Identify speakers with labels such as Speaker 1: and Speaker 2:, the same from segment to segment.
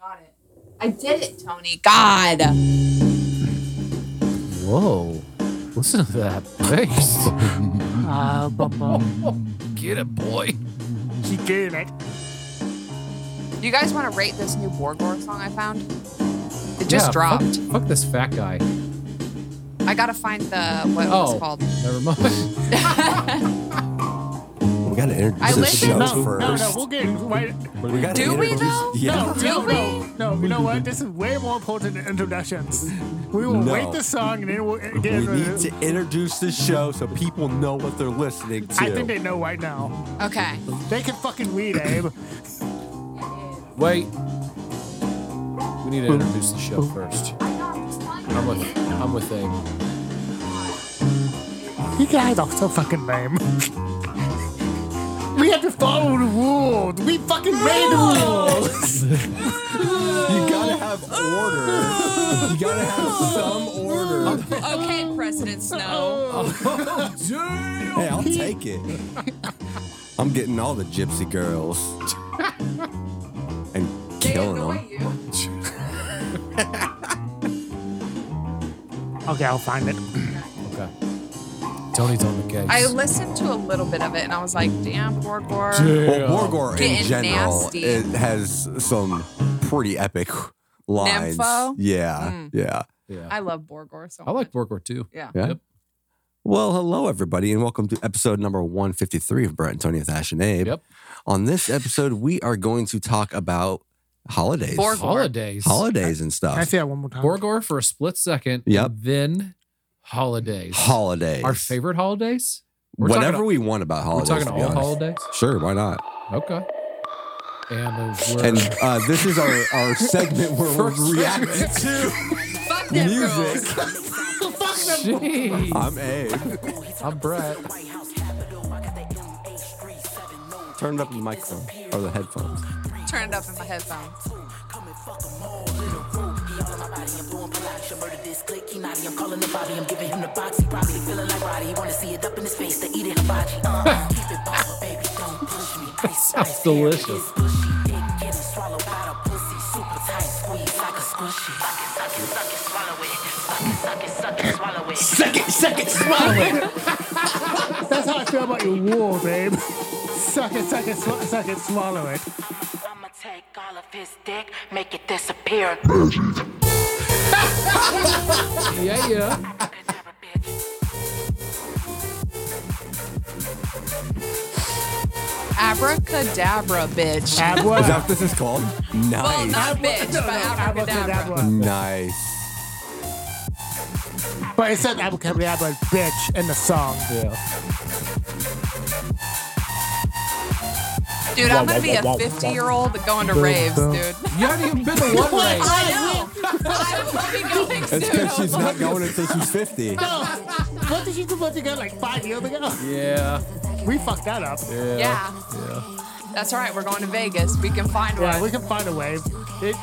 Speaker 1: Got it. I did it, Tony. God.
Speaker 2: Whoa. Listen to that bass.
Speaker 1: Ah,
Speaker 3: Uh,
Speaker 2: Get it, boy.
Speaker 3: she gave it.
Speaker 1: Do you guys want to rate this new Borgor song I found? It just
Speaker 2: Yeah, fuck-
Speaker 1: dropped.
Speaker 2: Fuck, this fat guy.
Speaker 1: I gotta find the what
Speaker 2: Oh,
Speaker 1: it's called.
Speaker 2: never mind.
Speaker 4: We got to
Speaker 1: I
Speaker 4: introduce
Speaker 1: listened-
Speaker 4: ourselves
Speaker 3: No,
Speaker 4: first.
Speaker 3: no, no, we'll get wait.
Speaker 4: We got
Speaker 1: Do we,
Speaker 4: introduce-
Speaker 1: though?
Speaker 4: Yeah.
Speaker 3: No,
Speaker 1: Do
Speaker 3: no, no, no. You know what? This is way more important than introductions. We will
Speaker 4: No.
Speaker 3: rate the song and then we'll get
Speaker 4: We need
Speaker 3: introduced.
Speaker 4: to introduce the show so people know what they're listening to.
Speaker 3: I think they know right now.
Speaker 1: Okay.
Speaker 3: They can fucking read, Abe.
Speaker 2: Wait. We need to introduce the show first. I'm with, I'm with Abe.
Speaker 3: You guys are so fucking lame. We have to follow the rules. We fucking made the rules.
Speaker 4: you gotta have order. you gotta have
Speaker 1: Oh.
Speaker 4: some order.
Speaker 1: Okay, President Snow. Oh.
Speaker 4: Hey, I'll take it. I'm getting all the gypsy girls and killing them.
Speaker 1: you.
Speaker 3: Okay, I'll find it.
Speaker 2: Okay. Tony's on the case.
Speaker 1: I listened to a little bit of it and I was like, damn, Borgor.
Speaker 4: Well, Borgor in
Speaker 1: Getting
Speaker 4: general
Speaker 1: nasty.
Speaker 4: it has some pretty epic lines.
Speaker 1: Nympho?
Speaker 4: Yeah,
Speaker 1: Mm.
Speaker 4: yeah.
Speaker 2: yeah.
Speaker 1: I love Borgor so much.
Speaker 2: I like Borgor too.
Speaker 1: Yeah.
Speaker 4: Yeah.
Speaker 2: Yep.
Speaker 4: Well, hello everybody, and welcome to episode number 153 of Brett and Tony with Ash and Abe.
Speaker 2: Yep.
Speaker 4: On this episode, we are going to talk about holidays,
Speaker 1: Borgor.
Speaker 2: Holidays.
Speaker 4: holidays and
Speaker 3: Can I
Speaker 4: stuff.
Speaker 3: say that one more time?
Speaker 2: Borgor for a split second.
Speaker 4: Yep.
Speaker 2: and Then holidays.
Speaker 4: Holidays,
Speaker 2: Our favorite holidays? We're talking
Speaker 4: whatever
Speaker 2: to-
Speaker 4: we want about holidays.
Speaker 2: We're talking
Speaker 4: to be
Speaker 2: all
Speaker 4: honest.
Speaker 2: holidays?
Speaker 4: Sure, why not?
Speaker 2: Okay. And uh, we're,
Speaker 4: And uh, this is our, our segment where
Speaker 2: First
Speaker 4: we're reacting to
Speaker 1: Fuck them rules.
Speaker 4: music.
Speaker 2: Jeez.
Speaker 4: I'm Abe.
Speaker 2: I'm Brett.
Speaker 4: Turn up the microphone or the headphones.
Speaker 1: Turn it up in my headphones.
Speaker 2: Sounds delicious.
Speaker 4: Second, second, swallow
Speaker 3: That's how I feel about your wool, babe. Suck it, suck it, sw- suck it, swallow it.
Speaker 5: I'ma take all of his dick, make it disappear.
Speaker 2: Yeah, yeah.
Speaker 1: Abracadabra, bitch.
Speaker 3: Abra.
Speaker 4: Is that what this is called?
Speaker 1: well,
Speaker 4: Nice.
Speaker 1: not bitch, but abracadabra.
Speaker 3: Abracadabra.
Speaker 4: Nice.
Speaker 3: But it said abracadabra, bitch, in the song.
Speaker 2: Yeah.
Speaker 1: Dude, I'm gonna be a 50 year old going to raves,
Speaker 3: boom.
Speaker 1: dude.
Speaker 2: You haven't even been to one race.
Speaker 1: I know. I will be going
Speaker 4: It's because
Speaker 1: soon.
Speaker 4: she's not going until she's 50.
Speaker 3: What did you do about together like five years ago?
Speaker 2: Yeah.
Speaker 3: We fucked that up.
Speaker 2: Yeah.
Speaker 1: Yeah.
Speaker 2: Yeah.
Speaker 1: That's right. We're going to Vegas. We can find
Speaker 3: Yeah,
Speaker 1: one.
Speaker 3: we can find a way. It,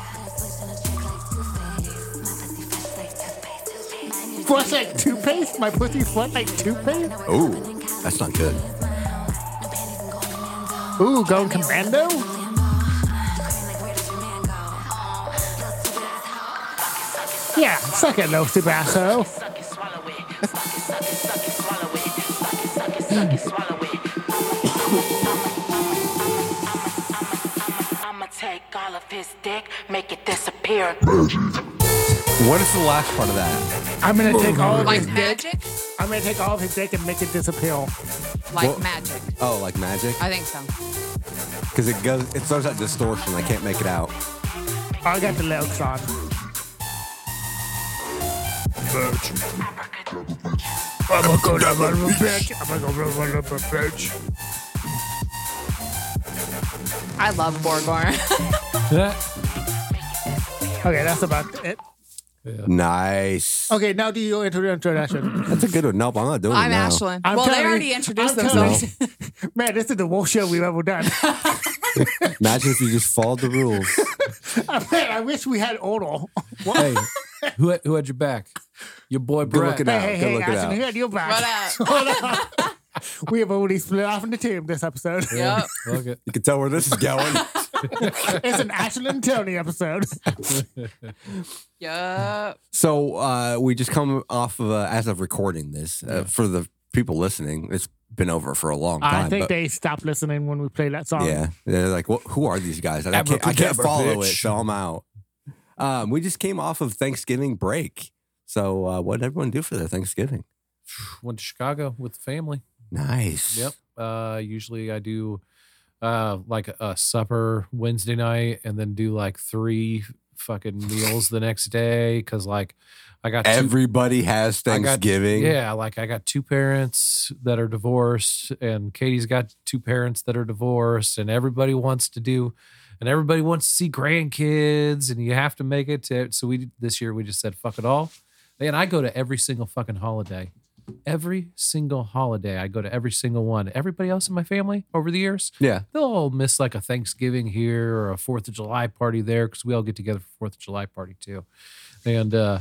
Speaker 3: flush like toothpaste? My pussy flush like toothpaste?
Speaker 4: Oh, that's not good.
Speaker 3: Ooh, going commando? Yeah, suck it, no super asshole.
Speaker 5: Suck it, swallow it. Suck it, suck it, suck it, swallow it. Suck it, suck it, suck it, swallow it. I'ma take all of his dick, make it disappear.
Speaker 4: What is the last part of that?
Speaker 3: I'm gonna take all of
Speaker 1: like
Speaker 3: his dick.
Speaker 1: magic?
Speaker 3: I'm gonna take all of his dick and make it disappear.
Speaker 1: Like
Speaker 4: Well-
Speaker 1: magic.
Speaker 4: Oh, like magic?
Speaker 1: I think so.
Speaker 4: Because it goes, it starts that distortion. I can't make it out.
Speaker 3: I got the lyrics on. I'm gonna go to the bitch. I'm gonna go to the bitch.
Speaker 1: I love Borgor.
Speaker 2: That-
Speaker 3: Okay, that's about it.
Speaker 4: Nice.
Speaker 3: Okay, now do your intro- introduction.
Speaker 4: Oh, That's a good one. Nope, I'm not doing it.
Speaker 1: I'm
Speaker 4: now.
Speaker 1: Ashlyn.
Speaker 3: I'm
Speaker 1: well, they
Speaker 3: telling you-
Speaker 1: already introduced
Speaker 3: I'm telling
Speaker 1: themselves.
Speaker 3: you- Man, this is the worst show we've ever done.
Speaker 4: Imagine if you just followed the rules.
Speaker 3: Man, I wish we had order.
Speaker 2: hey, who had, who had your back? Your boy
Speaker 4: Good
Speaker 2: Brett.
Speaker 4: looking
Speaker 3: Hey,
Speaker 4: out.
Speaker 3: hey,
Speaker 4: Good
Speaker 3: hey,
Speaker 4: looking
Speaker 3: Ashton,
Speaker 4: out.
Speaker 3: here your
Speaker 1: What
Speaker 3: back.
Speaker 1: up?
Speaker 3: We have already split off into team this episode.
Speaker 1: Yup.
Speaker 2: Look it.
Speaker 4: You can tell where this is going.
Speaker 3: It's an Ashley and Tony episode.
Speaker 1: Yup.
Speaker 4: So uh, we just come off of uh, as of recording this uh, for the people listening. It's been over for a long time.
Speaker 3: I think
Speaker 4: but-
Speaker 3: they stopped listening when we played that song.
Speaker 4: Yeah, they're like, well, who are these guys? And I can't, I can't
Speaker 2: Abracadabra,
Speaker 4: follow it,
Speaker 2: bitch.
Speaker 4: so I'm out. Um, we just came off of Thanksgiving break. So uh, what did everyone do for their Thanksgiving?
Speaker 2: Went to Chicago with the family.
Speaker 4: Nice.
Speaker 2: Yep. Uh, usually I do uh, like a supper Wednesday night and then do like three fucking meals the next day because like I got two,
Speaker 4: Everybody has
Speaker 2: I got-
Speaker 4: Thanksgiving.
Speaker 2: yeah, like I got two parents that are divorced and Katie's got two parents that are divorced and everybody wants to do and everybody wants to see grandkids and you have to make it to so we this year we just said fuck it all. And I go to every single fucking holiday every single holiday. I go to every single one. Everybody else in my family over the years,
Speaker 4: Yeah.
Speaker 2: they'll all miss like a Thanksgiving here or a Fourth of July party there because we all get together for Fourth of July party too. And uh,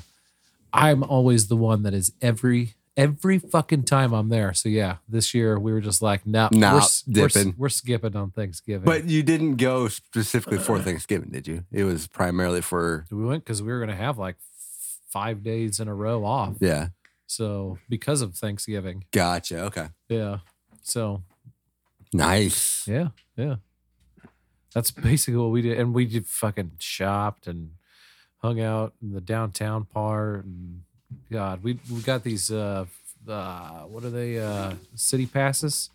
Speaker 2: I'm always the one that is every every fucking time I'm there. So yeah, this year we were just like, nah,
Speaker 4: Nah,
Speaker 2: we're, s- we're s-
Speaker 4: dipping.
Speaker 2: we're skipping on Thanksgiving.
Speaker 4: But you didn't go specifically for Thanksgiving, did you? It was primarily for
Speaker 2: we went because we were gonna have like f- five days in a row off.
Speaker 4: yeah.
Speaker 2: So because of Thanksgiving,
Speaker 4: Gotcha. Okay.
Speaker 2: yeah. So
Speaker 4: Nice.
Speaker 2: Yeah, yeah. That's basically what we did, and we did fucking shopped and hung out in the downtown part. And God, we we got these uh, uh what are they uh city passes.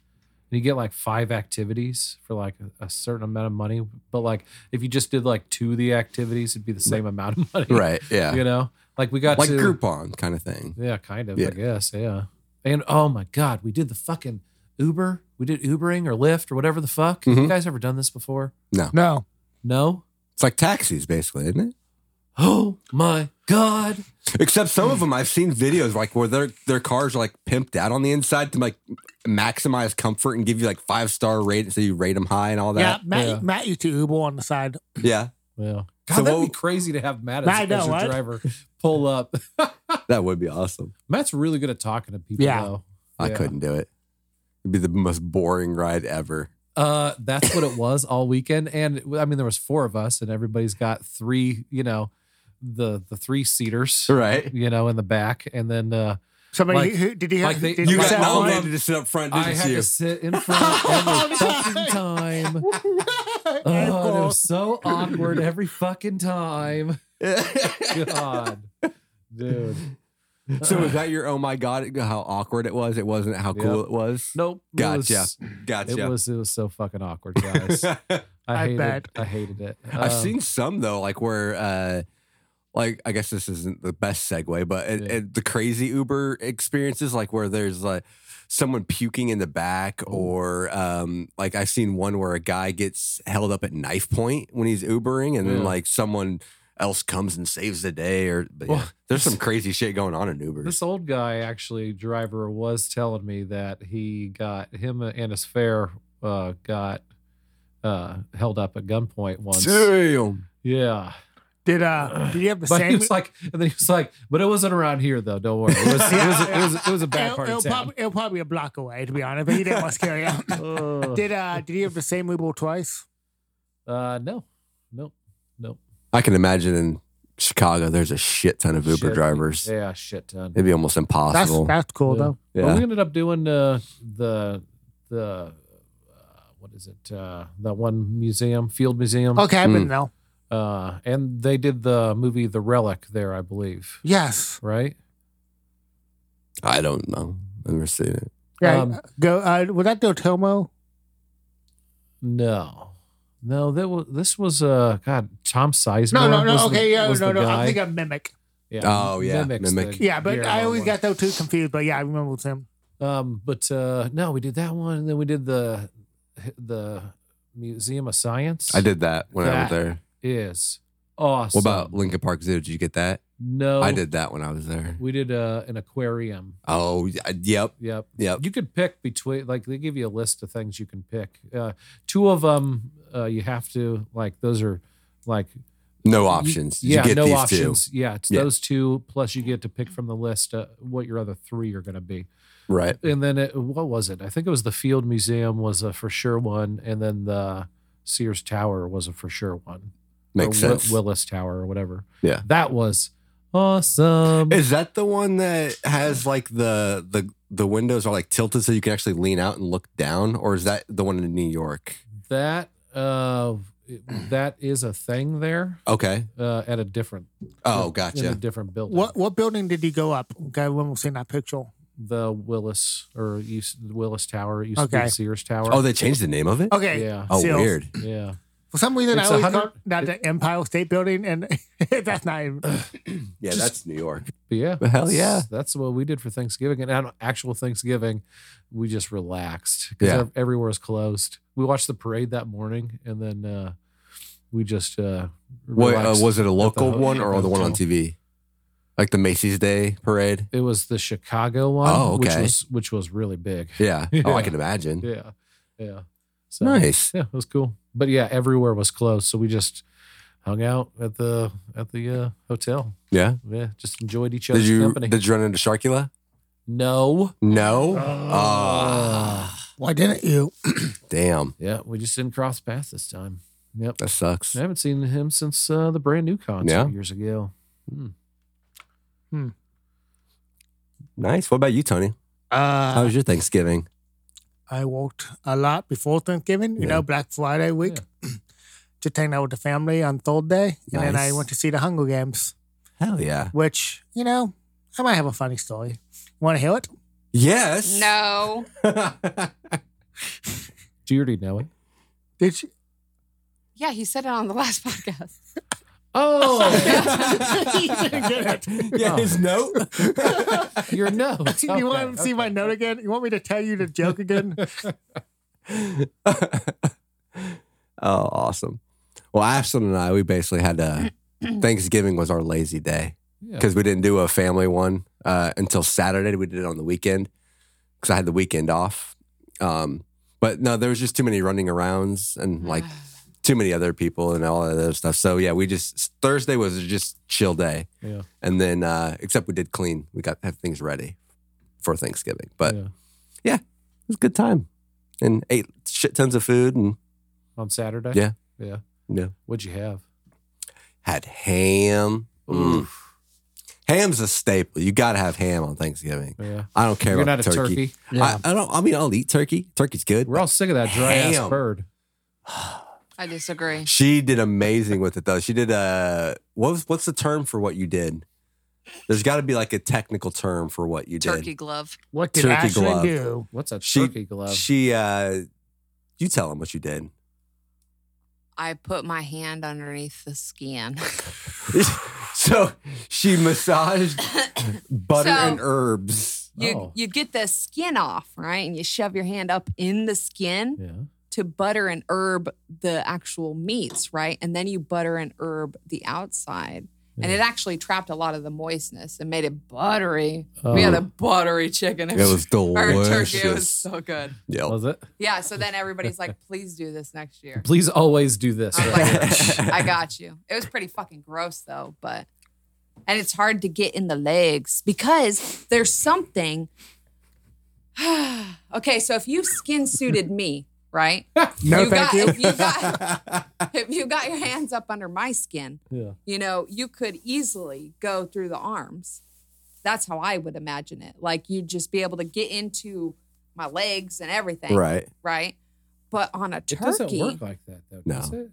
Speaker 2: And you get like five activities for like a, a certain amount of money, but like if you just did like two of the activities, it'd be the same amount of money,
Speaker 4: Right. Yeah.
Speaker 2: You know, like we got
Speaker 4: Like
Speaker 2: to,
Speaker 4: Groupon kind of thing.
Speaker 2: yeah, kind of, I
Speaker 4: Yeah.
Speaker 2: guess. Yeah. And oh my God, we did the fucking Uber. We did Ubering or Lyft or whatever the fuck. You
Speaker 4: Mhm.
Speaker 2: guys ever done this before?
Speaker 3: No.
Speaker 2: No?
Speaker 4: It's like taxis, basically, isn't it?
Speaker 2: Oh my God.
Speaker 4: Except some of them, I've seen videos like where their their cars are like pimped out on the inside to like maximize comfort and give you like five star rating, so you rate them high and all
Speaker 3: yeah,
Speaker 4: that.
Speaker 3: Matt,
Speaker 2: yeah.
Speaker 3: Matt used to Uber on the side.
Speaker 4: Yeah,
Speaker 2: Yeah. God,
Speaker 4: So
Speaker 2: that'd
Speaker 4: what-
Speaker 2: be crazy to have Matt
Speaker 3: I
Speaker 2: as,
Speaker 3: know,
Speaker 2: as your
Speaker 3: right?
Speaker 2: driver pull up.
Speaker 4: that would be awesome.
Speaker 2: Matt's really good at talking to people,
Speaker 3: Yeah.
Speaker 2: though.
Speaker 4: I
Speaker 2: Yeah.
Speaker 4: couldn't do it. It'd be the most boring ride ever.
Speaker 2: Uh, that's what it was all weekend, and I mean there was four of us, and everybody's got three, you know, the the three seaters,
Speaker 4: Right?
Speaker 2: you know, in the back, and then uh,
Speaker 3: Somebody
Speaker 2: Like-
Speaker 3: who did he have?
Speaker 2: like they-
Speaker 3: did
Speaker 4: You
Speaker 3: he
Speaker 4: got
Speaker 3: sell
Speaker 2: all
Speaker 3: one?
Speaker 2: of-
Speaker 4: nominated to sit up front,
Speaker 2: I
Speaker 4: didn't Oh,
Speaker 2: had
Speaker 4: you?
Speaker 2: to sit in front every fucking time. Oh, and it was so awkward every fucking time. God, dude.
Speaker 4: so was that your oh my god? How awkward it was. It wasn't how cool
Speaker 2: Yep.
Speaker 4: it was.
Speaker 2: Nope. It was,
Speaker 4: Gotcha.
Speaker 2: it
Speaker 4: Gotcha.
Speaker 2: was it was so fucking awkward, guys. I
Speaker 3: I
Speaker 2: hated
Speaker 3: bet.
Speaker 2: I hated it.
Speaker 4: I've
Speaker 2: Um,
Speaker 4: seen some though, like where, uh, like I guess this isn't the best segue, but it,
Speaker 2: Yeah.
Speaker 4: it- the crazy Uber experiences, like where there's like someone puking in the back, or um, like I've seen one where a guy gets held up at knife point when he's Ubering, and
Speaker 2: Yeah.
Speaker 4: then like someone else comes and saves the day, or but
Speaker 2: Well,
Speaker 4: yeah, there's some crazy shit going on in Uber.
Speaker 2: this old guy actually driver was telling me that he got him and his fare uh, got uh, held up at gunpoint once.
Speaker 4: Damn.
Speaker 2: Yeah.
Speaker 3: Did uh? Did he have the
Speaker 2: But
Speaker 3: same?
Speaker 2: he was like and then he was like, but it wasn't around here though, don't worry. It was it was, it was, it was a bad
Speaker 3: it'll,
Speaker 2: part
Speaker 3: it'll
Speaker 2: of town.
Speaker 3: probably, it'll probably be a block away to be honest, but he didn't want to scare you.
Speaker 2: Ugh.
Speaker 3: Did uh? Did he have the same Uber twice?
Speaker 2: uh no. Nope. Nope.
Speaker 4: I can imagine in Chicago, there's a shit ton of Uber
Speaker 2: Shit.
Speaker 4: drivers.
Speaker 2: Yeah, shit ton.
Speaker 4: It'd be almost
Speaker 3: That's
Speaker 4: impossible.
Speaker 3: that's cool
Speaker 2: Yeah.
Speaker 3: though.
Speaker 4: yeah.
Speaker 2: But we ended up doing uh, the the uh, what is it? Uh, that one museum, Field Museum.
Speaker 3: Okay, I've been
Speaker 4: Mm.
Speaker 3: though.
Speaker 2: Uh, and they did the movie The Relic there, I believe.
Speaker 3: Yes.
Speaker 2: Right?
Speaker 4: I don't know. I've never seen it.
Speaker 3: Yeah.
Speaker 2: Um,
Speaker 3: go. Uh, was that Del Tomo?
Speaker 2: No, no. That was this was uh, God, Tom Sizemore.
Speaker 3: No, no, no.
Speaker 2: was the-
Speaker 3: Okay, yeah,
Speaker 2: was
Speaker 3: no,
Speaker 2: the
Speaker 3: no.
Speaker 2: guy.
Speaker 3: I think I'm mimic.
Speaker 2: yeah.
Speaker 4: Oh, yeah,
Speaker 2: Mimics
Speaker 4: Mimic.
Speaker 2: the
Speaker 3: Yeah, but I
Speaker 2: Guillermo
Speaker 3: always
Speaker 2: one.
Speaker 3: got those two confused. But yeah, I remember it's him.
Speaker 2: Um, but uh, no, we did that one, and then we did the the Museum of Science.
Speaker 4: I did that when I
Speaker 2: That-
Speaker 4: was there.
Speaker 2: is awesome.
Speaker 4: What about Lincoln Park Zoo? Did you get that?
Speaker 2: No,
Speaker 4: I did that when I was there.
Speaker 2: We did uh, an aquarium.
Speaker 4: Oh, y- yep,
Speaker 2: Yep.
Speaker 4: yep.
Speaker 2: You could pick between, like, they give you a list of things you can pick. Uh, two of them uh, you have to, like, those are like,
Speaker 4: No options. Did
Speaker 2: yeah,
Speaker 4: you get
Speaker 2: no
Speaker 4: these
Speaker 2: options. Yeah, it's
Speaker 4: Yeah.
Speaker 2: those two, plus you get to pick from the list uh, what your other three are going to be.
Speaker 4: two. Right.
Speaker 2: And then it, what was it? I think it was the Field Museum was a for sure one. And then the Sears Tower was a for sure one.
Speaker 4: Makes
Speaker 2: or Wi-
Speaker 4: sense.
Speaker 2: Willis Tower or whatever.
Speaker 4: Yeah.
Speaker 2: That was awesome.
Speaker 4: Is that the one that has like the the the windows are like tilted so you can actually lean out and look down, or is that the one in New York?
Speaker 2: that uh it- that is a thing there
Speaker 4: Okay.
Speaker 2: uh at a different
Speaker 4: Oh,
Speaker 2: in a
Speaker 4: gotcha.
Speaker 2: different building.
Speaker 3: What what building did he go up? Okay, when we've seen that picture.
Speaker 2: The Willis or used Willis Tower, it used to be
Speaker 3: Okay.
Speaker 2: the Sears Tower.
Speaker 4: Oh, they changed the name of it.
Speaker 3: Okay.
Speaker 2: Yeah.
Speaker 4: Oh,
Speaker 3: so-
Speaker 4: weird.
Speaker 2: Yeah.
Speaker 3: For some reason,
Speaker 2: It's
Speaker 3: I always
Speaker 2: 100
Speaker 3: thought that the Empire State Building, and that's not even.
Speaker 4: Yeah,
Speaker 2: Just-
Speaker 4: that's New York.
Speaker 2: But yeah.
Speaker 4: But hell yeah.
Speaker 2: that's- That's what we did for Thanksgiving. And on actual Thanksgiving, we just relaxed because
Speaker 4: Yeah.
Speaker 2: everywhere was closed. We watched the parade that morning and then uh, we just. Uh,
Speaker 4: What, uh,
Speaker 2: relaxed
Speaker 4: was it a local
Speaker 2: ho-
Speaker 4: one
Speaker 2: at
Speaker 4: or
Speaker 2: the
Speaker 4: the one on
Speaker 2: hotel.
Speaker 4: TV? Like the Macy's Day Parade?
Speaker 2: It was the Chicago one,
Speaker 4: Oh,
Speaker 2: which
Speaker 4: okay.
Speaker 2: was which was really big.
Speaker 4: Yeah. Oh,
Speaker 2: Yeah.
Speaker 4: I can imagine.
Speaker 2: Yeah, yeah. So,
Speaker 4: Nice.
Speaker 2: Yeah, it was cool. But yeah, everywhere was closed, so we just hung out at the at the uh, hotel.
Speaker 4: Yeah.
Speaker 2: Yeah, just enjoyed each
Speaker 4: Did
Speaker 2: other's
Speaker 4: you
Speaker 2: company.
Speaker 4: did you run into Sharkula?
Speaker 2: no.
Speaker 4: No.
Speaker 2: Oh. Uh,
Speaker 4: Ah,
Speaker 3: Why didn't you?
Speaker 4: damn.
Speaker 2: yeah, we just didn't cross paths this time. Yep.
Speaker 4: That sucks.
Speaker 2: I haven't seen him since uh, the brand new concert
Speaker 4: Yeah.
Speaker 2: years ago.
Speaker 4: Nice. What about you, Tony? How
Speaker 3: Uh,
Speaker 4: was your Thanksgiving?
Speaker 3: I worked a lot before Thanksgiving. You
Speaker 4: Yeah.
Speaker 3: know, Black Friday week. Just hanging out with the family on Thursday, and then I
Speaker 4: Nice.
Speaker 3: went to see the Hunger Games,
Speaker 4: Hell yeah.
Speaker 3: which you know I might have a funny story. Want to hear it?
Speaker 4: Yes.
Speaker 1: No.
Speaker 2: Do you already know it?
Speaker 3: Did you?
Speaker 1: Yeah, he said it on the last podcast.
Speaker 2: Oh,
Speaker 3: you didn't get it.
Speaker 4: yeah, his note.
Speaker 2: your note.
Speaker 3: you want to see my note again? You want me to tell you the joke again?
Speaker 4: oh, awesome. Well, Ashton and I, we basically had a Thanksgiving was our lazy day
Speaker 2: Yeah.
Speaker 4: because we didn't do a family one uh, until Saturday. We did it on the weekend because I had the weekend off. Um, but no, there was just too many running arounds and like too many other people and all that other stuff. So yeah, we just Thursday was just chill day,
Speaker 2: Yeah.
Speaker 4: and then uh, except we did clean. We got have things ready for Thanksgiving, but
Speaker 2: yeah.
Speaker 4: it was a good time and ate shit tons of food and
Speaker 2: On Saturday?
Speaker 4: Yeah.
Speaker 2: Yeah.
Speaker 4: Yeah.
Speaker 2: What'd you have?
Speaker 4: had ham. Mm. Ham's a staple. You got to have ham on Thanksgiving.
Speaker 2: Yeah.
Speaker 4: I don't care
Speaker 2: You're not
Speaker 4: about
Speaker 2: a
Speaker 4: turkey.
Speaker 2: turkey.
Speaker 3: Yeah.
Speaker 4: I, I don't. I mean, I'll eat turkey. Turkey's good.
Speaker 2: We're all sick of that dry ass
Speaker 4: Ham.
Speaker 2: bird.
Speaker 1: I disagree.
Speaker 4: She did amazing with it though. She did uh what was what's the term for what you did? There's got to be like a technical term for what you
Speaker 1: Turkey
Speaker 4: did.
Speaker 1: glove.
Speaker 3: What did
Speaker 4: Turkey
Speaker 3: Ashley
Speaker 4: glove.
Speaker 3: do?
Speaker 2: What's a
Speaker 4: She-
Speaker 2: turkey glove?
Speaker 4: She uh you tell him what you did.
Speaker 1: I put my hand underneath the skin.
Speaker 4: so she massaged butter
Speaker 1: So-
Speaker 4: and herbs.
Speaker 1: You
Speaker 2: Oh.
Speaker 1: you get the skin off, right? And you shove your hand up in the skin
Speaker 2: yeah.
Speaker 1: to butter and herb the actual meats, right? And then you butter and herb the outside. And
Speaker 2: Yeah.
Speaker 1: it actually trapped a lot of the moistness and made it buttery. we had a buttery chicken.
Speaker 4: It was
Speaker 1: or
Speaker 4: delicious.
Speaker 1: turkey. It was so good.
Speaker 4: Yep.
Speaker 2: was it?
Speaker 1: Yeah. So then everybody's like, please do this next year.
Speaker 2: Please always do this.
Speaker 1: I'm
Speaker 2: right here.
Speaker 1: like, I got you. It was pretty fucking gross though, but and it's hard to get in the legs because there's something. okay, so if you skin suited me, right?
Speaker 3: No,
Speaker 1: you
Speaker 3: thank
Speaker 1: got,
Speaker 3: you.
Speaker 1: If you got if you got your hands up under my skin,
Speaker 2: yeah.
Speaker 1: you know, you could easily go through the arms. That's how I would imagine it. Like you'd just be able to get into my legs and everything,
Speaker 4: Right.
Speaker 1: Right? But on a turkey,
Speaker 2: It doesn't work like that though, does
Speaker 4: No.
Speaker 2: it?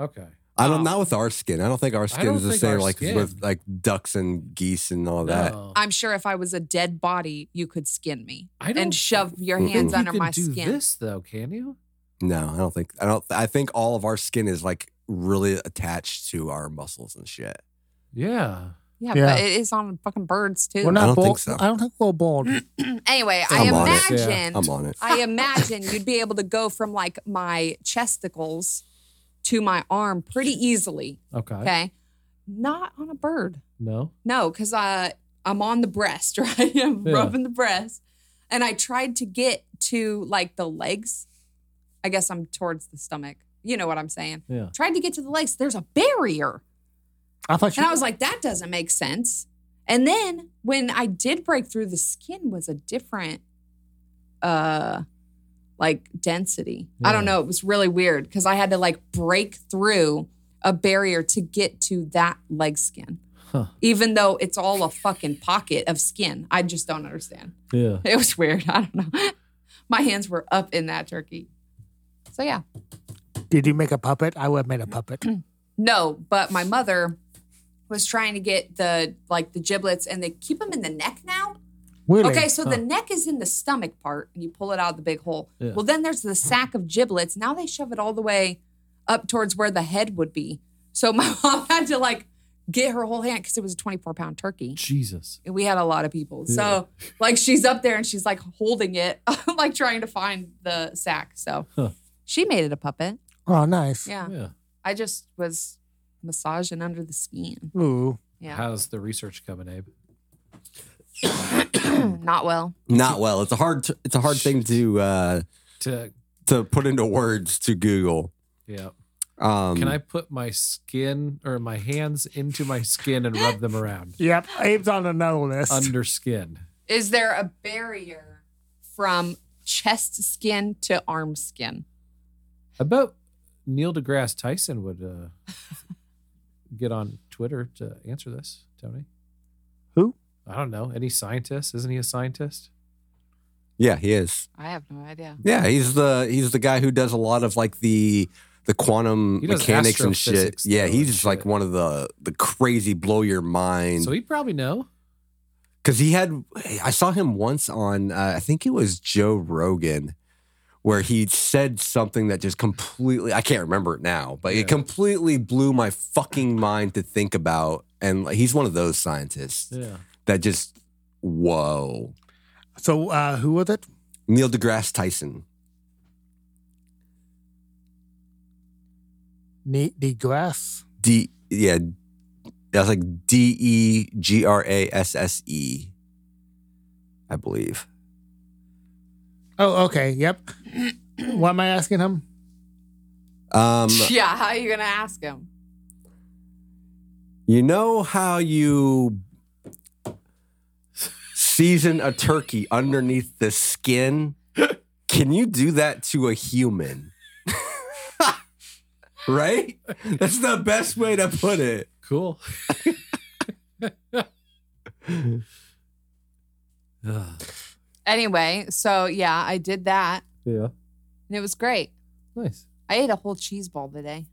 Speaker 2: Okay.
Speaker 4: I don't not with our skin. I don't think our skin
Speaker 2: don't
Speaker 4: is the
Speaker 2: think
Speaker 4: same
Speaker 2: our
Speaker 4: like
Speaker 2: skin-
Speaker 4: with like ducks and geese and all Oh, that.
Speaker 2: No.
Speaker 1: I'm sure if I was a dead body, you could skin me
Speaker 2: I
Speaker 1: and shove your hands
Speaker 2: think you
Speaker 1: under
Speaker 2: can
Speaker 1: my
Speaker 2: do
Speaker 1: skin.
Speaker 2: this though, can you?
Speaker 4: No, I don't think I don't I think all of our skin is like really attached to our muscles and shit.
Speaker 2: Yeah.
Speaker 1: Yeah,
Speaker 3: Yeah.
Speaker 1: but it is on fucking birds too.
Speaker 3: We're
Speaker 4: I
Speaker 3: not
Speaker 4: don't think
Speaker 3: bald.
Speaker 4: so.
Speaker 3: I don't think we're bald.
Speaker 1: anyway, I
Speaker 4: I'm on it.
Speaker 1: imagine
Speaker 4: I'm on it.
Speaker 1: I imagine you'd be able to go from like my chesticles to my arm pretty easily.
Speaker 2: Okay.
Speaker 1: Okay. Not on a bird.
Speaker 2: No.
Speaker 1: No, because I I'm on the breast, right? I'm
Speaker 2: Yeah.
Speaker 1: rubbing the breast. And I tried to get to like the legs. I guess I'm towards the stomach. You know what I'm saying?
Speaker 2: Yeah.
Speaker 1: Tried to get to the legs. There's a barrier.
Speaker 3: I thought you.
Speaker 1: And I was like, that doesn't make sense. And then when I did break through, the skin was a different uh like density. I don't
Speaker 2: Yeah.
Speaker 1: know. It was really weird because I had to like break through a barrier to get to that leg skin.
Speaker 2: Huh.
Speaker 1: Even though it's all a fucking pocket of skin. I just don't understand.
Speaker 2: Yeah.
Speaker 1: It was weird. I don't know. My hands were up in that turkey. So yeah.
Speaker 3: Did you make a puppet? I would have made a puppet.
Speaker 1: Mm. No, but my mother was trying to get the like the giblets and they keep them in the neck now.
Speaker 3: Really?
Speaker 1: Okay, so
Speaker 2: Huh.
Speaker 1: the neck is in the stomach part, and you pull it out of the big hole.
Speaker 2: Yeah.
Speaker 1: Well, then there's the sack of giblets. Now they shove it all the way up towards where the head would be. So my mom had to like get her whole hand because it was a 24 pound turkey.
Speaker 2: Jesus.
Speaker 1: And we had a lot of people. So like she's up there and she's like holding it, like trying to find the sack. So
Speaker 2: Huh.
Speaker 1: she made it a puppet.
Speaker 3: Oh, nice.
Speaker 1: Yeah.
Speaker 2: Yeah.
Speaker 1: I just was massaging under the skin.
Speaker 3: Ooh.
Speaker 1: Yeah.
Speaker 2: How's the research coming, Abe?
Speaker 1: Not well.
Speaker 4: Not well. It's a hard. t- It's a hard thing to uh,
Speaker 2: To
Speaker 4: to put into words to Google.
Speaker 2: yeah.
Speaker 4: Um,
Speaker 2: Can I put my skin or my hands into my skin and rub them around?
Speaker 3: Yep. Abe's on the no list.
Speaker 2: Under skin.
Speaker 1: Is there a barrier from chest skin to arm skin?
Speaker 2: I bet Neil deGrasse Tyson would uh, get on Twitter to answer this, Tony.
Speaker 3: Who?
Speaker 2: I don't know. Any scientist? Isn't he a scientist?
Speaker 4: Yeah, he is.
Speaker 1: I have no idea.
Speaker 4: Yeah, he's the he's the guy who does a lot of like the the quantum
Speaker 2: He does
Speaker 4: mechanics and shit.
Speaker 2: astrophysics,
Speaker 4: Yeah,
Speaker 2: though,
Speaker 4: he's
Speaker 2: and
Speaker 4: just like
Speaker 2: shit.
Speaker 4: one of the the crazy blow your mind.
Speaker 2: So he'd probably know.
Speaker 4: because he had i saw him once on uh, i think it was joe rogan where he said something that just completely i can't remember it now but
Speaker 2: Yeah.
Speaker 4: it completely blew my fucking mind to think about and like, he's one of those scientists
Speaker 2: Yeah.
Speaker 4: that just whoa
Speaker 3: So uh, who was it?
Speaker 4: neil degrasse tyson
Speaker 3: Ne- DeGrasse.
Speaker 4: d yeah that's like E d-e-g-r-a-s-s-e E, i believe
Speaker 3: Oh, okay. Yep. what am I asking him?
Speaker 4: um
Speaker 1: yeah, how are you going to ask him?
Speaker 4: You know how you season a turkey underneath the skin? Can you do that to a human? right? That's the best way to put it.
Speaker 2: Cool. Ugh.
Speaker 1: Anyway, so yeah, I did that
Speaker 2: yeah.
Speaker 1: and it was great.
Speaker 2: Nice.
Speaker 1: I ate a whole cheese ball today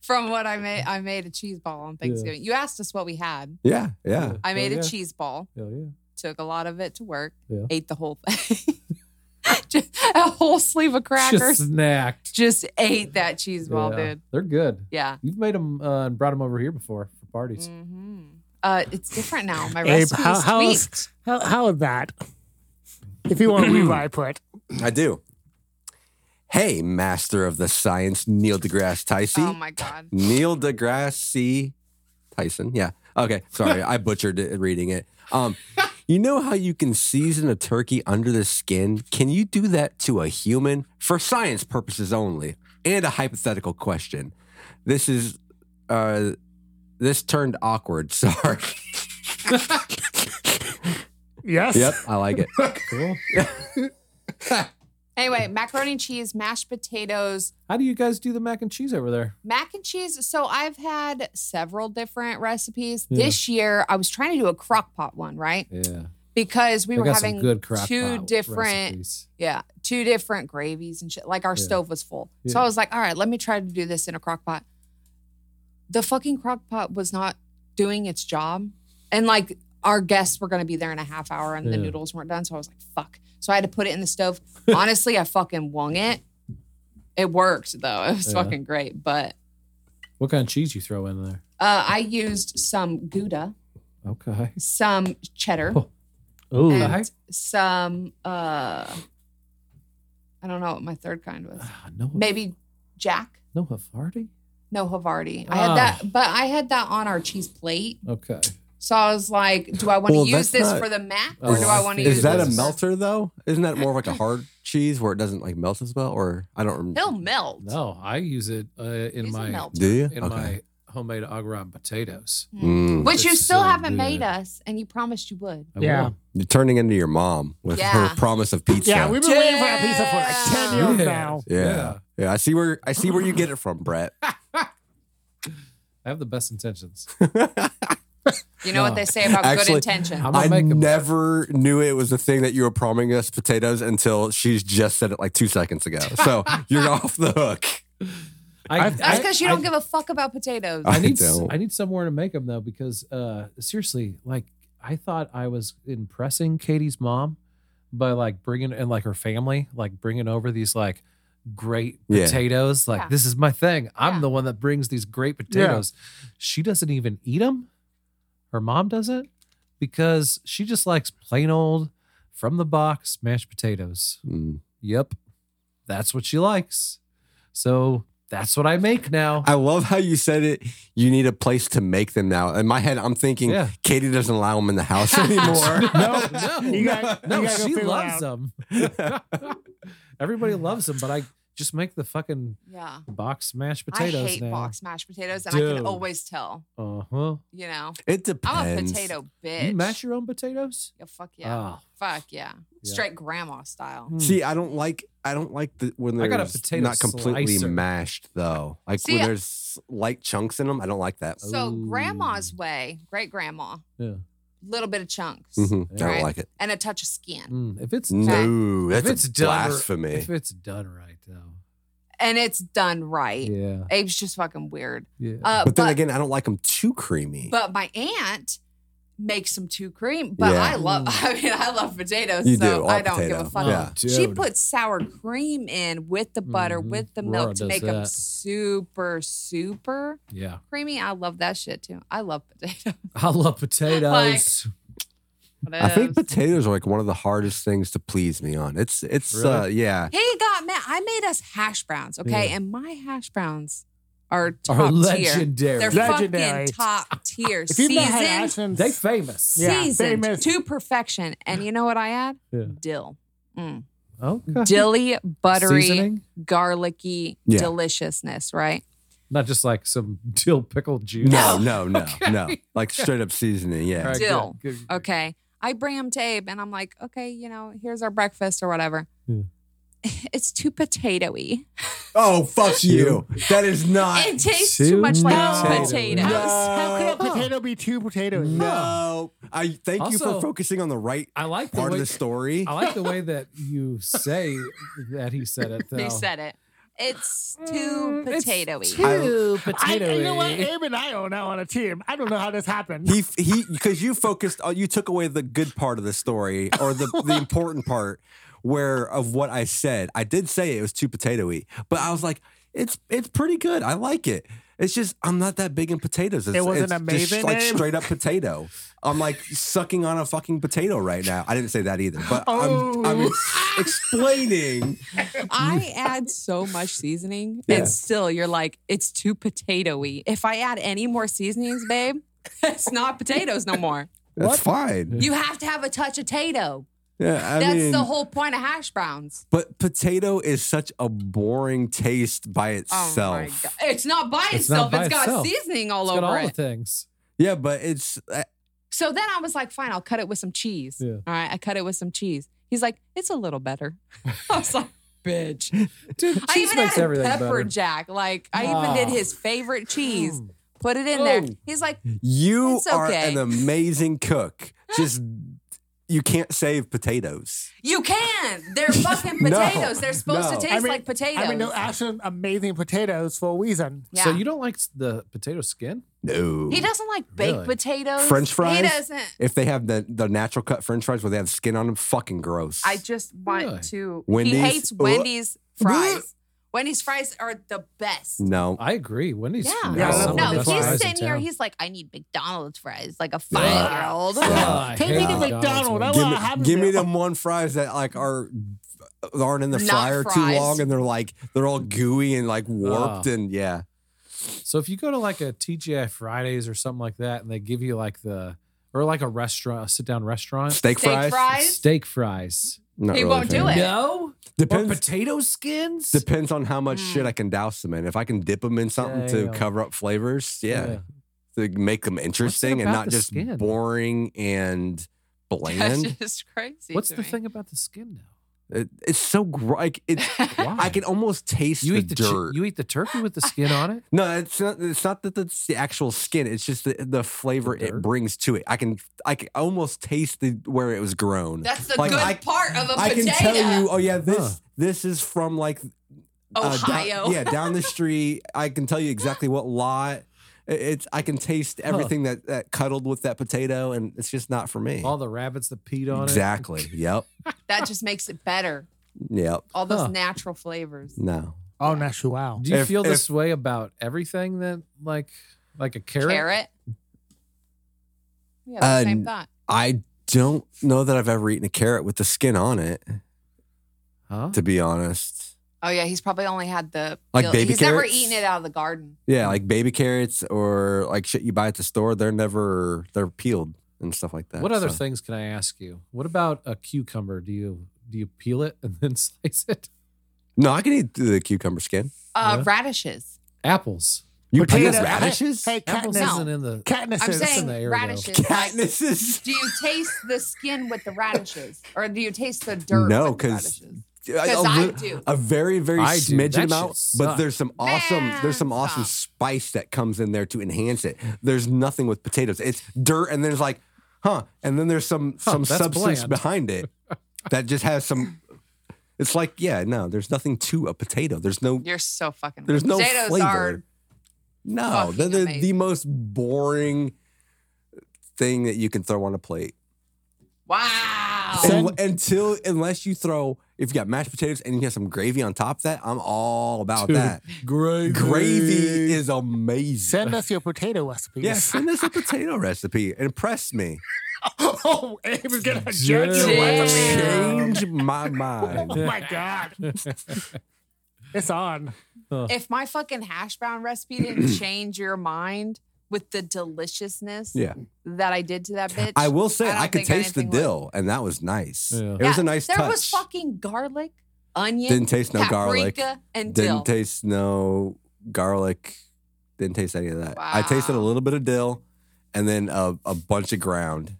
Speaker 1: from what I made. I made a cheese ball on Thanksgiving. You asked us what we had.
Speaker 4: yeah, yeah.
Speaker 1: I made
Speaker 2: Hell
Speaker 1: a
Speaker 2: Oh, yeah.
Speaker 1: cheese ball,
Speaker 2: Hell yeah.
Speaker 1: took a lot of it to work,
Speaker 2: Yeah.
Speaker 1: ate the whole thing. just a whole sleeve of crackers.
Speaker 2: Just
Speaker 1: Just,
Speaker 2: snacked.
Speaker 1: ate that cheese ball,
Speaker 2: Yeah.
Speaker 1: dude.
Speaker 2: They're good.
Speaker 1: Yeah.
Speaker 2: You've made them uh, and brought them over here before for parties.
Speaker 1: hmm Uh, it's different now. My
Speaker 3: Abe,
Speaker 1: recipe
Speaker 3: how,
Speaker 1: is
Speaker 3: how,
Speaker 1: tweaked.
Speaker 3: is, how, how is that? If you want to rewrite it.
Speaker 4: I do. Hey, master of the science, Neil deGrasse Tyson.
Speaker 1: Oh my god.
Speaker 4: Neil deGrasse Tyson. Yeah. Okay. Sorry, I butchered it reading it. Um, you know how you can season a turkey under the skin? Can you do that to a human for science purposes only? And a hypothetical question. This is uh, this turned awkward. Sorry.
Speaker 3: Yes.
Speaker 4: yep, I like it.
Speaker 1: Mm.
Speaker 2: Cool.
Speaker 1: Anyway, macaroni and cheese, mashed potatoes,
Speaker 2: How do you guys do the mac and cheese over there?
Speaker 1: mac and cheese. So I've had several different recipes.
Speaker 2: Yeah.
Speaker 1: This year I was trying to do a crock pot one, right?
Speaker 2: Yeah.
Speaker 1: Because we
Speaker 2: They
Speaker 1: were
Speaker 2: got
Speaker 1: having
Speaker 2: some good crock
Speaker 1: two
Speaker 2: pot
Speaker 1: different
Speaker 2: recipes.
Speaker 1: yeah, two different gravies and shit. Like our
Speaker 2: Yeah.
Speaker 1: stove was full. So
Speaker 2: Yeah.
Speaker 1: I was like, all right, let me try to do this in a crock pot. The fucking crock pot was not doing its job. And like our guests were gonna be there in a half hour and the
Speaker 2: Yeah.
Speaker 1: noodles weren't done. So I was like, fuck. So I had to put it in the stove. Honestly, I fucking wung it. It worked though. It was
Speaker 2: Yeah.
Speaker 1: fucking great. But
Speaker 2: What kind of cheese you throw in there?
Speaker 1: uh, I used some Gouda,
Speaker 2: Okay.
Speaker 1: some cheddar,
Speaker 2: Oh, Ooh.
Speaker 1: and
Speaker 2: I-
Speaker 1: some uh I don't know what my third kind was.
Speaker 2: ah, Noah,
Speaker 1: Maybe Jack.
Speaker 2: Noah Farty?
Speaker 1: No Havarti. I
Speaker 2: Ah.
Speaker 1: had that, but I had that on our cheese plate.
Speaker 2: Okay.
Speaker 1: So I was like, do I want to
Speaker 4: Well,
Speaker 1: use
Speaker 4: that's
Speaker 1: this
Speaker 4: not-
Speaker 1: for the mac
Speaker 2: Oh,
Speaker 1: or do I
Speaker 2: I
Speaker 1: want to
Speaker 2: see.
Speaker 1: use
Speaker 4: Is that a
Speaker 1: this-
Speaker 4: melter though? Isn't that more of like a hard cheese where it doesn't like melt as well? Or I don't remember.
Speaker 1: He'll melt.
Speaker 2: No, I use it uh, in
Speaker 1: He's a
Speaker 2: my
Speaker 1: melter. Hmm.
Speaker 4: Do you?
Speaker 2: in
Speaker 4: okay.
Speaker 2: my homemade agarab potatoes.
Speaker 4: Mm.
Speaker 1: Which you
Speaker 2: It's
Speaker 1: still
Speaker 2: so
Speaker 1: haven't
Speaker 2: good.
Speaker 1: made us, and you promised you would.
Speaker 2: I
Speaker 3: Yeah.
Speaker 2: will.
Speaker 4: You're turning into your mom with
Speaker 1: Yeah.
Speaker 4: her promise of pizza.
Speaker 3: Yeah, we've been waiting for that pizza for
Speaker 1: Yeah.
Speaker 3: like 10 years now.
Speaker 4: yeah. yeah. I see where I see where you get it from, Brett.
Speaker 2: I have the best intentions.
Speaker 1: You know what
Speaker 2: No.
Speaker 1: they say about good
Speaker 4: Actually,
Speaker 1: intention.
Speaker 2: I'm
Speaker 4: I
Speaker 2: gonna make them.
Speaker 4: never knew it was a thing that you were promising us potatoes until she's just said it like two seconds ago. So you're off the hook.
Speaker 2: I,
Speaker 1: That's because you
Speaker 2: I-
Speaker 1: don't give a fuck about potatoes.
Speaker 2: I
Speaker 4: I
Speaker 2: need s-
Speaker 4: don't.
Speaker 2: I need somewhere to make them though because uh seriously like I thought I was impressing Katie's mom by like bringing and like her family like bringing over these like great
Speaker 4: Yeah.
Speaker 2: potatoes like
Speaker 1: Yeah.
Speaker 2: this is my thing I'm
Speaker 1: Yeah.
Speaker 2: the one that brings these great potatoes she doesn't even eat them her mom doesn't because she just likes plain old from the box mashed potatoes
Speaker 4: Mm.
Speaker 2: yep that's what she likes so that's what I make now
Speaker 4: I love how you said it. You need a place to make them now. In my head, I'm thinking
Speaker 2: Yeah.
Speaker 4: Katie doesn't allow them in the house anymore.
Speaker 3: No,
Speaker 2: No.
Speaker 3: You got,
Speaker 2: No,
Speaker 3: you gotta go
Speaker 2: she
Speaker 3: figure it
Speaker 2: loves
Speaker 3: out.
Speaker 2: them. Everybody loves them, but I just make the fucking
Speaker 1: yeah.
Speaker 2: box mashed
Speaker 1: I
Speaker 2: potatoes
Speaker 1: hate
Speaker 2: now.
Speaker 1: box mashed potatoes, and I
Speaker 2: Dude.
Speaker 1: can always tell.
Speaker 2: Uh huh.
Speaker 1: You know,
Speaker 4: it depends.
Speaker 1: I'm a potato bitch.
Speaker 2: You mash your own potatoes?
Speaker 1: Yeah, fuck yeah.
Speaker 2: Ah,
Speaker 1: Fuck yeah.
Speaker 2: Yeah.
Speaker 1: Straight grandma style.
Speaker 2: mm.
Speaker 4: See, I don't like I don't like the when
Speaker 2: I
Speaker 4: they're
Speaker 2: got a potato
Speaker 4: not completely
Speaker 2: slicer.
Speaker 4: mashed though. Like
Speaker 1: See,
Speaker 4: when
Speaker 1: I-
Speaker 4: there's light chunks in them, I don't like that.
Speaker 1: So
Speaker 2: Ooh.
Speaker 1: grandma's way, great grandma,
Speaker 2: yeah.
Speaker 1: little bit of chunks
Speaker 4: Mhm, I
Speaker 2: Right.
Speaker 4: don't like it.
Speaker 1: and a touch of skin.
Speaker 2: Mm. If it's
Speaker 4: No,
Speaker 2: if it's
Speaker 4: that's a
Speaker 2: done,
Speaker 4: blasphemy.
Speaker 2: if it's done right though.
Speaker 1: And it's done right.
Speaker 2: Yeah.
Speaker 1: Abe's just fucking weird.
Speaker 2: Yeah.
Speaker 1: Uh,
Speaker 4: but
Speaker 1: but,
Speaker 4: then again, I don't like them too creamy.
Speaker 1: but my aunt makes some too cream. But
Speaker 4: Yeah.
Speaker 1: I love,
Speaker 2: Ooh.
Speaker 1: I mean, I love potatoes,
Speaker 4: You
Speaker 1: so
Speaker 4: do, all
Speaker 1: I don't give
Speaker 4: potato.
Speaker 1: a fuck.
Speaker 4: yeah.
Speaker 1: She puts sour cream in with the butter,
Speaker 2: Mhm.
Speaker 1: with the
Speaker 2: Laura
Speaker 1: milk to
Speaker 2: does
Speaker 1: make them
Speaker 2: that.
Speaker 1: super, super
Speaker 2: Yeah.
Speaker 1: creamy. I love that shit too. I love potatoes.
Speaker 2: I love potatoes.
Speaker 4: I
Speaker 1: um,
Speaker 4: think potatoes are like one of the hardest things to please me on. It's it's uh
Speaker 2: Really?
Speaker 4: yeah.
Speaker 1: He got mad. I made us hash browns, okay?
Speaker 2: Yeah.
Speaker 1: And my hash browns are top
Speaker 2: Are
Speaker 1: tier.
Speaker 2: legendary.
Speaker 1: They're
Speaker 2: They're,
Speaker 3: Legendary.
Speaker 1: fucking top tier.
Speaker 3: If you've not had
Speaker 1: seasoned,
Speaker 3: Ashton's-
Speaker 2: famous.
Speaker 3: Yeah.
Speaker 1: seasoned
Speaker 3: famous.
Speaker 1: to perfection. And you know what I add?
Speaker 2: Yeah.
Speaker 1: Dill. Mm.
Speaker 2: Okay.
Speaker 1: Dilly, buttery,
Speaker 2: Seasoning?
Speaker 1: garlicky
Speaker 4: Yeah.
Speaker 1: deliciousness, right?
Speaker 2: Not just like some dill pickle juice.
Speaker 4: No, no, no, no. Like straight up seasoning, yeah.
Speaker 2: All right, good,
Speaker 1: Dill.
Speaker 2: good, good.
Speaker 1: Okay. I bring him to Abe and I'm like, okay, you know, here's our breakfast or whatever.
Speaker 2: Yeah.
Speaker 1: It's too potatoey.
Speaker 4: Oh fuck you. That is not
Speaker 1: It tastes too much like
Speaker 2: No.
Speaker 1: potatoes.
Speaker 2: No.
Speaker 3: How could a potato be two potatoes?
Speaker 4: No. I thank you
Speaker 2: Also-
Speaker 4: for focusing on the right
Speaker 2: I like the
Speaker 4: part
Speaker 2: way
Speaker 4: of the story.
Speaker 2: I like the way that you say that he said it. Though.
Speaker 1: He said it. Mm, It's too
Speaker 2: It's
Speaker 1: potatoey.
Speaker 2: too
Speaker 3: I,
Speaker 2: potato.
Speaker 3: you know what? Abe and I are now on a team. I don't know how this happened.
Speaker 4: He he because you focused on you took away the good part of the story or the, the important part where of what I said. I did say it was too potatoey, but I was like, it's it's pretty good. I like it. It's just I'm not that big in potatoes. It's,
Speaker 3: It wasn't
Speaker 4: it's
Speaker 3: amazing,
Speaker 4: just like
Speaker 3: Abe?
Speaker 4: straight up potato. I'm like sucking on a fucking potato right now. I didn't say that either, but I'm I'm
Speaker 3: Oh.
Speaker 4: ex- explaining.
Speaker 1: I add so much seasoning,
Speaker 4: Yeah.
Speaker 1: and still you're like, it's too potatoey. If I add any more seasonings, babe, it's not potatoes no more.
Speaker 4: That's fine.
Speaker 1: You have to have a touch of tato.
Speaker 4: Yeah, I
Speaker 1: That's
Speaker 4: mean,
Speaker 1: the whole point of hash browns.
Speaker 4: But potato is such a boring taste by
Speaker 1: Oh
Speaker 4: itself.
Speaker 1: my god! It's not by
Speaker 2: It's
Speaker 1: itself.
Speaker 2: not by
Speaker 1: it's got
Speaker 2: itself.
Speaker 1: seasoning all
Speaker 2: It's got
Speaker 1: over
Speaker 2: all
Speaker 1: it.
Speaker 2: the things.
Speaker 4: Yeah, but it's
Speaker 1: So then I was like, fine, I'll cut it with some cheese.
Speaker 2: Yeah.
Speaker 1: All right, I cut it with some cheese. He's like, it's a little better. I was like, bitch.
Speaker 2: Dude,
Speaker 1: I
Speaker 2: cheese
Speaker 1: even
Speaker 2: makes
Speaker 1: added
Speaker 2: everything
Speaker 1: pepper
Speaker 2: better.
Speaker 1: jack. Like I
Speaker 2: Ah. Mm.
Speaker 1: even did his favorite cheese. Put it in there.
Speaker 2: Oh.
Speaker 1: He's like,
Speaker 4: You
Speaker 1: It's
Speaker 4: are
Speaker 1: okay.
Speaker 4: an amazing cook. Just you can't save potatoes.
Speaker 1: you can. They're fucking
Speaker 4: No.
Speaker 1: potatoes. They're supposed
Speaker 4: No.
Speaker 1: to taste
Speaker 3: I mean-
Speaker 1: like potatoes.
Speaker 3: I mean, no, Ashton, amazing potatoes for a reason.
Speaker 1: yeah.
Speaker 2: So you don't like the potato skin?
Speaker 4: No.
Speaker 1: he doesn't like baked
Speaker 2: Really?
Speaker 1: potatoes.
Speaker 4: French
Speaker 1: He
Speaker 4: fries?
Speaker 1: doesn't.
Speaker 4: If they have the, the natural cut french fries where they have skin on them, fucking gross.
Speaker 1: I just want
Speaker 2: Really?
Speaker 1: to.
Speaker 4: Wendy's?
Speaker 1: He hates
Speaker 4: Ugh.
Speaker 1: Wendy's fries. Wendy's fries are the best.
Speaker 4: no.
Speaker 3: Uh,
Speaker 2: I agree. Wendy's.
Speaker 1: Yeah.
Speaker 2: fries
Speaker 3: Yeah,
Speaker 2: are
Speaker 3: that's
Speaker 2: some of
Speaker 3: what
Speaker 2: the
Speaker 1: no,
Speaker 3: that's
Speaker 2: best
Speaker 3: why I
Speaker 1: he's
Speaker 2: fries in
Speaker 1: sitting here.
Speaker 2: town.
Speaker 1: He's like, I need McDonald's fries, like a
Speaker 4: Yeah.
Speaker 1: five year old.
Speaker 4: Yeah.
Speaker 2: Ah, I
Speaker 3: Take
Speaker 2: hate
Speaker 3: me to
Speaker 2: McDonald's
Speaker 3: McDonald's. I
Speaker 2: ones.
Speaker 4: give
Speaker 3: want
Speaker 4: me,
Speaker 3: to have
Speaker 4: give me
Speaker 3: them.
Speaker 4: them one fries that like are aren't in the
Speaker 1: Not
Speaker 4: fryer
Speaker 1: fries.
Speaker 4: too long and they're like they're all gooey and like warped and yeah.
Speaker 2: So if you go to like a TGI Fridays or something like that, and they give you like the or like a restaurant, a sit down restaurant.
Speaker 4: Steak,
Speaker 1: Steak
Speaker 4: fries.
Speaker 1: fries?
Speaker 2: Steak fries.
Speaker 4: Not
Speaker 1: He
Speaker 4: really a
Speaker 1: won't do
Speaker 4: fan.
Speaker 1: it.
Speaker 2: No. Or
Speaker 4: Depends.
Speaker 2: potato skins.
Speaker 4: Depends on how much
Speaker 1: Mm.
Speaker 4: shit I can douse them in. If I can dip them in something to
Speaker 2: Yeah.
Speaker 4: cover up flavors, yeah, to make them interesting and
Speaker 2: about
Speaker 4: not
Speaker 2: the
Speaker 4: just
Speaker 2: skin?
Speaker 4: boring and
Speaker 1: That's
Speaker 4: bland.
Speaker 1: just crazy.
Speaker 2: What's
Speaker 1: to
Speaker 2: the
Speaker 1: me.
Speaker 2: thing about the skin now?
Speaker 4: It, it's so gr- like it's. I can almost taste
Speaker 2: You
Speaker 4: the
Speaker 2: eat the chi-
Speaker 4: dirt.
Speaker 2: you eat the turkey with the skin on it.
Speaker 4: no, it's not. It's not that it's the actual skin. It's just the, the flavor
Speaker 2: dirt?
Speaker 4: it brings to it. I can I can almost taste the where it was grown.
Speaker 1: That's the
Speaker 4: Like,
Speaker 1: good
Speaker 4: I-
Speaker 1: part of a
Speaker 4: I can
Speaker 1: potato.
Speaker 4: tell you. Oh yeah, this
Speaker 2: Huh.
Speaker 4: this is from like uh, down-
Speaker 1: Ohio.
Speaker 4: yeah, down the street. I can tell you exactly what lot. I- It's I can taste everything that, that cuddled with that potato, and it's just not for me.
Speaker 2: All the rabbits that peed on
Speaker 4: exactly.
Speaker 2: it.
Speaker 4: Yep.
Speaker 1: That just makes it better.
Speaker 4: Yep.
Speaker 1: All those
Speaker 2: Huh.
Speaker 1: natural flavors.
Speaker 4: No.
Speaker 3: Oh, natural. Wow.
Speaker 2: Do you
Speaker 4: If-
Speaker 2: feel this way about everything that like like a carrot?
Speaker 1: Carrot. Yeah, the same
Speaker 4: Uh,
Speaker 1: thought.
Speaker 4: I don't know that I've ever eaten a carrot with the skin on it.
Speaker 2: Huh?
Speaker 4: To be honest,
Speaker 1: Oh yeah, he's probably only had the
Speaker 4: Like
Speaker 1: the-
Speaker 4: baby
Speaker 1: He's never
Speaker 4: carrots?
Speaker 1: eaten it out of the garden.
Speaker 4: yeah, like baby carrots or like shit you buy at the store. They're never they're peeled and stuff like that.
Speaker 2: What other
Speaker 4: so.
Speaker 2: things can I ask you? What about a cucumber? Do you do you peel it and then slice it?
Speaker 4: No, I can eat the cucumber skin.
Speaker 1: Uh,
Speaker 2: Yeah.
Speaker 1: Radishes.
Speaker 2: Apples.
Speaker 4: You
Speaker 3: Potato-
Speaker 4: peel radishes?
Speaker 3: Hey,
Speaker 2: Apples
Speaker 3: catnip.
Speaker 2: isn't in the
Speaker 3: Catnip.
Speaker 1: I'm
Speaker 3: is-
Speaker 1: saying
Speaker 2: the area, though.
Speaker 1: radishes. like,
Speaker 4: Katniss is.
Speaker 1: do you taste the skin with the radishes, or do you taste the dirt?
Speaker 4: No,
Speaker 1: with the
Speaker 4: 'cause
Speaker 1: radishes?
Speaker 4: I- a
Speaker 1: 'Cause I
Speaker 4: li-
Speaker 1: do.
Speaker 4: a very very
Speaker 2: I do. That
Speaker 4: smidgen
Speaker 2: shit
Speaker 4: amount, but
Speaker 2: sucks.
Speaker 4: there's some awesome there's some
Speaker 1: Man,
Speaker 4: awesome
Speaker 1: stop.
Speaker 4: spice that comes in there to enhance it. There's nothing with potatoes. It's dirt, and there's like, huh, and then there's some
Speaker 2: Huh,
Speaker 4: some
Speaker 2: that's
Speaker 4: substance
Speaker 2: bland.
Speaker 4: behind it that just has some. It's like yeah, no, there's nothing to a potato. There's no
Speaker 1: You're so fucking.
Speaker 4: there's no
Speaker 1: potatoes
Speaker 4: flavor.
Speaker 1: are
Speaker 4: no,
Speaker 1: fucking
Speaker 4: they're the, the
Speaker 1: amazing.
Speaker 4: most boring thing that you can throw on a plate.
Speaker 1: wow.
Speaker 4: And- until unless you throw if you got mashed potatoes and you have some gravy on top of that, I'm all about
Speaker 2: Dude,
Speaker 4: that.
Speaker 2: gravy.
Speaker 4: Gravy is amazing.
Speaker 3: Send us your potato recipes.
Speaker 4: Yeah, send us a potato recipe. Impress me.
Speaker 3: oh, Abe is gonna judge
Speaker 2: Damn.
Speaker 3: your recipe.
Speaker 2: Damn.
Speaker 4: Change my
Speaker 3: Oh
Speaker 4: mind.
Speaker 3: my god, it's on.
Speaker 1: if my fucking hash brown recipe didn't change your mind with the deliciousness
Speaker 4: Yeah.
Speaker 1: that I did to that bitch,
Speaker 4: I will say
Speaker 1: I don't
Speaker 4: I, could
Speaker 1: think
Speaker 4: taste the
Speaker 1: anything would.
Speaker 4: dill, and that was nice.
Speaker 2: Yeah.
Speaker 4: It was
Speaker 1: Yeah,
Speaker 4: a nice
Speaker 1: There
Speaker 4: touch.
Speaker 1: was fucking garlic, onion,
Speaker 4: Didn't taste no garlic.
Speaker 1: paprika, and dill.
Speaker 4: Didn't taste no garlic. Didn't taste any of that. I tasted a
Speaker 1: Wow.
Speaker 4: little bit of dill, and then a, a bunch of ground.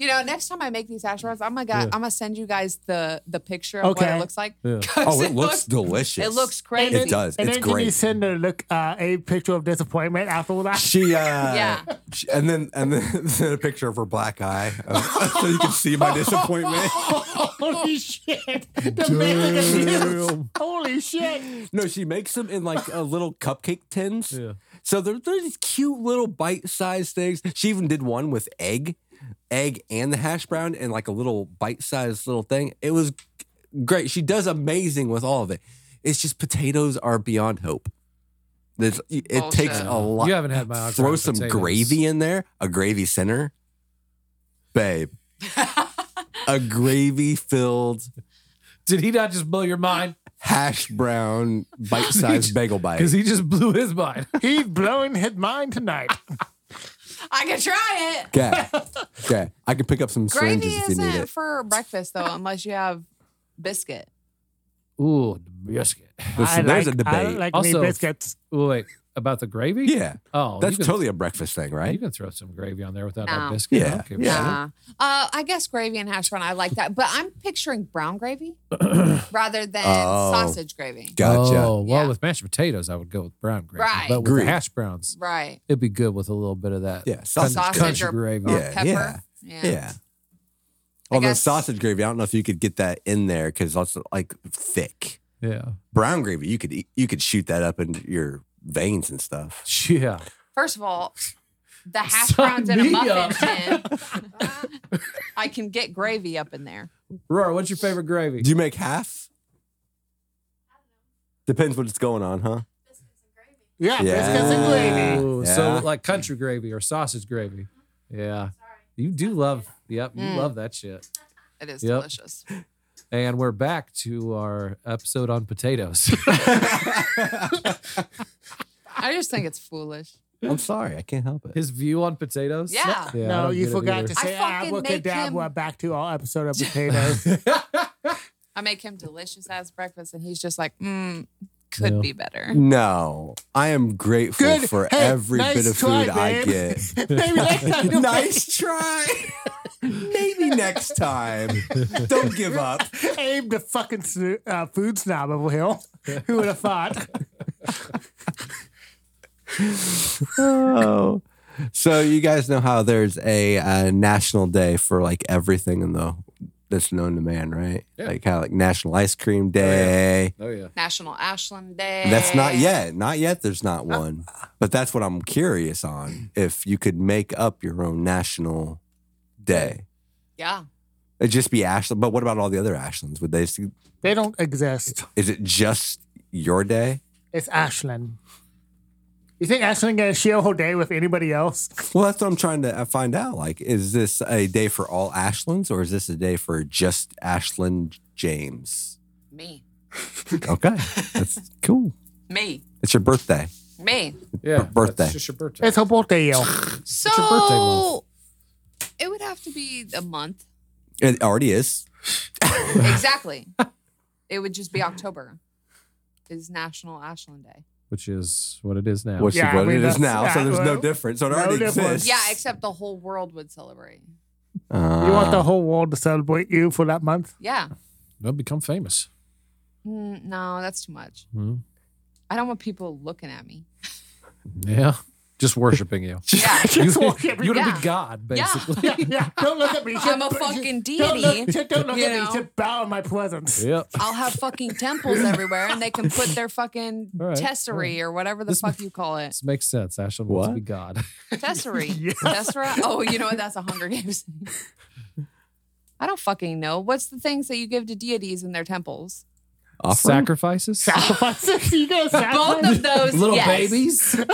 Speaker 1: you know, next time I make these hash browns, I'm gonna
Speaker 2: Yeah.
Speaker 1: I'm gonna send you guys the the picture of what
Speaker 3: Okay.
Speaker 1: it looks like.
Speaker 2: Yeah.
Speaker 1: 'Cause
Speaker 4: Oh, it looks delicious.
Speaker 1: It looks crazy.
Speaker 4: It does.
Speaker 3: And
Speaker 4: it's
Speaker 3: then
Speaker 4: great.
Speaker 3: can you send a look uh, a picture of disappointment after all that?
Speaker 4: She, uh,
Speaker 1: Yeah.
Speaker 4: she- and then and then sent a picture of her black eye, uh, so you can see my disappointment.
Speaker 3: Holy shit! The man-
Speaker 2: Damn.
Speaker 3: Holy shit!
Speaker 4: No, she makes them in like uh, little cupcake tins.
Speaker 2: Yeah.
Speaker 4: So they're, they're these cute little bite-sized things. She even did one with egg, egg and the hash brown, and like a little bite-sized little thing. It was great. She does amazing with all of it. It's just potatoes are beyond hope. It's, it takes
Speaker 1: Bullshit.
Speaker 4: a lot.
Speaker 2: You haven't had my
Speaker 4: throw
Speaker 2: autograph
Speaker 4: some
Speaker 2: potatoes.
Speaker 4: gravy in there, a gravy center, babe. a gravy filled
Speaker 2: Did he not just blow your mind?
Speaker 4: hash brown bite sized bagel bite.
Speaker 2: Because he just blew his mind.
Speaker 3: He's blowing his mind tonight.
Speaker 1: I could try it.
Speaker 4: Okay. Okay. I can pick up some
Speaker 1: Gravy
Speaker 4: syringes if you need
Speaker 1: isn't
Speaker 4: it.
Speaker 1: for breakfast though, unless you have biscuit.
Speaker 2: Ooh, biscuit.
Speaker 4: Listen,
Speaker 3: I
Speaker 4: there's
Speaker 3: like,
Speaker 4: a
Speaker 3: I
Speaker 4: debate.
Speaker 3: like
Speaker 2: Also-
Speaker 3: me biscuits.
Speaker 2: Ooh, wait, about the gravy?
Speaker 4: Yeah.
Speaker 2: Oh,
Speaker 4: That's
Speaker 2: you can,
Speaker 4: totally a breakfast thing,
Speaker 2: You
Speaker 4: right?
Speaker 2: can throw some gravy on there without
Speaker 1: No.
Speaker 2: a biscuit. I
Speaker 4: Yeah,
Speaker 2: don't give a
Speaker 4: yeah.
Speaker 2: shit.
Speaker 1: Nah. Uh, I guess gravy and hash brown. I like that, but I'm picturing brown gravy rather than
Speaker 4: Oh.
Speaker 1: sausage gravy.
Speaker 4: Gotcha.
Speaker 2: Oh, well,
Speaker 1: Yeah.
Speaker 2: with mashed potatoes, I would go with brown gravy.
Speaker 1: Right.
Speaker 2: But with
Speaker 4: Agreed.
Speaker 2: the hash browns,
Speaker 1: Right.
Speaker 2: it'd be good with a little bit of that.
Speaker 4: Yeah.
Speaker 2: Country,
Speaker 4: Sausage,
Speaker 1: Sausage
Speaker 4: gravy.
Speaker 2: country
Speaker 1: or-
Speaker 2: gravy.
Speaker 1: Or
Speaker 4: Yeah,
Speaker 1: pepper.
Speaker 4: yeah, Yeah. Although
Speaker 1: guess-
Speaker 4: sausage gravy, I don't know if you could get that in there because that's like thick.
Speaker 2: Yeah.
Speaker 4: Brown gravy, you could eat, you could shoot that up into your veins and stuff.
Speaker 2: Yeah.
Speaker 1: First of all, the hash
Speaker 2: Sign
Speaker 1: browns in a
Speaker 2: me
Speaker 1: muffin
Speaker 2: up.
Speaker 1: tin. I can get gravy up in there.
Speaker 2: Roar, what's your favorite gravy?
Speaker 4: Do you make half? Depends what's going on, huh?
Speaker 3: Yeah,
Speaker 4: Yeah.
Speaker 3: biscuits and gravy.
Speaker 2: Ooh,
Speaker 4: Yeah.
Speaker 2: Oh, So like country gravy or sausage gravy. Yeah. You do love, yep, you
Speaker 1: Mm.
Speaker 2: love that shit.
Speaker 1: It is
Speaker 2: Yep.
Speaker 1: delicious.
Speaker 2: And we're back to our episode on potatoes.
Speaker 1: I just think it's foolish.
Speaker 4: I'm sorry, I can't help it.
Speaker 2: His view on potatoes.
Speaker 1: Yeah.
Speaker 2: Yeah, I
Speaker 3: no,
Speaker 2: don't
Speaker 3: you
Speaker 2: get it
Speaker 3: forgot
Speaker 2: either.
Speaker 3: to
Speaker 1: I
Speaker 3: say
Speaker 1: fucking make
Speaker 3: abracadabra
Speaker 1: him-
Speaker 3: back to all episode of potatoes.
Speaker 1: I make him delicious as breakfast, and he's just like, mm, could
Speaker 2: Yeah.
Speaker 1: be better.
Speaker 4: No, I am grateful
Speaker 3: Good
Speaker 4: for
Speaker 3: Hey,
Speaker 4: every
Speaker 3: nice
Speaker 4: bit of
Speaker 3: try,
Speaker 4: food I
Speaker 3: babe.
Speaker 4: get.
Speaker 3: Maybe next time you'll
Speaker 4: nice try. Maybe next time. Don't give up.
Speaker 3: aim to fucking sno- uh, food snob over here. Who would have thought?
Speaker 4: Oh. So you guys know how there's a, uh national day for like everything in the that's known to man, right?
Speaker 2: Yeah.
Speaker 4: Like how like National Ice Cream
Speaker 2: yeah.
Speaker 4: Day.
Speaker 2: Oh yeah.
Speaker 1: National Ashland Day.
Speaker 4: That's not yet. Not yet. There's not one. But that's what I'm curious on. If you could make up your own national day,
Speaker 1: Yeah.
Speaker 4: it'd just be Ashland. But what about all the other Ashlands? Would they?
Speaker 3: They don't exist.
Speaker 4: Is it just your day?
Speaker 3: It's Ashland. You think Ashland gonna share a whole day with anybody else?
Speaker 4: Well, that's what I'm trying to uh, find out. Like, is this a day for all Ashlands, or is this a day for just Ashland James?
Speaker 1: Me.
Speaker 4: Okay, that's cool.
Speaker 1: Me.
Speaker 4: It's your birthday.
Speaker 1: Me.
Speaker 2: Yeah.
Speaker 4: birthday.
Speaker 2: It's just your birthday.
Speaker 3: It's her birthday, yo.
Speaker 1: So
Speaker 2: your birthday month.
Speaker 1: it would have to be a month.
Speaker 4: It already is.
Speaker 1: Exactly. it would just be October. Is National Ashland Day.
Speaker 2: Which is what it is now.
Speaker 4: Which
Speaker 3: Yeah,
Speaker 4: is what
Speaker 3: I mean,
Speaker 4: it is
Speaker 3: that's-
Speaker 4: now. so
Speaker 3: yeah,
Speaker 4: there's no
Speaker 3: well,
Speaker 4: difference. So it
Speaker 3: no
Speaker 4: already
Speaker 3: difference.
Speaker 4: exists. Uh,
Speaker 1: Yeah, except the whole world would celebrate.
Speaker 3: You want
Speaker 2: Ah.
Speaker 3: the whole world to celebrate you for that month?
Speaker 1: Yeah.
Speaker 2: They'll become famous.
Speaker 1: Mm, no, that's too much.
Speaker 2: Hmm.
Speaker 1: I don't want people looking at me.
Speaker 2: Yeah. Just worshiping you.
Speaker 1: Yeah.
Speaker 3: Just
Speaker 2: you
Speaker 3: walk
Speaker 2: you
Speaker 3: every-
Speaker 2: would
Speaker 1: Yeah.
Speaker 2: be God,
Speaker 1: Yeah.
Speaker 2: basically.
Speaker 3: yeah, yeah. Don't look at me.
Speaker 1: I'm a
Speaker 3: Just-
Speaker 1: fucking
Speaker 3: Don't look,
Speaker 1: deity.
Speaker 3: just don't look
Speaker 1: you
Speaker 3: at me.
Speaker 1: know?
Speaker 3: Just bow in my presence.
Speaker 2: Yep.
Speaker 1: I'll have fucking temples everywhere and they can put their fucking
Speaker 2: All right,
Speaker 1: tessery or whatever the
Speaker 2: This-
Speaker 1: fuck you call it.
Speaker 2: This makes sense. Ashland wants to
Speaker 4: What?
Speaker 2: be God.
Speaker 1: Tessery.
Speaker 3: Yeah.
Speaker 1: Tessera? Oh, you know what? That's a Hunger Games. I don't fucking know. What's the things that you give to deities in their temples?
Speaker 4: Offering?
Speaker 2: Sacrifices?
Speaker 3: Sacrifices. You gonna
Speaker 1: Both
Speaker 3: sacrifice
Speaker 1: of those.
Speaker 2: Little
Speaker 1: yes.
Speaker 2: babies?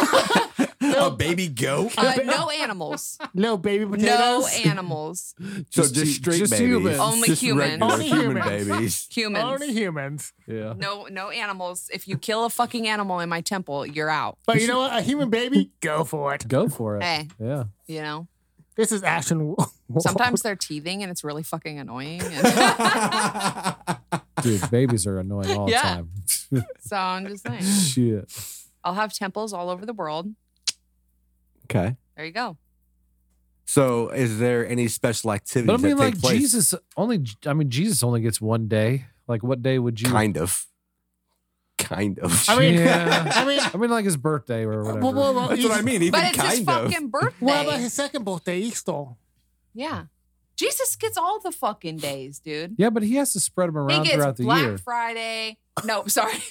Speaker 4: a baby goat.
Speaker 1: Uh, no animals.
Speaker 3: little baby potatoes?
Speaker 1: No animals.
Speaker 4: So
Speaker 2: Just
Speaker 4: just,
Speaker 2: hu-
Speaker 4: straight
Speaker 2: just
Speaker 4: babies.
Speaker 2: humans.
Speaker 1: Only
Speaker 4: just
Speaker 1: humans.
Speaker 4: regular
Speaker 3: Only
Speaker 4: human
Speaker 3: humans.
Speaker 4: babies.
Speaker 1: Humans.
Speaker 3: Only humans.
Speaker 2: Yeah.
Speaker 1: no, no animals. If you kill a fucking animal in my temple, you're out.
Speaker 3: But you know what? A human baby, go for it.
Speaker 2: Go for it.
Speaker 1: Hey.
Speaker 2: Yeah.
Speaker 1: You know.
Speaker 3: This is Ashton.
Speaker 1: Sometimes they're teething and it's really fucking annoying. And
Speaker 2: Dude, babies are annoying all the
Speaker 1: Yeah.
Speaker 2: time.
Speaker 1: so I'm just saying,
Speaker 2: Shit.
Speaker 1: I'll have temples all over the world.
Speaker 4: Okay.
Speaker 1: There you go.
Speaker 4: So, is there any special activities
Speaker 2: But I mean,
Speaker 4: that take
Speaker 2: like
Speaker 4: place?
Speaker 2: Jesus only. I mean, Jesus only gets one day. Like, what day would you?
Speaker 4: Kind of. Kind of.
Speaker 3: I mean,
Speaker 2: Yeah.
Speaker 3: I mean,
Speaker 2: I mean, like his birthday or whatever.
Speaker 3: well, well, well,
Speaker 4: That's
Speaker 3: you-
Speaker 4: what I mean. Even
Speaker 1: but it's his
Speaker 4: kind of.
Speaker 1: fucking birthday.
Speaker 3: What about his second birthday, Easter?
Speaker 1: yeah. Jesus gets all the fucking days, dude.
Speaker 2: yeah, but he has to spread them
Speaker 1: He
Speaker 2: around
Speaker 1: gets
Speaker 2: throughout the
Speaker 1: Black
Speaker 2: year.
Speaker 1: Friday. No, sorry.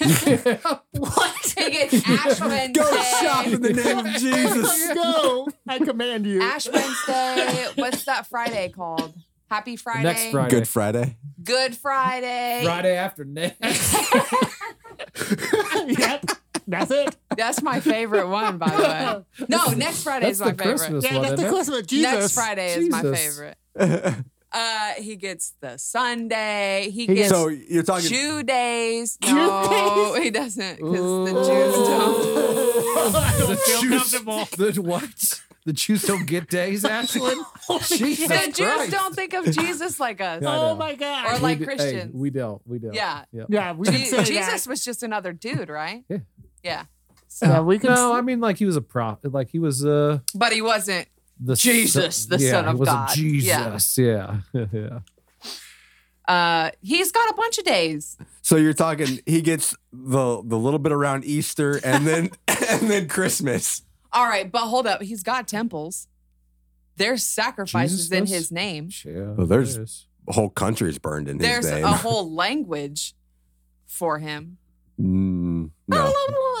Speaker 3: What?
Speaker 1: he gets Ash Wednesday.
Speaker 4: Go shop in the name of Jesus.
Speaker 3: go! I command you.
Speaker 1: Ash Wednesday. What's that Friday called? Happy Friday.
Speaker 2: Next Friday.
Speaker 4: Good Friday.
Speaker 1: Good Friday.
Speaker 2: Friday after next.
Speaker 3: yep, that's it.
Speaker 1: That's my favorite one, by the way. No, next Friday
Speaker 2: That's
Speaker 1: is my
Speaker 2: the
Speaker 1: favorite.
Speaker 2: Christmas
Speaker 3: Yeah,
Speaker 2: one.
Speaker 3: that's
Speaker 2: isn't
Speaker 3: the
Speaker 2: it?
Speaker 3: Christmas. Jesus.
Speaker 1: Next Friday is my
Speaker 2: Jesus.
Speaker 1: favorite. Uh, he gets the Sunday. He
Speaker 3: He
Speaker 1: gets
Speaker 3: gets-
Speaker 4: So, you're talking.
Speaker 1: Jew days. No, he doesn't because the
Speaker 2: Ooh.
Speaker 1: Jews don't.
Speaker 2: The Jews, the what? The Jews don't get days, Ashlyn. Jesus
Speaker 1: The Jews
Speaker 2: Christ.
Speaker 1: don't think of Jesus like us.
Speaker 2: Yeah.
Speaker 3: Oh my God.
Speaker 1: Or
Speaker 2: We
Speaker 1: like
Speaker 2: d- hey,
Speaker 1: Christians.
Speaker 2: we don't. We don't.
Speaker 1: Yeah.
Speaker 2: Yep.
Speaker 3: yeah, we
Speaker 1: Je-
Speaker 3: can say
Speaker 1: Jesus
Speaker 3: that.
Speaker 1: was just another dude, right?
Speaker 2: Yeah.
Speaker 1: Yeah.
Speaker 3: Yeah, we can.
Speaker 2: No, I mean, like he was a prophet. Like he was uh,
Speaker 1: But he wasn't.
Speaker 2: the
Speaker 1: Jesus, the
Speaker 2: yeah,
Speaker 1: Son of
Speaker 2: he was a
Speaker 1: God. Yeah.
Speaker 2: Jesus. Yeah. Yeah. yeah.
Speaker 1: Uh, he's got a bunch of days.
Speaker 4: So you're talking he gets the the little bit around Easter and then and then Christmas.
Speaker 1: All right, but hold up. He's got temples. There's sacrifices
Speaker 2: Jesus
Speaker 1: in
Speaker 2: does?
Speaker 1: his name.
Speaker 4: Well, there's- Whole country's burned in
Speaker 1: There's
Speaker 4: his name.
Speaker 1: a whole language for him.
Speaker 4: Mm, no.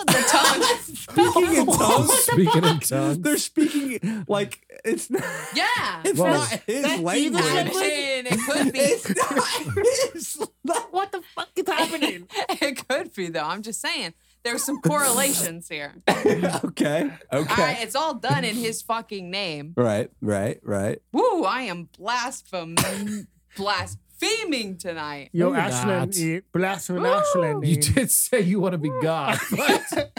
Speaker 1: The tongue.
Speaker 4: Speaking in
Speaker 1: Oh,
Speaker 4: tongues.
Speaker 2: Speaking in tongues.
Speaker 4: They're speaking like it's not
Speaker 1: yeah.
Speaker 4: it's
Speaker 2: Well,
Speaker 4: not his
Speaker 1: Action.
Speaker 4: language.
Speaker 1: It could be.
Speaker 4: It's not his
Speaker 3: what the fuck is happening?
Speaker 1: It could be though. I'm just saying. There's some correlations here.
Speaker 4: Okay.
Speaker 1: All right,
Speaker 4: Okay.
Speaker 1: it's all done in his fucking name.
Speaker 4: Right, right, right.
Speaker 1: Woo, I am blaspheming. Blast beaming tonight.
Speaker 3: Yo,
Speaker 2: No, you're
Speaker 3: Ashlyn,
Speaker 2: not.
Speaker 3: you blasphemy Ashlyn.
Speaker 2: You
Speaker 3: eh?
Speaker 2: did say you want to be God, but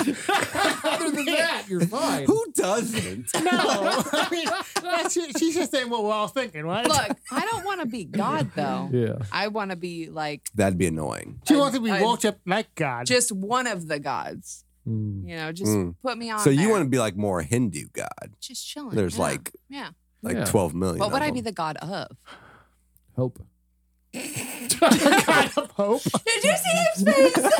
Speaker 2: other than that, you're fine.
Speaker 4: Who doesn't?
Speaker 3: No, I mean, that's, she's just saying what, what I was thinking, right?
Speaker 1: Look, I don't want to be God though.
Speaker 2: Yeah.
Speaker 1: I want to be like
Speaker 4: That'd be annoying.
Speaker 3: she wants to be
Speaker 1: I-
Speaker 3: worshipped like God.
Speaker 1: just one of the gods.
Speaker 2: Mm.
Speaker 1: You know, just
Speaker 4: Mm.
Speaker 1: put me on.
Speaker 4: So you
Speaker 1: there.
Speaker 4: want to be like more Hindu god?
Speaker 1: just chilling?
Speaker 4: There's
Speaker 1: yeah,
Speaker 4: like
Speaker 1: yeah.
Speaker 4: like
Speaker 2: Yeah.
Speaker 4: twelve million.
Speaker 1: What would
Speaker 4: of
Speaker 1: I be
Speaker 4: them.
Speaker 1: the god of?
Speaker 2: Hope.
Speaker 3: God of hope.
Speaker 1: Did you see his face?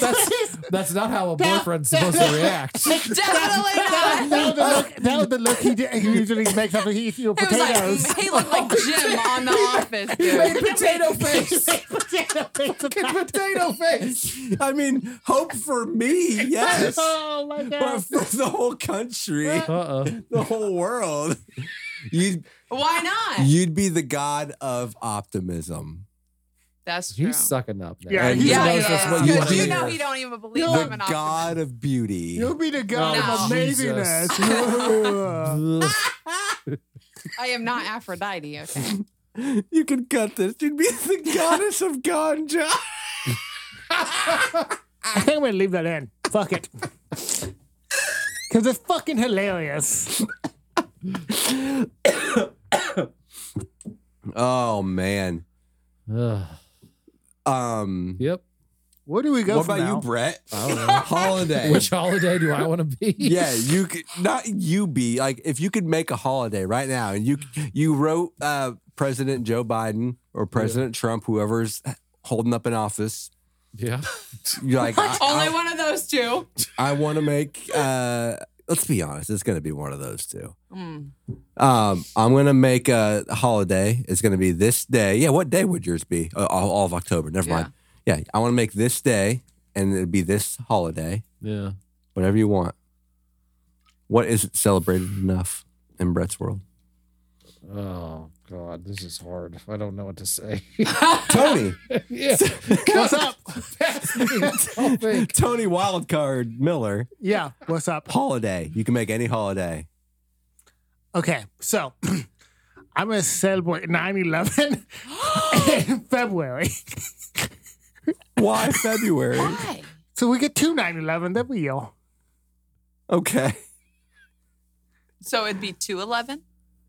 Speaker 2: That's, that's not how a boyfriend's supposed to react.
Speaker 1: Definitely not.
Speaker 3: That was the look, that was the look he, did, he usually makes after he eats your
Speaker 1: It was
Speaker 3: potatoes.
Speaker 1: like he looked like Jim on The Office.
Speaker 2: Made
Speaker 1: Dude.
Speaker 2: potato face. potato face.
Speaker 4: I mean, hope for me, yes.
Speaker 3: Oh my
Speaker 4: but
Speaker 3: God.
Speaker 4: for the whole country,
Speaker 2: Uh uh
Speaker 4: the whole world. You'd
Speaker 1: Why not?
Speaker 4: you'd be the god of optimism.
Speaker 1: That's true.
Speaker 2: He's sucking up now.
Speaker 3: Yeah,
Speaker 2: And
Speaker 3: he's
Speaker 2: he
Speaker 1: yeah,
Speaker 2: knows
Speaker 1: yeah,
Speaker 2: that's
Speaker 1: yeah.
Speaker 2: what you
Speaker 1: Because
Speaker 2: want
Speaker 4: do.
Speaker 2: to
Speaker 1: you
Speaker 2: hear.
Speaker 1: know he don't even believe
Speaker 3: You're
Speaker 1: I'm
Speaker 4: The
Speaker 1: an optimist.
Speaker 4: god of beauty.
Speaker 3: You'll be the God of
Speaker 1: No.
Speaker 3: amazingness.
Speaker 2: Jesus. Ugh.
Speaker 1: I am not Aphrodite. Okay.
Speaker 4: You can cut this. You'd be the goddess of ganja.
Speaker 3: I think I'm gonna leave that in. Fuck it. Because it's fucking hilarious.
Speaker 4: Oh man.
Speaker 2: Ugh.
Speaker 4: Um
Speaker 2: Yep.
Speaker 3: Where do we go
Speaker 4: what
Speaker 3: from
Speaker 4: about
Speaker 3: now?
Speaker 4: you, Brett?
Speaker 2: I don't know.
Speaker 4: Holiday.
Speaker 2: Which holiday do I want to be?
Speaker 4: yeah, you could not you be like if you could make a holiday right now and you you wrote uh President Joe Biden or President Trump, whoever's holding up in office,
Speaker 2: Yeah.
Speaker 4: you're like I,
Speaker 1: Only one of those two.
Speaker 4: want to make uh let's be honest, it's gonna be one of those two.
Speaker 1: Mm.
Speaker 4: Um, I'm gonna make a holiday. It's gonna be this day. Yeah, what day would yours be? Uh, all, all of October. Never
Speaker 1: Yeah.
Speaker 4: mind. Yeah, I want to make this day, and it'd be this holiday.
Speaker 2: Yeah.
Speaker 4: Whatever you want. What isn't celebrated enough in Brett's world?
Speaker 2: Oh God, this is hard. I don't know what to say.
Speaker 4: Tony,
Speaker 2: yeah.
Speaker 3: What's up?
Speaker 2: Pass me the topic.
Speaker 4: Tony Wildcard Miller.
Speaker 3: Yeah, what's up?
Speaker 4: Holiday. You can make any holiday.
Speaker 3: Okay, so I'm gonna celebrate 9/11 in February.
Speaker 4: Why February?
Speaker 1: Why?
Speaker 3: So we get two 9/11 every year.
Speaker 4: Okay.
Speaker 1: So it'd be two eleven.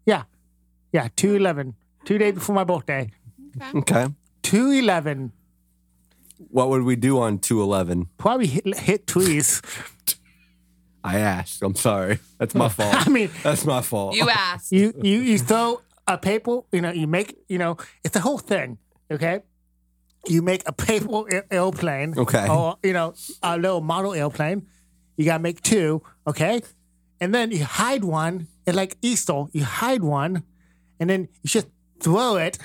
Speaker 3: Yeah, yeah, two 11, two days before my birthday.
Speaker 4: Okay.
Speaker 3: Two 11,
Speaker 4: What would we do on 211?
Speaker 3: probably hit, hit trees.
Speaker 4: I asked. I'm sorry. That's my fault.
Speaker 3: I mean,
Speaker 4: That's my fault.
Speaker 1: You asked.
Speaker 3: you you you throw a paper, you know, you make, you know, it's the whole thing. Okay, you make a paper a- airplane.
Speaker 4: Okay.
Speaker 3: or you know, a little model airplane. You gotta make two. Okay, and then you hide one. It's like Easter. You hide one, and then you just throw it,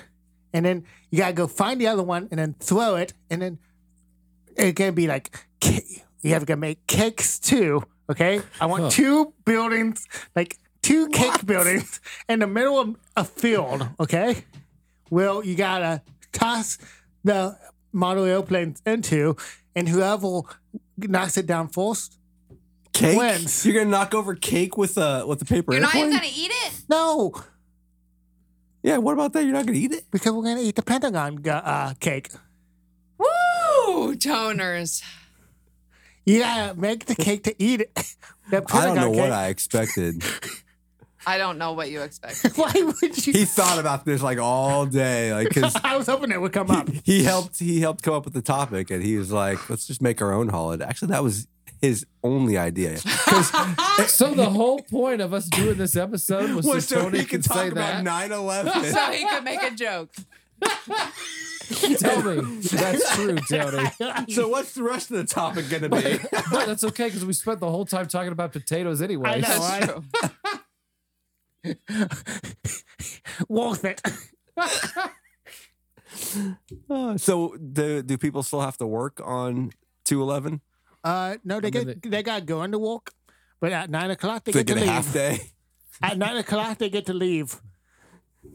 Speaker 3: and then you gotta go find the other one, and then throw it, and then it can be like ca- you have to make cakes too. Okay, I want two buildings, like two cake buildings in the middle of a field. Okay, well you gotta toss the model airplanes into, and whoever knocks it down first.
Speaker 4: cake?
Speaker 3: wins.
Speaker 4: You're gonna knock over cake with a with a paper
Speaker 1: You're not
Speaker 4: airplane?
Speaker 1: even gonna eat it.
Speaker 3: No,
Speaker 4: yeah. What about that? You're not gonna eat it?
Speaker 3: because we're gonna eat the Pentagon uh, uh, cake.
Speaker 1: Woo! Toners.
Speaker 3: You gotta make the cake to eat it. The
Speaker 4: I don't
Speaker 3: Pentagon
Speaker 4: know what
Speaker 3: cake.
Speaker 4: I expected.
Speaker 1: I don't know what you expect.
Speaker 3: Why would you?
Speaker 4: he thought about this like all day, like because
Speaker 3: I was hoping it would come up.
Speaker 4: he helped he helped come up with the topic, and he was like, "Let's just make our own holiday." Actually, that was his only idea.
Speaker 2: So the whole point of us doing this episode was so,
Speaker 4: Was so
Speaker 2: Tony
Speaker 4: he could
Speaker 2: could
Speaker 4: talk
Speaker 2: say
Speaker 4: about
Speaker 2: that.
Speaker 4: 9-11.
Speaker 1: so he could make a joke.
Speaker 2: Tell me that's true, Tony.
Speaker 4: so what's the rest of the topic gonna be?
Speaker 2: But that's okay because we spent the whole time talking about potatoes anyway.
Speaker 3: I know.
Speaker 1: That's true.
Speaker 3: Worth it.
Speaker 4: Uh, so do do people still have to work on two eleven?
Speaker 3: Uh, no, they
Speaker 2: I mean,
Speaker 3: get they got going to walk, but at nine o'clock they
Speaker 4: They
Speaker 3: get to
Speaker 4: get a half
Speaker 3: leave.
Speaker 4: day.
Speaker 3: At nine o'clock they get to leave.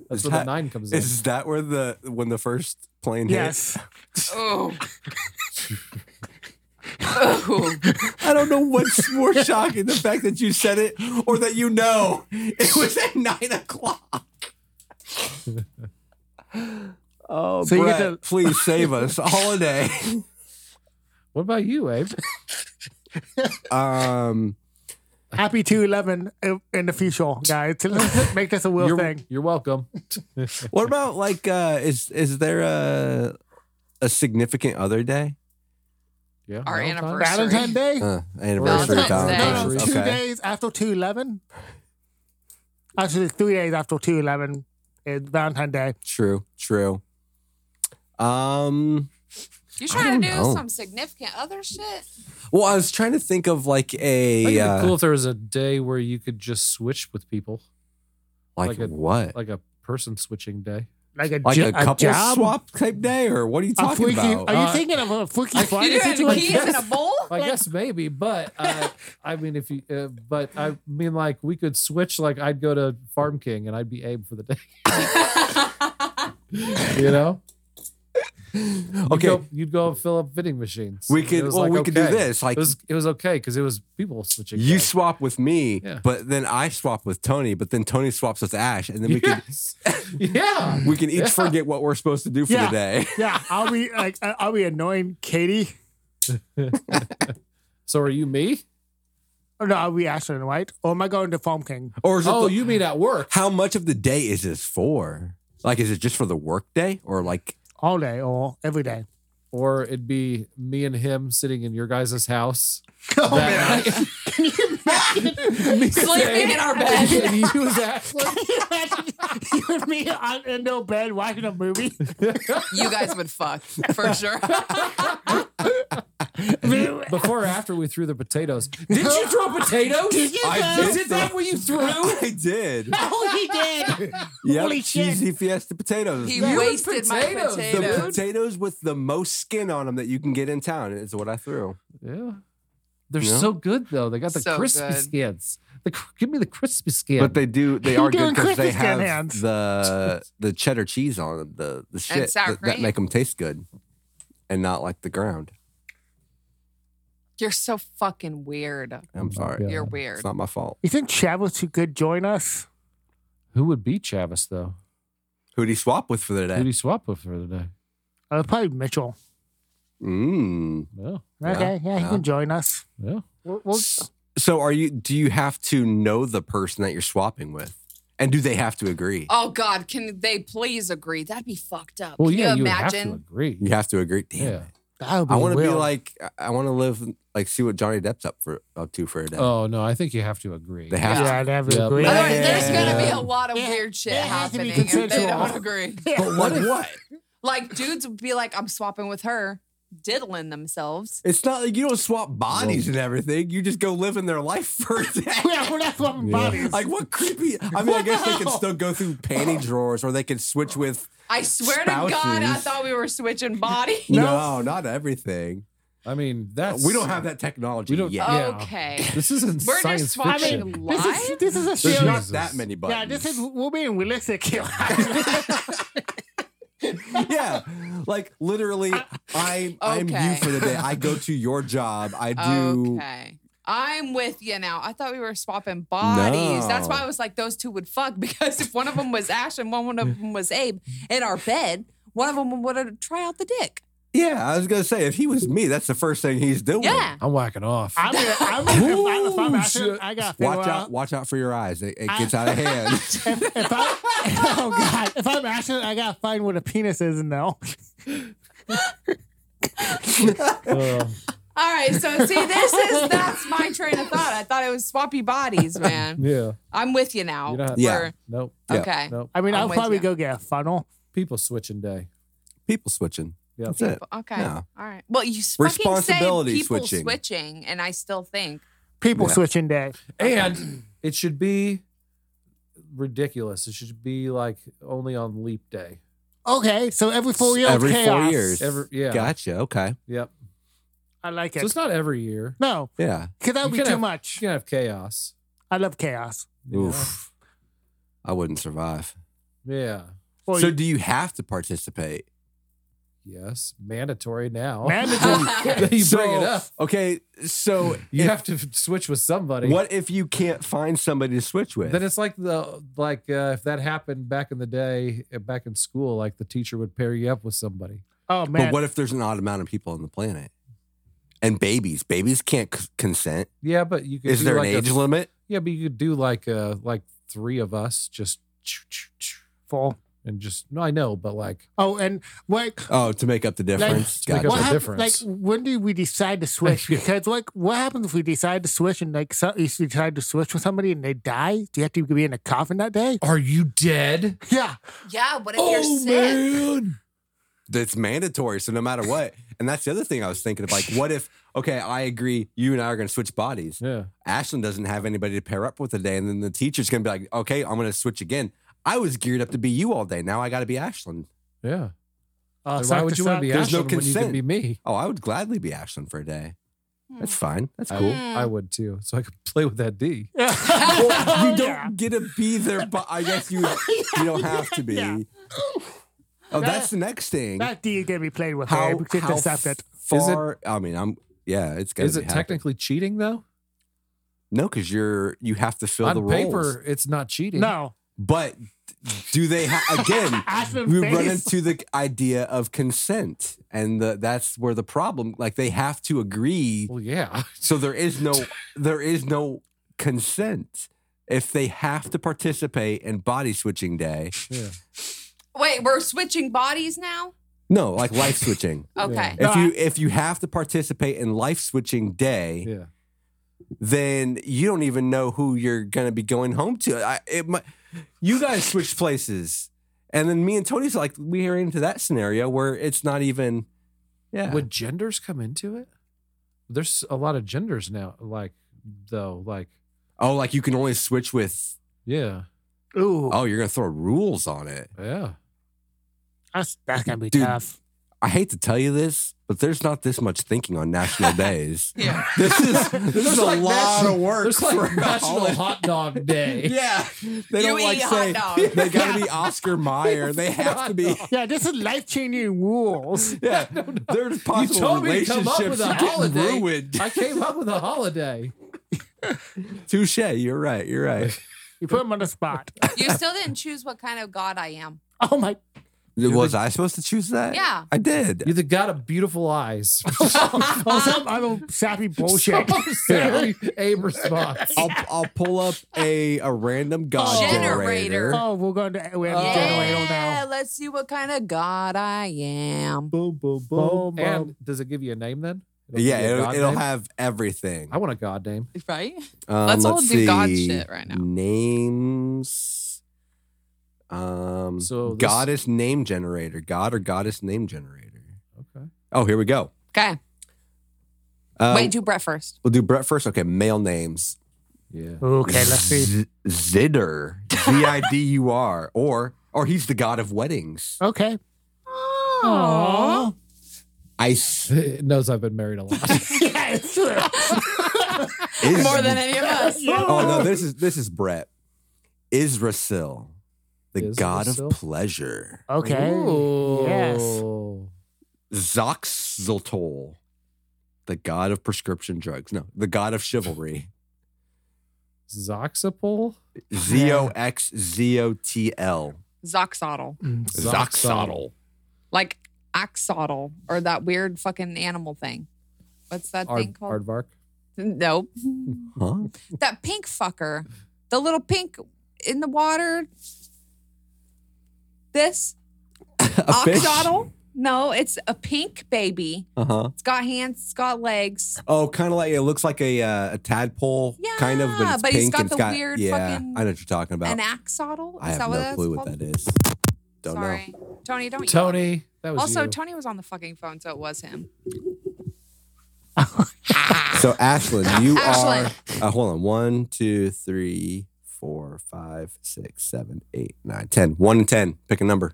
Speaker 2: That's
Speaker 4: Is
Speaker 2: where the
Speaker 4: that-
Speaker 2: nine comes in.
Speaker 4: Is that where the when the first plane hit?
Speaker 3: Yes,
Speaker 1: Oh. oh.
Speaker 4: I don't know what's more shocking the fact that you said it or that you know it was at nine o'clock. Oh,
Speaker 3: So you get
Speaker 4: Brett,
Speaker 3: to-
Speaker 4: please save us all day.
Speaker 2: What about you, Abe?
Speaker 4: Um,
Speaker 3: Happy 211 in the future, guys. Let's make this a real
Speaker 2: you're,
Speaker 3: thing.
Speaker 2: you're welcome.
Speaker 4: what about like uh, is is there a a significant other day?
Speaker 2: yeah,
Speaker 1: Our anniversary.
Speaker 3: Valentine's Day?
Speaker 4: Uh, anniversary.
Speaker 1: Valentine's
Speaker 3: no, no,
Speaker 4: Valentine's.
Speaker 3: no, two
Speaker 4: Okay.
Speaker 3: days after 211. Actually, three days after 211 is Valentine's Day.
Speaker 4: True. True. Um.
Speaker 1: You
Speaker 4: I don't
Speaker 1: trying to do
Speaker 4: know.
Speaker 1: some significant other shit?
Speaker 4: Well, I was trying to think of like
Speaker 2: I think
Speaker 4: a
Speaker 2: it'd be
Speaker 4: uh,
Speaker 2: cool if there was a day where you could just switch with people, like
Speaker 4: like,
Speaker 2: a-
Speaker 4: what.
Speaker 2: like a person switching day.
Speaker 3: Like a,
Speaker 4: Like
Speaker 3: jo-
Speaker 4: a couple
Speaker 3: job?
Speaker 4: swap type day, or what are you
Speaker 3: A
Speaker 4: talking
Speaker 3: freaky-
Speaker 4: about?
Speaker 3: Are you
Speaker 2: Uh,
Speaker 3: thinking of a freaky
Speaker 1: You
Speaker 3: Friday
Speaker 1: doing keys
Speaker 3: situation?
Speaker 1: in a bowl?
Speaker 2: I guess maybe, but uh, I mean, if you, uh, but I mean, like we could switch. Like I'd go to Farm King and I'd be Abe for the day. you know? You'd
Speaker 4: Okay.
Speaker 2: go- you'd go fill up vending machines.
Speaker 4: We
Speaker 2: It
Speaker 4: could-
Speaker 2: was
Speaker 4: well, we could do
Speaker 2: okay.
Speaker 4: this, like-
Speaker 2: it was, it was okay because it was people switching.
Speaker 4: You
Speaker 2: days.
Speaker 4: swap with me,
Speaker 2: Yeah.
Speaker 4: but then I swap with Tony, but then Tony swaps with Ash, and then we can
Speaker 2: Yes. yeah.
Speaker 4: we can each forget what we're supposed to do for
Speaker 3: Yeah.
Speaker 4: the day.
Speaker 3: yeah, I'll be like, I- I'll be annoying Katie.
Speaker 2: So are you me?
Speaker 3: Or no, I'll be Ashton, right? Or am I going to Farm King?
Speaker 4: Or is it
Speaker 2: Oh,
Speaker 4: the-
Speaker 2: you mean at work?
Speaker 4: how much of the day is this for? Like, is it just for the work day, or like
Speaker 3: All day or every day?
Speaker 2: Or it'd be me and him sitting in your guys' house.
Speaker 3: Oh,
Speaker 2: that night.
Speaker 1: Sleeping in our bed.
Speaker 2: And you was Ashley.
Speaker 3: you and me on in no bed watching a movie.
Speaker 1: You guys would fuck for sure. Oh,
Speaker 3: Did
Speaker 2: Before or after we threw the potatoes. Did you throw potatoes?
Speaker 3: Did you
Speaker 4: I
Speaker 3: guys?
Speaker 4: did.
Speaker 2: Is it that what you threw?
Speaker 4: I did?
Speaker 3: Oh, he did.
Speaker 4: yep,
Speaker 3: Holy shit.
Speaker 4: cheesy fiesta potatoes.
Speaker 1: He
Speaker 2: You
Speaker 1: wasted my
Speaker 2: potatoes, the
Speaker 4: the
Speaker 1: potatoes.
Speaker 4: potatoes with the most skin on them that you can get in town is what I threw.
Speaker 2: Yeah. They're
Speaker 4: Yeah.
Speaker 2: so good though. They got the
Speaker 1: So
Speaker 2: crispy
Speaker 1: good.
Speaker 2: skins. The cr- give me the crispy skin.
Speaker 4: But they do they
Speaker 3: You're
Speaker 4: are good
Speaker 3: doing
Speaker 4: because they
Speaker 3: Christmas
Speaker 4: have
Speaker 3: hand hands.
Speaker 4: the the cheddar cheese on them, the the shit
Speaker 1: sour
Speaker 4: that, that
Speaker 1: cream.
Speaker 4: make them taste good, and not like the ground.
Speaker 1: You're so fucking weird.
Speaker 4: I'm sorry,
Speaker 2: Yeah.
Speaker 1: You're
Speaker 4: it's
Speaker 1: weird.
Speaker 4: not my fault.
Speaker 3: You think Travis could join us?
Speaker 2: Who would be Chavis though?
Speaker 4: Who do you swap with for the
Speaker 2: Who do
Speaker 4: day?
Speaker 2: you swap with for the day?
Speaker 3: Uh, probably Mitchell.
Speaker 4: Mm.
Speaker 2: Yeah.
Speaker 3: Okay, yeah, he
Speaker 4: yeah.
Speaker 3: can join us.
Speaker 2: Yeah.
Speaker 3: We'll, we'll,
Speaker 4: S- So are you? Do you have to know the person that you're swapping with, and do they have to agree?
Speaker 1: Oh God, can they please agree? That'd be fucked up.
Speaker 2: Well,
Speaker 1: can
Speaker 2: yeah,
Speaker 1: you
Speaker 2: you would have to
Speaker 1: imagine?
Speaker 2: agree.
Speaker 4: You have to agree. Damn.
Speaker 2: Yeah.
Speaker 4: it.
Speaker 3: that would be
Speaker 4: I want to be
Speaker 3: weird.
Speaker 4: like I- I want to live like see what Johnny Depp's up for up to for a day.
Speaker 2: Oh no, I think you have to agree.
Speaker 4: They have
Speaker 3: yeah, I'd have to
Speaker 2: Yeah.
Speaker 3: agree.
Speaker 4: Yeah.
Speaker 1: Otherwise, there's gonna be
Speaker 4: Yeah.
Speaker 1: a lot of
Speaker 3: Yeah.
Speaker 1: weird shit
Speaker 3: It has to be
Speaker 1: happening if they
Speaker 3: consensual.
Speaker 1: don't agree.
Speaker 4: to. But what? if- what?
Speaker 1: Like dudes would be like, "I'm swapping with her," diddling themselves.
Speaker 4: It's not like you don't swap bodies and everything. You just go live in their life for a day.
Speaker 3: Yeah, well, that's what my
Speaker 2: Yeah.
Speaker 3: body's.
Speaker 4: Like what creepy? I mean, I guess they can still go through panty drawers, or they can switch with.
Speaker 1: I swear to God, I
Speaker 4: Spouses.
Speaker 1: thought we were switching bodies.
Speaker 4: No, not everything.
Speaker 2: I mean, that's
Speaker 4: We don't have that technology
Speaker 2: We don't-
Speaker 4: yet.
Speaker 2: Oh, Yeah.
Speaker 1: Okay.
Speaker 2: This isn't
Speaker 1: We're just
Speaker 2: science
Speaker 1: swapping
Speaker 2: fiction.
Speaker 3: this is
Speaker 1: live?
Speaker 3: this is
Speaker 2: There's
Speaker 3: a
Speaker 4: There's
Speaker 3: serious.
Speaker 4: not
Speaker 2: Jesus.
Speaker 4: that many buttons.
Speaker 3: Yeah, this is we're being realistic here.
Speaker 4: yeah, like literally, I I'm you
Speaker 1: Uh, Okay.
Speaker 4: for the day. I go to your job. I do.
Speaker 1: Okay. I'm with you now. I thought we were swapping bodies. That's why I was like, those two would fuck because if one of them was Ash and one of them was Abe in our bed, one of them would have try out the dick.
Speaker 4: Yeah, I was gonna say if he was me, that's the first thing he's doing.
Speaker 1: Yeah.
Speaker 2: I'm whacking off.
Speaker 3: I'm gonna, I'm gonna, if I- if I'm
Speaker 2: Ooh,
Speaker 3: out there,
Speaker 2: shit.
Speaker 3: I got to
Speaker 4: Watch out! Watch out for your eyes. It, it gets out of hand.
Speaker 3: If, if I, oh god, if I'm Ashton, I gotta find what a penis is and know.
Speaker 2: Uh,
Speaker 1: All right. So see, this is that's my train of thought. I thought it was swappy bodies, man.
Speaker 2: yeah.
Speaker 1: I'm with you now.
Speaker 2: You don't have-
Speaker 4: Yeah.
Speaker 1: We're-
Speaker 2: Nope.
Speaker 4: Yeah.
Speaker 1: Okay.
Speaker 2: Nope.
Speaker 3: I mean,
Speaker 1: I'm
Speaker 3: I'll
Speaker 1: with
Speaker 3: probably
Speaker 1: you.
Speaker 3: go get a funnel.
Speaker 2: People switching day.
Speaker 4: People switching.
Speaker 2: Yeah.
Speaker 4: That's it.
Speaker 1: Okay.
Speaker 4: Yeah.
Speaker 1: All right. Well, you fucking say
Speaker 4: Responsibility
Speaker 1: people
Speaker 4: switching.
Speaker 1: switching. and I still think
Speaker 3: People
Speaker 4: Yeah.
Speaker 3: switching day.
Speaker 2: And it should be ridiculous. It should be like only on leap day.
Speaker 3: Okay, so every four years,
Speaker 4: Every
Speaker 3: chaos.
Speaker 4: four years.
Speaker 2: Every- yeah.
Speaker 4: Gotcha. Okay.
Speaker 2: Yep.
Speaker 3: I like
Speaker 2: So
Speaker 3: it.
Speaker 2: it's not every year.
Speaker 3: No,
Speaker 4: Yeah.
Speaker 3: because that would
Speaker 2: You can
Speaker 3: be too
Speaker 2: have- You
Speaker 3: much.
Speaker 2: can have chaos.
Speaker 3: I love chaos.
Speaker 2: you know?
Speaker 4: Oof. I wouldn't survive.
Speaker 2: Yeah.
Speaker 3: Well,
Speaker 4: so
Speaker 3: you-
Speaker 4: do you have to participate?
Speaker 2: yes, mandatory now.
Speaker 3: Mandatory.
Speaker 2: you bring
Speaker 4: so,
Speaker 2: it up.
Speaker 4: Okay, so
Speaker 2: You
Speaker 4: if-
Speaker 2: have to switch with somebody.
Speaker 4: what if you can't find somebody to switch with?
Speaker 2: Then it's like the like uh, if that happened back in the day, uh, back in school, like the teacher would pair you up with somebody.
Speaker 3: oh
Speaker 4: but
Speaker 3: man.
Speaker 4: what if there's an odd amount of people on the planet? And babies, babies can't c- consent.
Speaker 2: Yeah, but you could.
Speaker 4: Is
Speaker 2: do
Speaker 4: there an
Speaker 2: like a-
Speaker 4: age limit?
Speaker 2: Yeah, but you could do like uh like three of us just choo, choo, choo,
Speaker 3: Full.
Speaker 2: and just no, I know, but like
Speaker 3: Oh, and what?
Speaker 4: Oh, to make up the difference.
Speaker 2: Like-
Speaker 4: gotcha.
Speaker 2: There's
Speaker 3: What
Speaker 2: a
Speaker 3: happened? Like,
Speaker 2: difference.
Speaker 3: when do we decide to switch? Because, like, what happens if we decide to switch and like, so, you decide to switch with somebody and they die? Do you have to be in a coffin that day?
Speaker 2: Are you dead?
Speaker 3: Yeah.
Speaker 1: Yeah, what if you're sick?
Speaker 2: Oh, man.
Speaker 4: Oh, That's mandatory. So no matter what, and that's the other thing I was thinking of. Like, what if? Okay, I agree. You and I are going to switch bodies.
Speaker 2: Yeah.
Speaker 4: Ashlyn doesn't have anybody to pair up with today, and then the teacher's going to be like, "Okay, I'm going to switch again." I was geared up to be you all day. Now I got to be Ashlyn.
Speaker 2: Yeah. Then
Speaker 3: Uh,
Speaker 2: why
Speaker 3: sock
Speaker 2: would
Speaker 3: to
Speaker 2: you want to
Speaker 3: sock.
Speaker 2: be
Speaker 4: There's
Speaker 2: Ashlyn when
Speaker 4: no
Speaker 2: you can
Speaker 4: consent.
Speaker 2: be me?
Speaker 4: Oh, I would gladly be Ashlyn for a day. That's fine. That's
Speaker 2: I-
Speaker 4: cool.
Speaker 2: I, would too. So I could play with that D.
Speaker 4: Well, you
Speaker 3: Oh,
Speaker 4: don't
Speaker 3: yeah.
Speaker 4: get to be there, but I guess you you don't have to be.
Speaker 3: yeah.
Speaker 4: Oh, that's the next thing.
Speaker 3: That D is gonna be played with.
Speaker 4: how
Speaker 3: right? We can
Speaker 4: how
Speaker 3: accept it.
Speaker 4: far? I mean, I'm yeah. It's gonna
Speaker 2: Is
Speaker 4: be
Speaker 2: it
Speaker 4: happening.
Speaker 2: technically cheating though?
Speaker 4: No, because you're you have to fill
Speaker 2: On
Speaker 4: the
Speaker 2: paper,
Speaker 4: roles.
Speaker 2: it's not cheating.
Speaker 3: No.
Speaker 4: But do they ha- again?
Speaker 3: Aspen
Speaker 4: we
Speaker 3: face.
Speaker 4: run into the idea of consent, and the, that's where the problem. Like they have to agree,
Speaker 2: Well, yeah.
Speaker 4: so there is no there is no consent if they have to participate in body switching day.
Speaker 2: Yeah.
Speaker 1: Wait, we're switching bodies now?
Speaker 4: No, like life switching.
Speaker 1: Okay.
Speaker 4: If you if you have to participate in life switching day,
Speaker 2: Yeah.
Speaker 4: then you don't even know who you're going to be going home to. I, it might, you guys switched places. And then me and Tony's like, we are into that scenario where it's not even, yeah.
Speaker 2: Would genders come into it? There's a lot of genders now, like though, like
Speaker 4: oh, like you can only switch with,
Speaker 2: yeah,
Speaker 3: Ooh,
Speaker 4: oh, you're going to throw rules on it.
Speaker 2: yeah.
Speaker 3: that's, that's gonna be
Speaker 4: Dude.
Speaker 3: tough.
Speaker 4: I hate to tell you this, but there's not this much thinking on national days.
Speaker 1: Yeah.
Speaker 4: This is, this is a
Speaker 2: like
Speaker 4: lot
Speaker 2: national-
Speaker 4: of work.
Speaker 2: There's like
Speaker 4: for
Speaker 2: National
Speaker 4: all-
Speaker 2: Hot Dog Day.
Speaker 4: Yeah. They
Speaker 1: You
Speaker 4: don't like
Speaker 1: eat hot
Speaker 4: say,
Speaker 1: dog.
Speaker 4: they got to be Oscar Mayer. They have to be.
Speaker 3: Yeah, this is life changing rules.
Speaker 4: Yeah, there's possible
Speaker 2: told me to come up
Speaker 4: relationships
Speaker 2: with a
Speaker 4: getting
Speaker 2: holiday.
Speaker 4: ruined.
Speaker 2: I came up with a holiday.
Speaker 4: Touche. You're right. You're right.
Speaker 3: You put him on the spot.
Speaker 1: You still didn't choose what kind of god I am.
Speaker 3: Oh my!
Speaker 4: Was I supposed to choose that?
Speaker 1: Yeah.
Speaker 4: I did.
Speaker 2: You're the god of beautiful eyes.
Speaker 3: Oh, some I'm a sappy bullshit.
Speaker 2: Sorry, Abe response.
Speaker 4: I'll, I'll pull up a, a random god
Speaker 1: Generator.
Speaker 4: generator.
Speaker 3: oh, we're going to we have
Speaker 2: Oh.
Speaker 3: to generator
Speaker 1: Yeah,
Speaker 3: now.
Speaker 1: let's see what kind of god I am.
Speaker 4: Boom, boom,
Speaker 3: boom.
Speaker 2: And does it give you a name then? It'll give
Speaker 4: Yeah,
Speaker 2: you a
Speaker 4: it'll,
Speaker 2: god
Speaker 4: it'll
Speaker 2: name?
Speaker 4: have everything.
Speaker 2: I want a god name.
Speaker 1: Right?
Speaker 4: Um,
Speaker 1: Let's all
Speaker 4: let's
Speaker 1: do god
Speaker 4: see.
Speaker 1: shit right now.
Speaker 4: Names. Um,
Speaker 2: So this-
Speaker 4: goddess name generator. God or goddess name generator.
Speaker 2: Okay.
Speaker 4: Oh, here we go.
Speaker 1: Okay.
Speaker 4: Uh,
Speaker 1: Wait, do Brett first.
Speaker 4: we'll do Brett first. Okay, male names.
Speaker 2: Yeah.
Speaker 3: Okay, let's see.
Speaker 4: Z- Zidder, Z I D U R, or or he's the god of weddings.
Speaker 3: Okay.
Speaker 1: Oh.
Speaker 3: Oh.
Speaker 4: Ice
Speaker 2: It knows I've been married a lot.
Speaker 3: Yeah, it's true.
Speaker 4: is,
Speaker 1: More than any of us.
Speaker 4: Oh no, this is this is Brett. Israsil, the god of
Speaker 2: Israsil?
Speaker 4: pleasure.
Speaker 3: Okay. Yes.
Speaker 2: Ooh.
Speaker 4: Zoxyltol, the god of prescription drugs. No, the god of chivalry.
Speaker 2: Zoxapol?
Speaker 4: Z O X Z O T L.
Speaker 1: Zoxodl.
Speaker 4: Zoxodl.
Speaker 1: Like axodl or that weird fucking animal thing. What's that thing
Speaker 2: Ard-
Speaker 1: called?
Speaker 2: Aardvark.
Speaker 1: Nope.
Speaker 4: Huh?
Speaker 1: That pink fucker. The little pink in the water. This? Oxodl? No, it's a pink baby.
Speaker 4: Uh huh.
Speaker 1: It's got hands, it's got legs.
Speaker 4: Oh, kind of like it looks like a uh, a tadpole, kind of, but
Speaker 1: Yeah,
Speaker 4: it's
Speaker 1: but he's
Speaker 4: pink
Speaker 1: got
Speaker 4: and it's
Speaker 1: the
Speaker 4: got
Speaker 1: weird
Speaker 4: yeah.
Speaker 1: fucking-
Speaker 4: I know what you're talking about.
Speaker 1: An axodl? Is
Speaker 4: I have
Speaker 1: that
Speaker 4: no
Speaker 1: what that's
Speaker 4: clue
Speaker 1: called?
Speaker 4: what that is. Don't
Speaker 1: Sorry.
Speaker 4: know.
Speaker 1: Tony, don't yell at me.
Speaker 2: Tony, that was
Speaker 1: Also,
Speaker 2: you.
Speaker 1: Tony was on the fucking phone, so it was him.
Speaker 4: So Ashlyn, you
Speaker 1: Ashlyn.
Speaker 4: are. Uh, hold on. One, two, three, four, five, six, seven, eight, nine, ten. One and ten. Pick a number.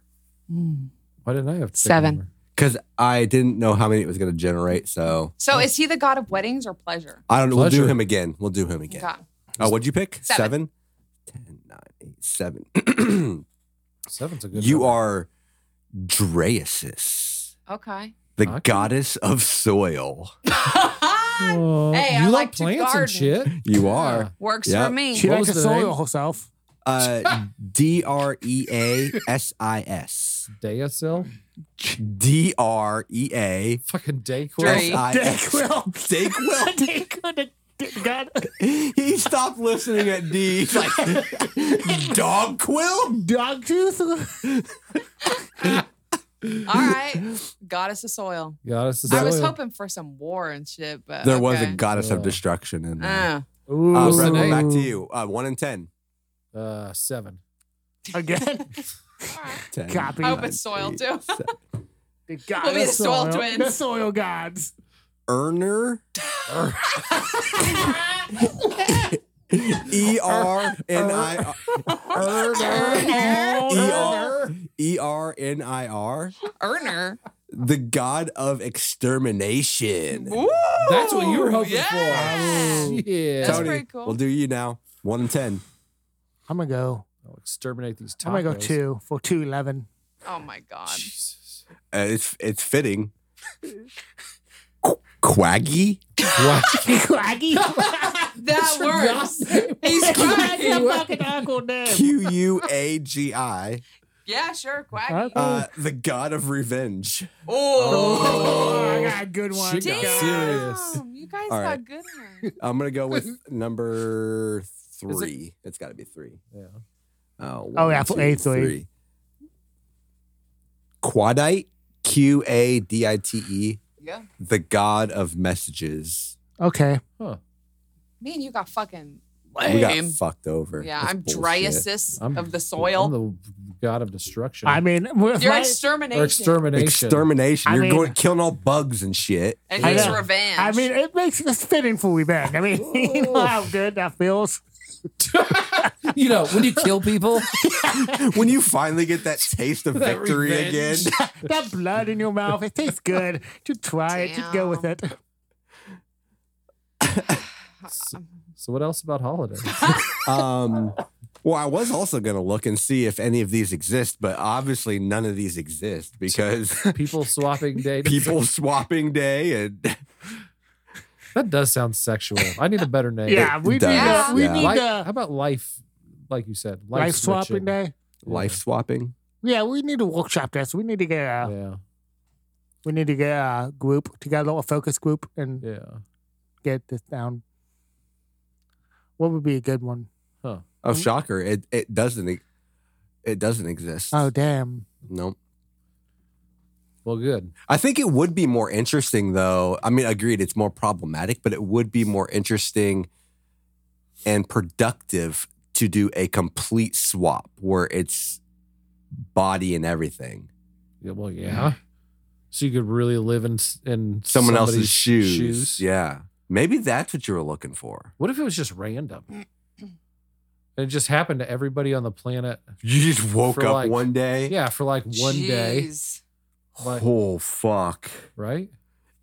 Speaker 4: Hmm.
Speaker 2: Why didn't I have to pick a
Speaker 1: Seven.
Speaker 2: number?
Speaker 4: Because I didn't know how many it was going to generate, so
Speaker 1: So is he the god of weddings or pleasure?
Speaker 4: I don't know. We'll do
Speaker 2: Pleasure.
Speaker 4: him again. We'll do him again.
Speaker 1: Okay.
Speaker 4: Oh, what'd you pick?
Speaker 1: Seven.
Speaker 4: Ten, nine, eight, seven.
Speaker 2: Seven's a good
Speaker 4: you
Speaker 2: number.
Speaker 4: are Draisis,
Speaker 1: Okay.
Speaker 4: The
Speaker 2: Okay.
Speaker 4: goddess of soil.
Speaker 1: hey,
Speaker 2: Well,
Speaker 1: I
Speaker 2: you
Speaker 1: like
Speaker 2: like
Speaker 1: to
Speaker 2: plants and shit. Ah,
Speaker 1: garden.
Speaker 4: You are
Speaker 1: works
Speaker 4: Yeah.
Speaker 1: for me.
Speaker 3: She
Speaker 2: What
Speaker 3: likes to
Speaker 2: was the name?
Speaker 3: soil herself.
Speaker 4: uh, D R E A S I S.
Speaker 2: DSL?
Speaker 4: D R E A
Speaker 2: Fucking
Speaker 1: Dre.
Speaker 2: Dayquil?
Speaker 4: S I S.
Speaker 3: Dayquil.
Speaker 4: Dayquil.
Speaker 3: Dayquil. God.
Speaker 4: He stopped listening at D. He's like, dog quill?
Speaker 3: Dog tooth.
Speaker 1: All right. Goddess of soil.
Speaker 2: Goddess of
Speaker 1: I was
Speaker 2: soil.
Speaker 1: hoping for some war and shit, but
Speaker 4: There was a
Speaker 1: okay.
Speaker 4: goddess
Speaker 2: Uh,
Speaker 4: of destruction in there.
Speaker 1: Uh,
Speaker 2: Ooh.
Speaker 4: Uh,
Speaker 2: What's the
Speaker 4: Brenda,
Speaker 2: name?
Speaker 4: back to you. Uh, one in ten.
Speaker 2: Uh, seven.
Speaker 3: Again.
Speaker 4: Ten.
Speaker 3: Copy.
Speaker 1: I hope it's soil
Speaker 4: eight,
Speaker 1: too.
Speaker 4: seven.
Speaker 3: The god
Speaker 1: We'll be
Speaker 3: of
Speaker 1: the soil twins.
Speaker 3: The soil gods.
Speaker 4: Erner. E R N I
Speaker 1: Erner.
Speaker 4: R E R N I R.
Speaker 1: Erner.
Speaker 4: The god of extermination.
Speaker 1: Ooh,
Speaker 2: That's what you were hoping
Speaker 1: yeah.
Speaker 2: for. Shit.
Speaker 1: That's pretty cool.
Speaker 4: We'll do you now. One in ten.
Speaker 3: I'm gonna go.
Speaker 2: I'll exterminate these tacos.
Speaker 3: I'm gonna go two for two eleven.
Speaker 1: Oh my god.
Speaker 2: Jesus.
Speaker 4: Uh, it's it's fitting. Qu- Quaggy.
Speaker 2: What?
Speaker 3: Quaggy.
Speaker 1: That works. He's
Speaker 3: Quaggy.
Speaker 1: crying.
Speaker 3: fucking uncle name.
Speaker 4: Q U A G I.
Speaker 1: yeah, sure,
Speaker 3: Huh?
Speaker 1: quacky.
Speaker 4: Uh, the god of revenge.
Speaker 1: oh.
Speaker 3: Oh, I got a good one.
Speaker 2: She got
Speaker 1: Damn.
Speaker 2: serious.
Speaker 1: You guys
Speaker 4: All
Speaker 1: got
Speaker 4: right.
Speaker 1: good ones.
Speaker 4: I'm gonna go with number three. It? has got to be three.
Speaker 2: Yeah.
Speaker 4: Oh,
Speaker 3: Oh, yeah, for eighth grade.
Speaker 4: Quadite, Q A D I T E,
Speaker 1: Yeah.
Speaker 4: the god of messages.
Speaker 3: Okay.
Speaker 2: Huh.
Speaker 1: Me and you got fucking
Speaker 4: We got
Speaker 1: lame.
Speaker 4: fucked over.
Speaker 1: Yeah,
Speaker 4: That's
Speaker 1: I'm
Speaker 4: bullshit.
Speaker 1: Dryasis
Speaker 2: I'm-
Speaker 1: of the soil.
Speaker 2: I'm the god of destruction.
Speaker 3: I mean, with
Speaker 1: You're
Speaker 3: my-
Speaker 1: extermination.
Speaker 2: or extermination.
Speaker 4: Extermination.
Speaker 3: I
Speaker 4: You're
Speaker 3: mean-
Speaker 4: going killing all bugs and shit.
Speaker 1: and
Speaker 3: I
Speaker 1: he's
Speaker 3: know.
Speaker 1: revenge.
Speaker 3: I mean, it makes it's fitting for we back. I mean, you know how good that feels.
Speaker 2: you know, when you kill people,
Speaker 4: when you finally get that taste of
Speaker 2: That
Speaker 4: victory
Speaker 2: revenge.
Speaker 4: again,
Speaker 3: that blood in your mouth, it tastes good. Just try it. Just go with it.
Speaker 2: So, so what else about holidays?
Speaker 4: um, well, I was also gonna look and see if any of these exist, but obviously none of these exist because
Speaker 2: People swapping dates.
Speaker 4: people swapping day and
Speaker 2: That does sound sexual. I need a better name.
Speaker 3: Yeah, we need
Speaker 1: does,
Speaker 3: a, we
Speaker 4: yeah.
Speaker 3: need
Speaker 2: Life,
Speaker 3: a
Speaker 2: how about life? Like you said, life,
Speaker 3: life swapping
Speaker 2: switching.
Speaker 3: day.
Speaker 2: Yeah.
Speaker 4: life swapping.
Speaker 3: Yeah, we need to workshop this. We need to get a
Speaker 2: Yeah,
Speaker 3: we need to get a group to get a little focus group and
Speaker 2: yeah.
Speaker 3: get this down. What would be a good one?
Speaker 4: Oh,
Speaker 3: Mm-hmm.
Speaker 4: shocker! It it doesn't e- it doesn't exist.
Speaker 3: Oh damn.
Speaker 4: no.
Speaker 2: Well, good.
Speaker 4: I think it would be more interesting though. I mean, agreed, it's more problematic, but it would be more interesting and productive to do a complete swap where it's body and everything.
Speaker 2: Yeah, well, yeah. So you could really live in s- in
Speaker 4: Someone else's
Speaker 2: somebody's
Speaker 4: shoes. Yeah. Maybe that's what you were looking for.
Speaker 2: What if it was just random? And it just happened to everybody on the planet.
Speaker 4: You just woke
Speaker 2: For
Speaker 4: up
Speaker 2: like-
Speaker 4: one day.
Speaker 2: Yeah, for like one day,
Speaker 1: Jeez.
Speaker 2: like,
Speaker 4: Oh fuck.
Speaker 2: right?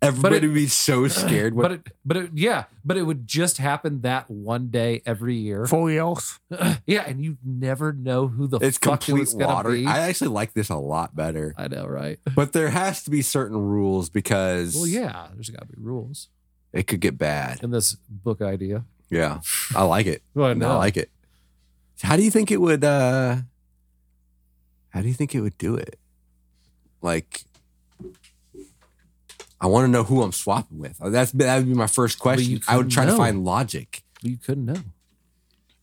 Speaker 4: Everybody
Speaker 2: it-
Speaker 4: would be so scared when
Speaker 2: But it, but it, yeah, but it would just happen that one day every year.
Speaker 3: Four years.
Speaker 2: yeah, and you never know who the
Speaker 4: it's
Speaker 2: fuck
Speaker 4: complete
Speaker 2: it's gonna
Speaker 4: water.
Speaker 2: be.
Speaker 4: I actually like this a lot better.
Speaker 2: I know, right?
Speaker 4: But there has to be certain rules because
Speaker 2: Well, yeah, there's got to be rules
Speaker 4: it could get bad.
Speaker 2: in this book idea.
Speaker 4: Yeah. I like it.
Speaker 2: Well,
Speaker 4: I like it. How do you think it would uh how do you think it would do it? Like I want to know who I'm swapping with. Uh, That's that would be my first question.
Speaker 2: you
Speaker 4: I would try to
Speaker 2: couldn't know.
Speaker 4: find logic.
Speaker 2: you couldn't know.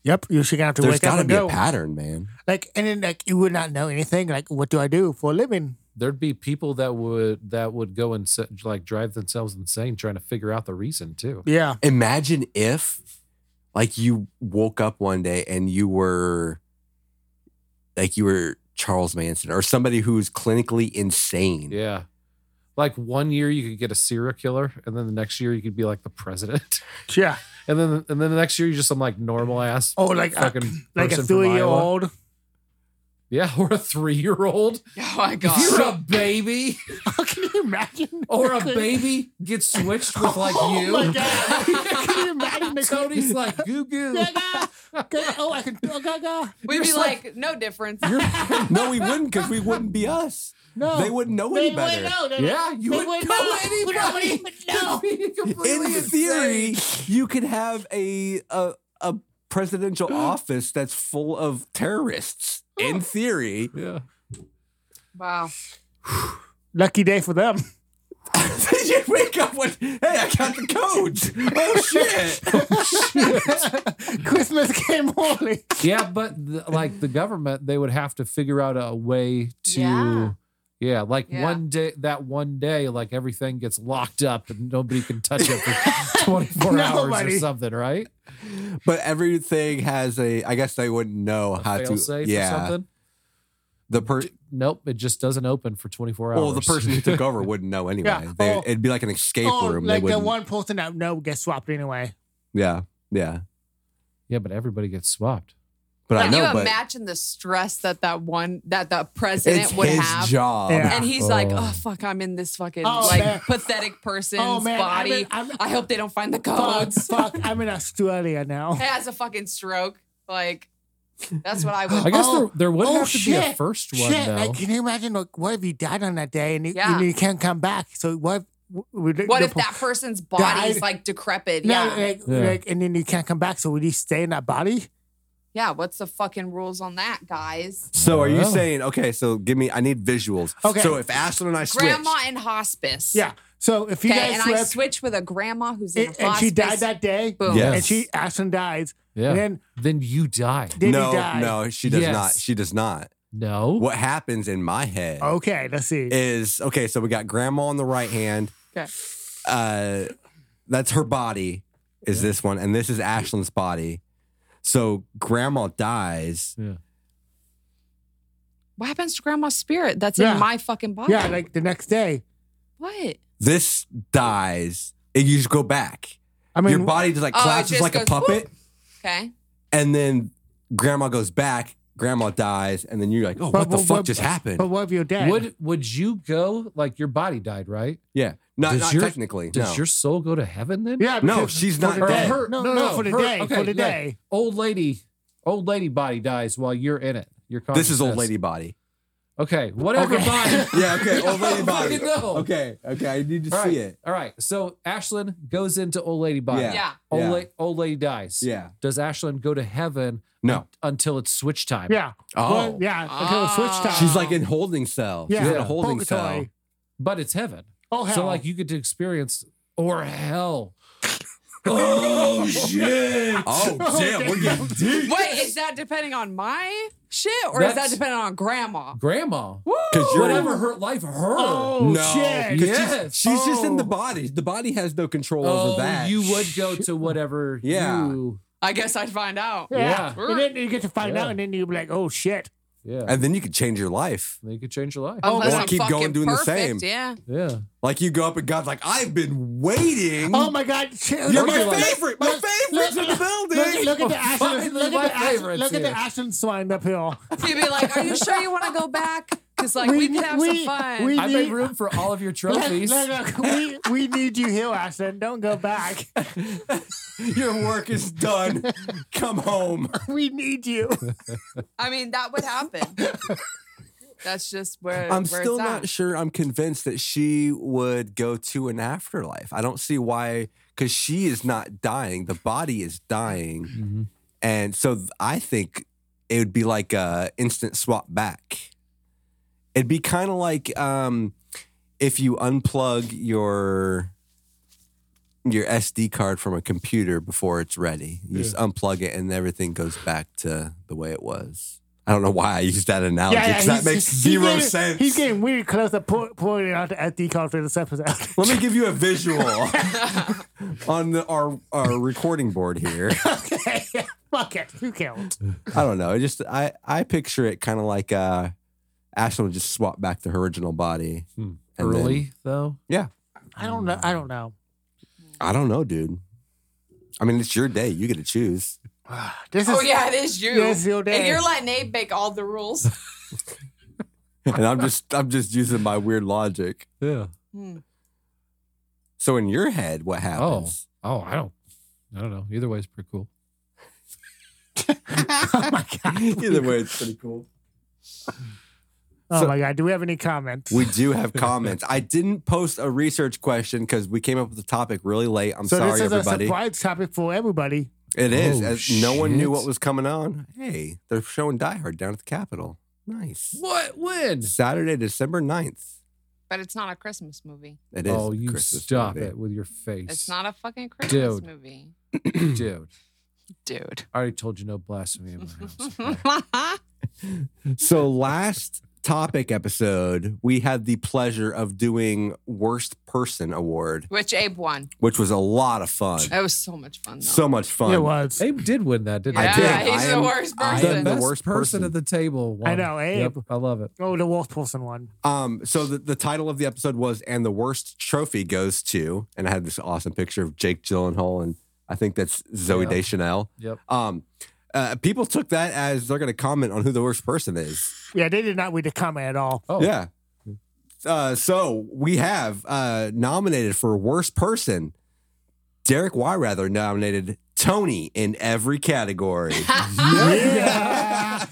Speaker 3: Yep. You're just gonna have to
Speaker 4: There's
Speaker 3: wake up
Speaker 4: got to
Speaker 3: and
Speaker 4: be
Speaker 3: go.
Speaker 4: a pattern, man.
Speaker 3: like and then like you would not know anything. Like what do I do for a living?
Speaker 2: There'd be people that would that would go and se- like drive themselves insane trying to figure out the reason too.
Speaker 3: Yeah.
Speaker 4: Imagine if like you woke up one day and you were like you were Charles Manson or somebody who's clinically insane.
Speaker 2: Yeah. Like one year you could get a serial killer, and then the next year you could be like the president,
Speaker 3: Yeah.
Speaker 2: and then and then the next year you're just some like normal ass
Speaker 3: Oh, like a,
Speaker 2: fucking
Speaker 3: like a
Speaker 2: person from
Speaker 3: three year
Speaker 2: Iowa.
Speaker 3: old.
Speaker 2: yeah, or a three year old.
Speaker 1: Oh my god.
Speaker 2: You're a baby,
Speaker 3: How can you imagine?
Speaker 2: or a baby gets switched with like
Speaker 3: Oh
Speaker 2: you.
Speaker 3: my god! can you imagine the
Speaker 2: Tony's like goo goo.
Speaker 3: Oh, I can. Oh, gaga.
Speaker 1: We'd be like, no difference.
Speaker 4: no, we wouldn't because we wouldn't be us.
Speaker 3: No.
Speaker 4: They wouldn't know
Speaker 3: They
Speaker 4: any better.
Speaker 3: would know. They-
Speaker 2: Yeah, you
Speaker 3: they
Speaker 2: would
Speaker 3: would
Speaker 2: know
Speaker 3: know.
Speaker 4: anybody.
Speaker 3: Nobody would know.
Speaker 4: In theory, you could have a a, a presidential office that's full of terrorists. In theory,
Speaker 2: Yeah.
Speaker 1: Wow.
Speaker 3: Lucky day for them.
Speaker 4: they just wake up with, "Hey, I got the codes." Oh shit!
Speaker 3: Christmas came early.
Speaker 2: Yeah, but the, like the government, they would have to figure out a way to.
Speaker 1: Yeah.
Speaker 2: Yeah. like
Speaker 1: Yeah.
Speaker 2: one day, that one day, like everything gets locked up and nobody can touch it for 24 hours or
Speaker 3: Nobody.
Speaker 2: something, right?
Speaker 4: But everything has a. I guess they wouldn't know how
Speaker 2: Fail
Speaker 4: to.
Speaker 2: safe or
Speaker 4: Yeah,
Speaker 2: something.
Speaker 4: the per.
Speaker 2: Nope, it just doesn't open for 24 hours.
Speaker 4: Well, the person who took over wouldn't know anyway.
Speaker 3: Yeah.
Speaker 4: They,
Speaker 3: Oh.
Speaker 4: it'd be like an escape
Speaker 3: Or
Speaker 4: room.
Speaker 3: like
Speaker 4: they
Speaker 3: the
Speaker 4: wouldn't.
Speaker 3: one person that no gets swapped anyway.
Speaker 4: yeah, yeah.
Speaker 2: yeah, but everybody gets swapped.
Speaker 4: But I
Speaker 1: Can you
Speaker 4: know. But
Speaker 1: imagine the stress that that one that the
Speaker 4: it's
Speaker 1: president would
Speaker 4: his
Speaker 1: have?
Speaker 4: job.
Speaker 3: Yeah.
Speaker 1: And he's like,
Speaker 2: Oh.
Speaker 1: oh fuck, I'm in this fucking
Speaker 3: Oh,
Speaker 1: like
Speaker 3: man.
Speaker 1: pathetic person's
Speaker 3: Oh, man, I'm
Speaker 1: body.
Speaker 3: in- I'm-
Speaker 1: I hope they don't find the
Speaker 3: Fuck,
Speaker 1: codes.
Speaker 3: fuck. I'm in Australia now.
Speaker 1: It has a fucking stroke. Like that's what I
Speaker 2: I
Speaker 1: would.
Speaker 2: guess
Speaker 3: Oh,
Speaker 2: there, there would
Speaker 3: oh,
Speaker 2: have to be a
Speaker 3: shit,
Speaker 2: first one,
Speaker 3: Shit,
Speaker 2: though.
Speaker 3: like, can you imagine? Like, what if you died on that day and you,
Speaker 1: Yeah.
Speaker 3: and you can't come back? So what? What
Speaker 1: What if that person's body's like decrepit?
Speaker 3: No,
Speaker 1: Yeah.
Speaker 3: like,
Speaker 2: Yeah.
Speaker 3: like, and then you can't come back. So would you stay in that body?
Speaker 1: Yeah. What's the fucking rules on that, guys?
Speaker 4: So are you
Speaker 2: Oh.
Speaker 4: saying okay? So give me. I need visuals.
Speaker 3: Okay.
Speaker 4: So if Ashlyn and I switch,
Speaker 1: Grandma in hospice.
Speaker 3: Yeah. So if you
Speaker 1: Okay. And
Speaker 3: guys
Speaker 1: I
Speaker 3: slept
Speaker 1: switch with a grandma who's in
Speaker 3: and, and
Speaker 1: hospice.
Speaker 3: she died that day,
Speaker 1: Boom.
Speaker 4: Yeah.
Speaker 3: and she Ashton dies,
Speaker 2: yeah.
Speaker 3: and
Speaker 2: Then,
Speaker 3: then
Speaker 2: you die.
Speaker 3: did
Speaker 4: no,
Speaker 3: he die?
Speaker 4: no, she does
Speaker 2: Yes.
Speaker 4: not. She does not.
Speaker 2: No.
Speaker 4: What happens in my head
Speaker 3: Okay, let's see.
Speaker 4: is okay. So we got Grandma on the right hand.
Speaker 1: Okay.
Speaker 4: Uh, that's her body. Is this one, and this is Ashlyn's body. So Grandma dies.
Speaker 2: Yeah.
Speaker 1: What happens to grandma's spirit that's
Speaker 3: Yeah.
Speaker 1: in my fucking body?
Speaker 3: yeah, like the next day.
Speaker 1: what?
Speaker 4: This dies. And you just go back.
Speaker 3: I mean,
Speaker 4: Your body just like
Speaker 1: Oh, it
Speaker 4: collapses
Speaker 1: just
Speaker 4: like a
Speaker 1: goes
Speaker 4: puppet.
Speaker 1: whoop. Okay.
Speaker 4: and then grandma goes back, grandma dies, and then you're like, oh, what the
Speaker 3: but-
Speaker 4: fuck
Speaker 3: but-
Speaker 4: just happened?
Speaker 3: But what if you're dead?
Speaker 2: Would would you go like your body died, right?
Speaker 4: yeah, not,
Speaker 2: Does
Speaker 4: not
Speaker 2: your-
Speaker 4: technically.
Speaker 2: Does
Speaker 4: no.
Speaker 2: your soul go to heaven then?
Speaker 3: yeah,
Speaker 4: No,
Speaker 3: because
Speaker 4: she's
Speaker 3: for
Speaker 4: not
Speaker 3: the
Speaker 4: dead.
Speaker 3: day.
Speaker 2: Her-
Speaker 3: no,
Speaker 2: no,
Speaker 3: no,
Speaker 2: no,
Speaker 3: for the
Speaker 2: her-
Speaker 3: day.
Speaker 2: okay,
Speaker 3: for the
Speaker 2: yeah.
Speaker 3: day.
Speaker 2: Old lady, old lady body dies while you're in it. Your
Speaker 4: this is old
Speaker 2: consciousness.
Speaker 4: lady body.
Speaker 2: Okay, whatever
Speaker 3: Okay.
Speaker 2: body.
Speaker 4: Yeah, okay, old
Speaker 2: I
Speaker 4: lady
Speaker 2: don't
Speaker 4: body.
Speaker 2: fucking know.
Speaker 4: Okay, okay, I need to
Speaker 2: All right.
Speaker 4: see it.
Speaker 2: All right. So Ashlyn goes into old lady body.
Speaker 4: Yeah.
Speaker 1: Yeah.
Speaker 2: Old,
Speaker 4: Yeah.
Speaker 2: la- old lady dies.
Speaker 4: Yeah.
Speaker 2: Does Ashlyn go to heaven
Speaker 4: No.
Speaker 2: until it's switch time?
Speaker 3: Yeah.
Speaker 4: Oh. Ah.
Speaker 3: Well, yeah. Until the switch time.
Speaker 4: She's like in holding cell.
Speaker 3: Yeah.
Speaker 4: She's in a
Speaker 2: Yeah.
Speaker 4: holding
Speaker 3: Purgatory.
Speaker 4: cell.
Speaker 2: But it's heaven.
Speaker 3: Oh hell.
Speaker 2: So like you get to experience or hell.
Speaker 4: Oh shit! Oh damn, we're getting deep.
Speaker 1: Wait, is that depending on my shit or is
Speaker 2: That's-
Speaker 1: that depending on grandma?
Speaker 2: Grandma.
Speaker 4: Because you're
Speaker 2: Whatever her life her.
Speaker 3: Oh
Speaker 4: No,
Speaker 3: shit.
Speaker 4: 'cause
Speaker 2: Yes.
Speaker 4: she's, she's just in the
Speaker 3: Oh.
Speaker 4: body. The body has no control
Speaker 2: Oh,
Speaker 4: over that.
Speaker 2: you would go to whatever
Speaker 4: Yeah.
Speaker 2: you
Speaker 1: I guess I'd find out.
Speaker 3: Yeah.
Speaker 1: Yeah.
Speaker 3: And then you get to find
Speaker 2: Yeah.
Speaker 3: out, and then you're like, oh shit.
Speaker 2: Yeah.
Speaker 4: and then you could change your life.
Speaker 2: they could change your life.
Speaker 3: Oh.
Speaker 1: Unless
Speaker 4: or
Speaker 1: I'm
Speaker 4: keep going
Speaker 1: fucking
Speaker 4: doing the
Speaker 1: perfect,
Speaker 4: same.
Speaker 1: Yeah.
Speaker 2: Yeah.
Speaker 4: Like you go up and God's like, I've been waiting.
Speaker 3: Oh my god. Shit.
Speaker 4: Mm. You're
Speaker 3: Look
Speaker 4: my
Speaker 3: at the-
Speaker 4: favorite. My
Speaker 3: look-
Speaker 4: favorite's in the
Speaker 3: Look,
Speaker 4: building.
Speaker 3: look at the
Speaker 2: Finally,
Speaker 3: Ashton. Look
Speaker 2: my
Speaker 3: at the Ashton.
Speaker 2: favorites
Speaker 3: Look at the
Speaker 2: here.
Speaker 3: Ashton swine up here.
Speaker 1: She'd be like, Are you sure you want to go back? Because, like, we,
Speaker 3: We-
Speaker 1: could have some
Speaker 3: we-
Speaker 1: fun.
Speaker 3: we-
Speaker 2: I made room for all of your trophies.
Speaker 3: Look, look, look, we, we need you here, Ashton. Don't go back.
Speaker 4: Your work is done. Come home.
Speaker 3: We need you.
Speaker 1: I mean, that would happen. That's just where
Speaker 4: I'm
Speaker 1: where
Speaker 4: still
Speaker 1: it's
Speaker 4: not
Speaker 1: at.
Speaker 4: sure I'm convinced that she would go to an afterlife. I don't see why, because she is not dying. The body is dying.
Speaker 3: Mm-hmm.
Speaker 2: Mhm.
Speaker 4: And so th- I think it would be like a instant swap back. It'd be kind of like um, if you unplug your your SD card from a computer before it's ready. You just unplug it and everything goes back to the way it was. I don't know why I used that analogy because that
Speaker 3: he's-
Speaker 4: makes
Speaker 3: he's
Speaker 4: zero
Speaker 3: getting-
Speaker 4: sense.
Speaker 3: He's getting weird close up pour, pouring out the SD card for this episode.
Speaker 4: Let me give you a visual on the, our our recording board here.
Speaker 3: okay. Fuck it. Who cares?
Speaker 4: I don't know. It just I I picture it kind of like uh, Ashlyn would just swap back to her original body.
Speaker 2: Hmm.
Speaker 4: And
Speaker 2: Early
Speaker 4: then-
Speaker 2: though.
Speaker 4: yeah,
Speaker 3: I don't know. I don't know.
Speaker 4: I don't know, dude. I mean, it's your day. You get to choose.
Speaker 3: This is
Speaker 1: Oh, yeah, it is you.
Speaker 3: Yes, your
Speaker 1: And
Speaker 3: day.
Speaker 1: you're letting Abe make all the rules.
Speaker 4: And I'm just I'm just using my weird logic.
Speaker 2: Yeah.
Speaker 1: Hmm.
Speaker 4: So in your head, what
Speaker 2: Oh.
Speaker 4: happens?
Speaker 2: Oh, I don't I don't know. Either way is pretty cool.
Speaker 3: oh my god.
Speaker 4: Either way, it's pretty cool.
Speaker 3: Oh
Speaker 4: So-
Speaker 3: my God. Do we have any comments?
Speaker 4: We do have comments. I didn't post a research question because we came up with the topic really late. I'm
Speaker 3: so
Speaker 4: sorry,
Speaker 3: this is
Speaker 4: everybody.
Speaker 3: a surprise topic for everybody.
Speaker 4: It is.
Speaker 2: Oh,
Speaker 4: as no one knew
Speaker 2: shit.
Speaker 4: what was coming on. Hey, they're showing Die Hard down at the Capitol. Nice.
Speaker 2: What? When?
Speaker 4: Saturday, December 9th.
Speaker 1: But it's not a Christmas movie.
Speaker 4: It is.
Speaker 2: Oh, you
Speaker 4: Christmas
Speaker 2: stop
Speaker 4: Day.
Speaker 2: it with your face.
Speaker 1: It's not a fucking Christmas
Speaker 2: Dude.
Speaker 1: movie.
Speaker 2: Dude,
Speaker 1: Dude.
Speaker 2: I already told you no blasphemy in my house. okay?
Speaker 4: So last topic episode, we had the pleasure of doing Worst Person Award,
Speaker 1: Which Abe won.
Speaker 4: which was a lot of fun.
Speaker 1: That was so much fun though.
Speaker 4: So much fun.
Speaker 3: It was.
Speaker 2: Abe did win that, didn't
Speaker 1: yeah,
Speaker 4: I did.
Speaker 1: he's
Speaker 4: I
Speaker 1: the
Speaker 4: am-
Speaker 1: worst
Speaker 4: I am
Speaker 1: person.
Speaker 4: the worst person.
Speaker 2: at the table.
Speaker 3: I
Speaker 2: won.
Speaker 3: know, Abe.
Speaker 2: Yep, I love it.
Speaker 3: Oh, the Wolf Person one.
Speaker 4: Um, so the, the title of the episode was And the Worst Trophy Goes to, and I had this awesome picture of Jake Gyllenhaal, and I think that's Zoe
Speaker 2: Yeah.
Speaker 4: Deschanel.
Speaker 2: Yep.
Speaker 4: Um, uh, people took that as they're going to comment on who the worst person is.
Speaker 3: Yeah, they did not read the comment at all.
Speaker 2: Oh,
Speaker 4: Yeah. Uh, so we have uh, nominated for worst person. Derek Wyrather nominated Tony in every category.
Speaker 3: Yeah.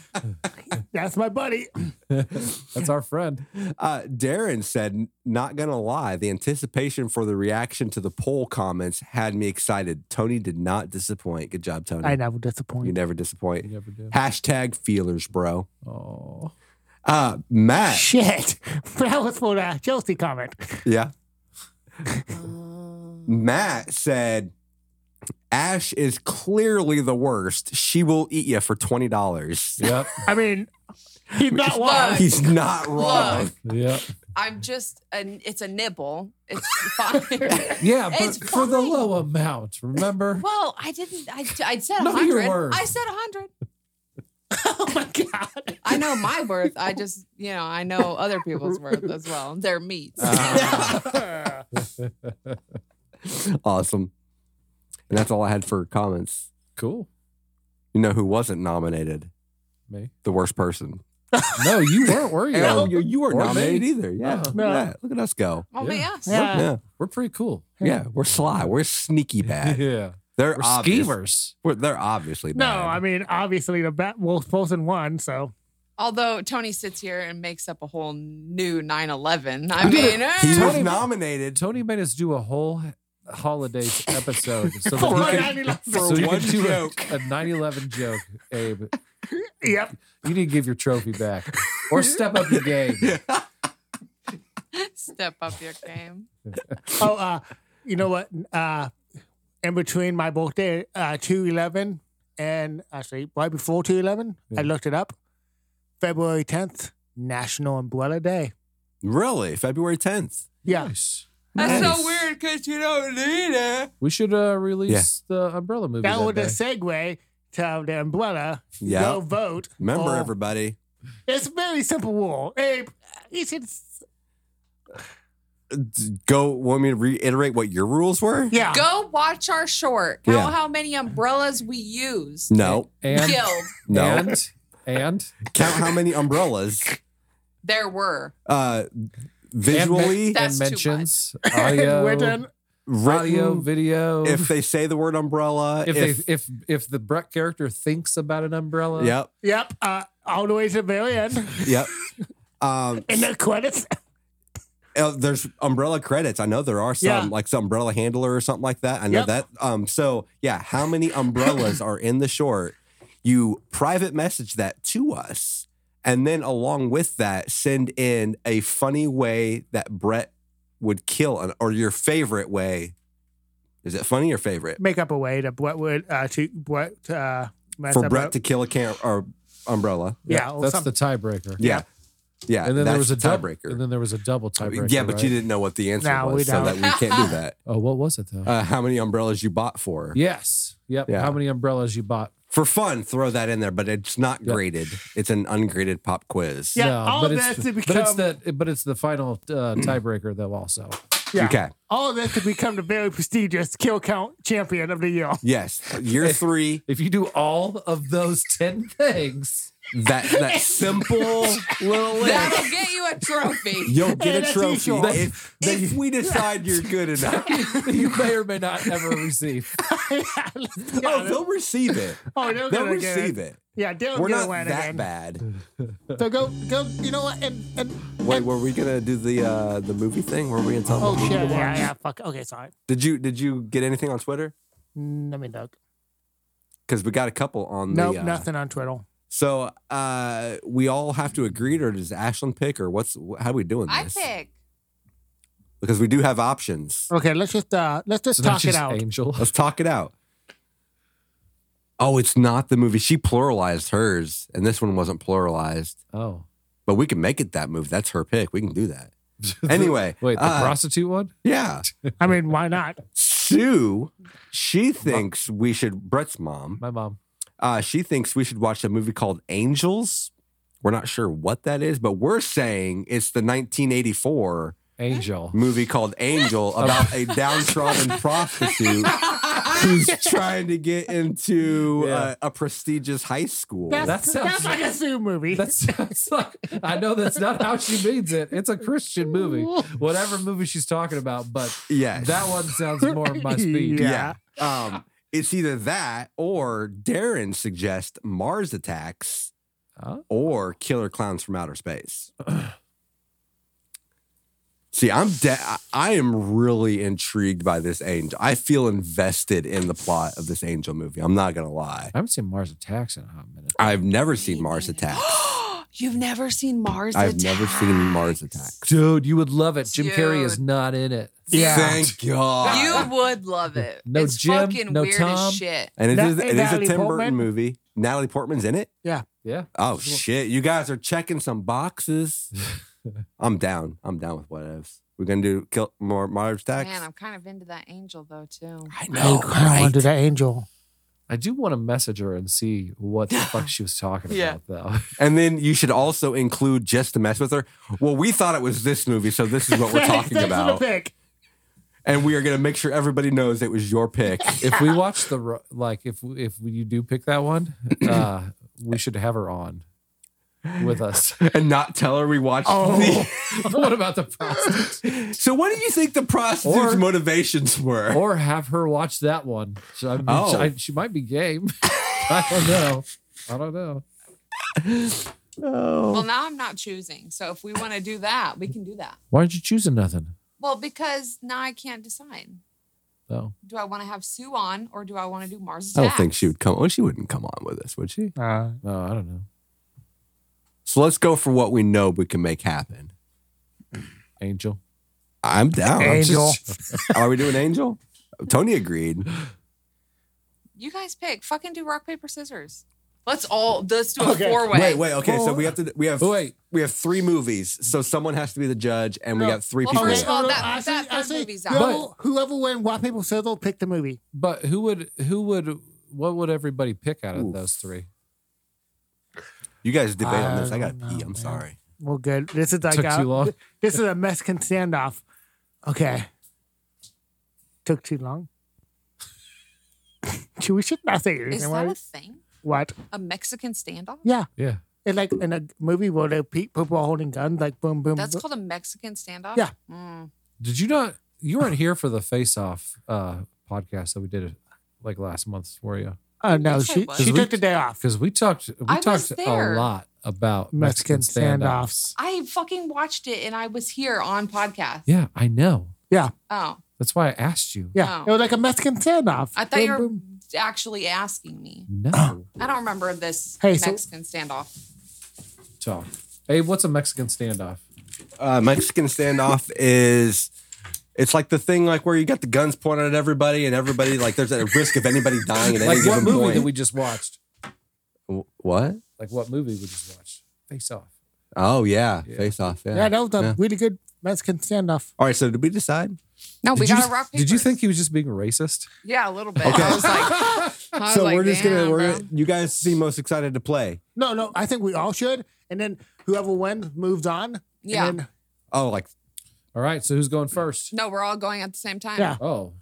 Speaker 3: That's my buddy.
Speaker 2: that's our friend.
Speaker 4: Uh, Darren said, "Not gonna lie, the anticipation for the reaction to the poll comments had me excited. Tony did not disappoint. Good job, Tony.
Speaker 3: I never
Speaker 4: You
Speaker 3: disappoint.
Speaker 4: never disappoint.
Speaker 2: You never do.
Speaker 4: Hashtag feelers, bro.
Speaker 2: Oh,
Speaker 4: Uh, Matt.
Speaker 3: Shit. That was for the Chelsea comment.
Speaker 4: Yeah. Matt said, "Ash is clearly the worst. She will eat you for twenty dollars.
Speaker 2: yep,
Speaker 3: I mean, he's not wrong.
Speaker 4: He's not wrong.
Speaker 1: Look.
Speaker 2: yep.
Speaker 1: I'm just an it's a nibble. It's fine.
Speaker 2: Yeah, but
Speaker 1: It's
Speaker 2: for the
Speaker 1: fine.
Speaker 2: low amount, remember?
Speaker 1: well, I didn't I, I said
Speaker 2: Know your
Speaker 1: 100.
Speaker 2: worth.
Speaker 1: I said 100.
Speaker 3: Oh my God.
Speaker 1: I know my worth. I just, you know, I know other people's worth as well. Their meats.
Speaker 4: Uh, awesome. And that's all I had for comments.
Speaker 2: cool.
Speaker 4: You know who wasn't nominated?
Speaker 2: Me?
Speaker 4: The worst person.
Speaker 2: No, you weren't, were you?
Speaker 4: Oh, you, you weren't
Speaker 2: Or
Speaker 4: nominated
Speaker 2: me.
Speaker 4: either. Yeah.
Speaker 2: Uh-huh.
Speaker 4: Look,
Speaker 3: Oh. No.
Speaker 4: at that. Look at us go.
Speaker 1: Oh, but yes.
Speaker 3: Yeah.
Speaker 4: yeah.
Speaker 2: We're pretty cool.
Speaker 4: Yeah. We're sly. We're sneaky bad.
Speaker 2: Yeah,
Speaker 4: They're
Speaker 2: we're
Speaker 4: obvious-
Speaker 2: schemers.
Speaker 4: We're, they're obviously
Speaker 3: No,
Speaker 4: bad.
Speaker 3: I mean, obviously the bat Wolf Person won, so.
Speaker 1: Although Tony sits here and makes up a whole new 9/11. I mean, eh,
Speaker 4: he was
Speaker 2: Tony-
Speaker 4: nominated.
Speaker 2: Tony made us do a whole holidays episode so that
Speaker 3: For
Speaker 2: we could.
Speaker 3: 9/11.
Speaker 2: So you
Speaker 4: one
Speaker 2: can do
Speaker 4: joke.
Speaker 2: a, a 9-11 joke, Abe.
Speaker 3: Yep.
Speaker 2: You need to give your trophy back or step up your game.
Speaker 1: step up your game.
Speaker 3: Oh, uh, you know what? Uh, in between my birthday, uh, 211, and actually right before 211, I looked it up. February 10th, National Umbrella Day.
Speaker 4: Really? February 10th.
Speaker 3: Yeah.
Speaker 2: Nice.
Speaker 1: That's
Speaker 4: Nice.
Speaker 1: so weird because you don't need it.
Speaker 2: We should uh, release the Umbrella movie.
Speaker 3: That
Speaker 2: that
Speaker 3: was a
Speaker 2: day.
Speaker 3: segue to the umbrella.
Speaker 4: Yeah.
Speaker 3: Go vote.
Speaker 4: Remember,
Speaker 3: or-
Speaker 4: everybody,
Speaker 3: It's a very simple rule. Abe, you should. s-
Speaker 4: d- go. Want me to reiterate what your rules were?
Speaker 3: Yeah.
Speaker 1: Go watch our short. Count
Speaker 4: Yeah.
Speaker 1: how many umbrellas we used.
Speaker 4: No,
Speaker 2: and,
Speaker 1: Killed.
Speaker 4: no.
Speaker 2: and and
Speaker 4: Count how many umbrellas.
Speaker 1: There were.
Speaker 4: Uh, visually,
Speaker 2: and,
Speaker 1: That's too
Speaker 2: mentions
Speaker 3: And
Speaker 2: audio,
Speaker 3: we're done.
Speaker 2: audio,
Speaker 4: written,
Speaker 2: video.
Speaker 4: if they say the word umbrella,
Speaker 2: if they, if if the Brett character thinks about an umbrella,
Speaker 4: yep,
Speaker 3: Yep. Uh, all the way to the very end.
Speaker 4: yep. Um,
Speaker 3: In the credits.
Speaker 4: uh, there's umbrella credits. I know there are some,
Speaker 3: Yeah.
Speaker 4: like some umbrella handler or something like that. I know
Speaker 3: Yep.
Speaker 4: that. Um, so yeah, how many umbrellas are in the short? You private message that to us, and then along with that, send in a funny way that Brett would kill, an, or your favorite way. Is it funny or favorite
Speaker 3: Make up a way to Brett would, uh, to Brett, uh, mess
Speaker 4: for
Speaker 3: up
Speaker 4: Brett
Speaker 3: a-
Speaker 4: to kill a can or umbrella?
Speaker 3: Yeah, or
Speaker 2: that's
Speaker 3: something.
Speaker 2: the tiebreaker.
Speaker 4: Yeah, yeah.
Speaker 2: and then there
Speaker 4: that's
Speaker 2: was a dub-
Speaker 4: tiebreaker.
Speaker 2: and then there was a double tiebreaker.
Speaker 4: yeah, but
Speaker 2: right?
Speaker 4: you didn't know what the answer
Speaker 3: No, we
Speaker 4: was, so that
Speaker 3: don't.
Speaker 4: we can't do that.
Speaker 2: Oh, what was it though?
Speaker 4: Uh, how many umbrellas you bought for?
Speaker 2: yes, yep.
Speaker 4: yeah.
Speaker 2: How many umbrellas you bought?
Speaker 4: for fun, throw that in there, but it's not
Speaker 2: Yeah.
Speaker 4: graded. It's an ungraded pop quiz.
Speaker 3: Yeah, all
Speaker 2: but
Speaker 3: of
Speaker 2: it's,
Speaker 3: that to
Speaker 2: but it's
Speaker 3: become-
Speaker 2: the but it's the final uh, tiebreaker though. Also,
Speaker 3: Yeah.
Speaker 4: Okay.
Speaker 3: All of this to become the very prestigious kill count champion of the year. Oh,
Speaker 4: Yes. Year three,
Speaker 2: if you do all of those ten things,
Speaker 4: that that simple little list.
Speaker 1: That'll get you a trophy.
Speaker 4: You'll
Speaker 3: Hey,
Speaker 4: get a
Speaker 3: that's
Speaker 4: trophy
Speaker 3: usual.
Speaker 4: if, if we decide you're good enough.
Speaker 2: you may or may not ever receive.
Speaker 3: Yeah,
Speaker 4: Oh, they'll receive it.
Speaker 3: oh, they're
Speaker 4: They'll
Speaker 3: gonna get
Speaker 4: receive it.
Speaker 3: Yeah, Dylan
Speaker 4: We're
Speaker 3: Dylan
Speaker 4: not
Speaker 3: went
Speaker 4: that
Speaker 3: again.
Speaker 4: bad.
Speaker 3: So go, go. You know what? And and
Speaker 4: Wait, were we gonna do the uh, the movie thing? Were we in
Speaker 3: oh
Speaker 4: something?
Speaker 3: shit! Yeah, yeah. Fuck. Okay, sorry.
Speaker 4: Did you did you get anything on Twitter?
Speaker 3: Mm, Let me look.
Speaker 4: Because we got a couple on
Speaker 3: Nope,
Speaker 4: the. uh,
Speaker 3: nothing on Twitter.
Speaker 4: So uh, we all have to agree, or does Ashlyn pick, or what's how are we doing
Speaker 1: I
Speaker 4: this?
Speaker 1: pick.
Speaker 4: because we do have options.
Speaker 3: Okay, let's just uh let's just
Speaker 2: It's not
Speaker 3: talk it
Speaker 2: just
Speaker 3: out.
Speaker 2: Angel.
Speaker 4: Let's talk it out. Oh, it's not the movie. She pluralized hers, and this one wasn't pluralized.
Speaker 2: Oh.
Speaker 4: But we can make it that movie. That's her pick. We can do that. Anyway,
Speaker 2: Wait, the
Speaker 4: uh,
Speaker 2: prostitute one?
Speaker 4: Yeah,
Speaker 3: I mean, why not?
Speaker 4: Sue. She thinks we should. Brett's mom.
Speaker 2: My mom.
Speaker 4: Uh, she thinks we should watch a movie called Angels. We're not sure what that is, but we're saying it's the 1984
Speaker 2: Angel.
Speaker 4: movie called Angel about a downtrodden prostitute who's trying to get into uh,
Speaker 2: Yeah.
Speaker 4: a prestigious high school.
Speaker 3: That's
Speaker 2: That sounds-
Speaker 3: that's like a Sue movie.
Speaker 2: That sounds like I know that's not how she means it. It's a Christian movie, whatever movie she's talking about. But
Speaker 4: yes.
Speaker 2: that one sounds more my speed.
Speaker 4: yeah. Um, it's either that or Darren suggests Mars Attacks
Speaker 2: Oh.
Speaker 4: or Killer Clowns from Outer Space. See, I'm de- I- I am really intrigued by this angel. I feel invested in the plot of this angel movie. I'm not gonna lie.
Speaker 2: I haven't seen Mars Attacks in a hot minute.
Speaker 4: I've never seen Mars Attacks.
Speaker 1: You've never seen Mars
Speaker 4: I've
Speaker 1: Attacks.
Speaker 4: never seen Mars Attacks.
Speaker 2: Dude, you would love it. Jim Carrey is
Speaker 1: Dude.
Speaker 2: not in it.
Speaker 3: Yeah.
Speaker 4: Thank God.
Speaker 1: You would love it.
Speaker 2: No
Speaker 1: it's
Speaker 2: Jim,
Speaker 1: fucking
Speaker 2: no
Speaker 1: weird
Speaker 2: Tom.
Speaker 1: as shit.
Speaker 4: and it
Speaker 3: That-
Speaker 4: is, it
Speaker 3: hey,
Speaker 4: is a
Speaker 3: Natalie
Speaker 4: Tim Burton
Speaker 3: Portman?
Speaker 4: movie. Natalie Portman's in it.
Speaker 2: Yeah.
Speaker 4: Oh shit! You guys are checking some boxes. I'm down. I'm down with what ifs. We're gonna do kill more Mars attacks.
Speaker 1: Man, I'm kind of into that angel though too.
Speaker 4: I
Speaker 3: No, Oh, I want to do that angel.
Speaker 2: I do want to message her and see what the fuck she was talking
Speaker 1: Yeah.
Speaker 2: about, though.
Speaker 4: And then you should also include just to mess with her. Well, we thought it was this movie, so this is what we're talking
Speaker 3: Thanks
Speaker 4: about.
Speaker 3: For the pick.
Speaker 4: And we are gonna make sure everybody knows it was your pick.
Speaker 2: if we watch the ro- like, if if you do pick that one, uh, we should have her on with us.
Speaker 4: and not tell her we watched
Speaker 2: Oh, what about the prostitute?
Speaker 4: the So what do you think the prostitute's
Speaker 2: Or-
Speaker 4: motivations were?
Speaker 2: Or have her watch that one? So I mean,
Speaker 4: Oh.
Speaker 2: I- she might be game. I don't know. I don't know.
Speaker 1: Well, now I'm not choosing. So if we want to do that, we can do that.
Speaker 2: Why aren't you choosing nothing?
Speaker 1: Well, because now I can't decide.
Speaker 2: No.
Speaker 1: Do I want to have Sue on or do I want to do Mars
Speaker 4: I
Speaker 1: Attacks?
Speaker 4: don't think she would come on. She wouldn't come on with us, would she?
Speaker 3: Uh,
Speaker 2: No, I don't know.
Speaker 4: So let's go for what we know we can make happen.
Speaker 2: Angel.
Speaker 4: I'm down. I'm just-
Speaker 3: angel.
Speaker 4: Are we doing Angel? Tony agreed.
Speaker 1: You guys pick. Fucking do rock paper scissors. Let's all let's do a
Speaker 3: Okay.
Speaker 1: four way.
Speaker 4: Wait, wait. Okay, so we have to. We have.
Speaker 2: Oh, wait.
Speaker 4: We have three movies, so someone has to be the judge, and we
Speaker 3: No.
Speaker 4: got three
Speaker 1: Well,
Speaker 4: people.
Speaker 1: first of all,
Speaker 3: no, no,
Speaker 1: that-
Speaker 3: I
Speaker 1: that
Speaker 3: see- I
Speaker 1: third
Speaker 3: see.
Speaker 1: movie's out.
Speaker 3: Whoever, whoever went Rock Paper Scissors pick the movie.
Speaker 2: But who would who would what would everybody pick out of
Speaker 4: Oof.
Speaker 2: those three?
Speaker 4: you guys debate on
Speaker 3: I
Speaker 4: this. I gotta
Speaker 3: don't know,
Speaker 4: pee. I'm
Speaker 3: man.
Speaker 4: sorry.
Speaker 3: Well, good. This is like
Speaker 2: Took
Speaker 3: a,
Speaker 2: too long.
Speaker 3: This is a Mexican standoff. Okay. Took too long. Should- we should not say
Speaker 1: Is
Speaker 3: anything.
Speaker 1: that a
Speaker 3: Right?
Speaker 1: thing?
Speaker 3: What?
Speaker 1: A Mexican standoff?
Speaker 3: Yeah.
Speaker 2: Yeah.
Speaker 3: It's like in a movie where the pe- people are holding guns, like boom, boom.
Speaker 1: That's
Speaker 3: boom.
Speaker 1: called a Mexican standoff?
Speaker 3: um, Yeah.
Speaker 1: Mm.
Speaker 2: Did you not? You weren't here for the face off uh, podcast that we did like last month, were you?
Speaker 3: Oh no,
Speaker 1: Yes, I
Speaker 3: she
Speaker 1: was.
Speaker 3: she
Speaker 2: Because we-
Speaker 3: took the day off.
Speaker 2: Because we talked we
Speaker 1: I was
Speaker 2: talked a
Speaker 1: there.
Speaker 2: lot about
Speaker 3: Mexican
Speaker 2: Mexican,
Speaker 3: standoffs.
Speaker 2: standoffs.
Speaker 1: I fucking watched it and I was here on podcast.
Speaker 2: Yeah, I know.
Speaker 3: Yeah,
Speaker 1: Oh.
Speaker 2: That's why I asked you.
Speaker 3: yeah.
Speaker 1: Oh.
Speaker 3: It was like a Mexican standoff.
Speaker 1: I thought
Speaker 3: Boom,
Speaker 1: you were
Speaker 3: boom.
Speaker 1: actually asking me.
Speaker 2: No
Speaker 1: I don't remember this
Speaker 3: Hey, so-
Speaker 1: Mexican standoff.
Speaker 2: talk. Hey, what's a Mexican standoff?
Speaker 4: Uh, Mexican standoff is. It's like the thing, like where you got the guns pointed at everybody, and everybody like there's a risk of anybody dying at any
Speaker 2: Like what
Speaker 4: given
Speaker 2: movie
Speaker 4: point.
Speaker 2: that we just watched?
Speaker 4: Wh- what?
Speaker 2: Like what movie we just watched? Face off.
Speaker 4: Oh yeah,
Speaker 2: Yeah.
Speaker 4: face off. Yeah.
Speaker 3: Yeah, that was a
Speaker 4: Yeah.
Speaker 3: really good Mexican standoff.
Speaker 4: All right. So did we decide?
Speaker 1: No, we
Speaker 2: did
Speaker 1: got
Speaker 2: you,
Speaker 1: a rock paper.
Speaker 2: Did you think he was just being racist?
Speaker 1: Yeah, a little bit. I was like, I was
Speaker 4: so
Speaker 1: like,
Speaker 4: we're just gonna.
Speaker 1: "Damn,
Speaker 4: We're
Speaker 1: bro."
Speaker 4: gonna. You guys seem most excited to play.
Speaker 3: No, no, I think we all should. And then whoever wins moves on.
Speaker 1: Yeah.
Speaker 3: And then,
Speaker 4: Oh, like
Speaker 2: All right, so who's going first?
Speaker 1: No, we're all going at the same time.
Speaker 3: yeah.
Speaker 2: Oh,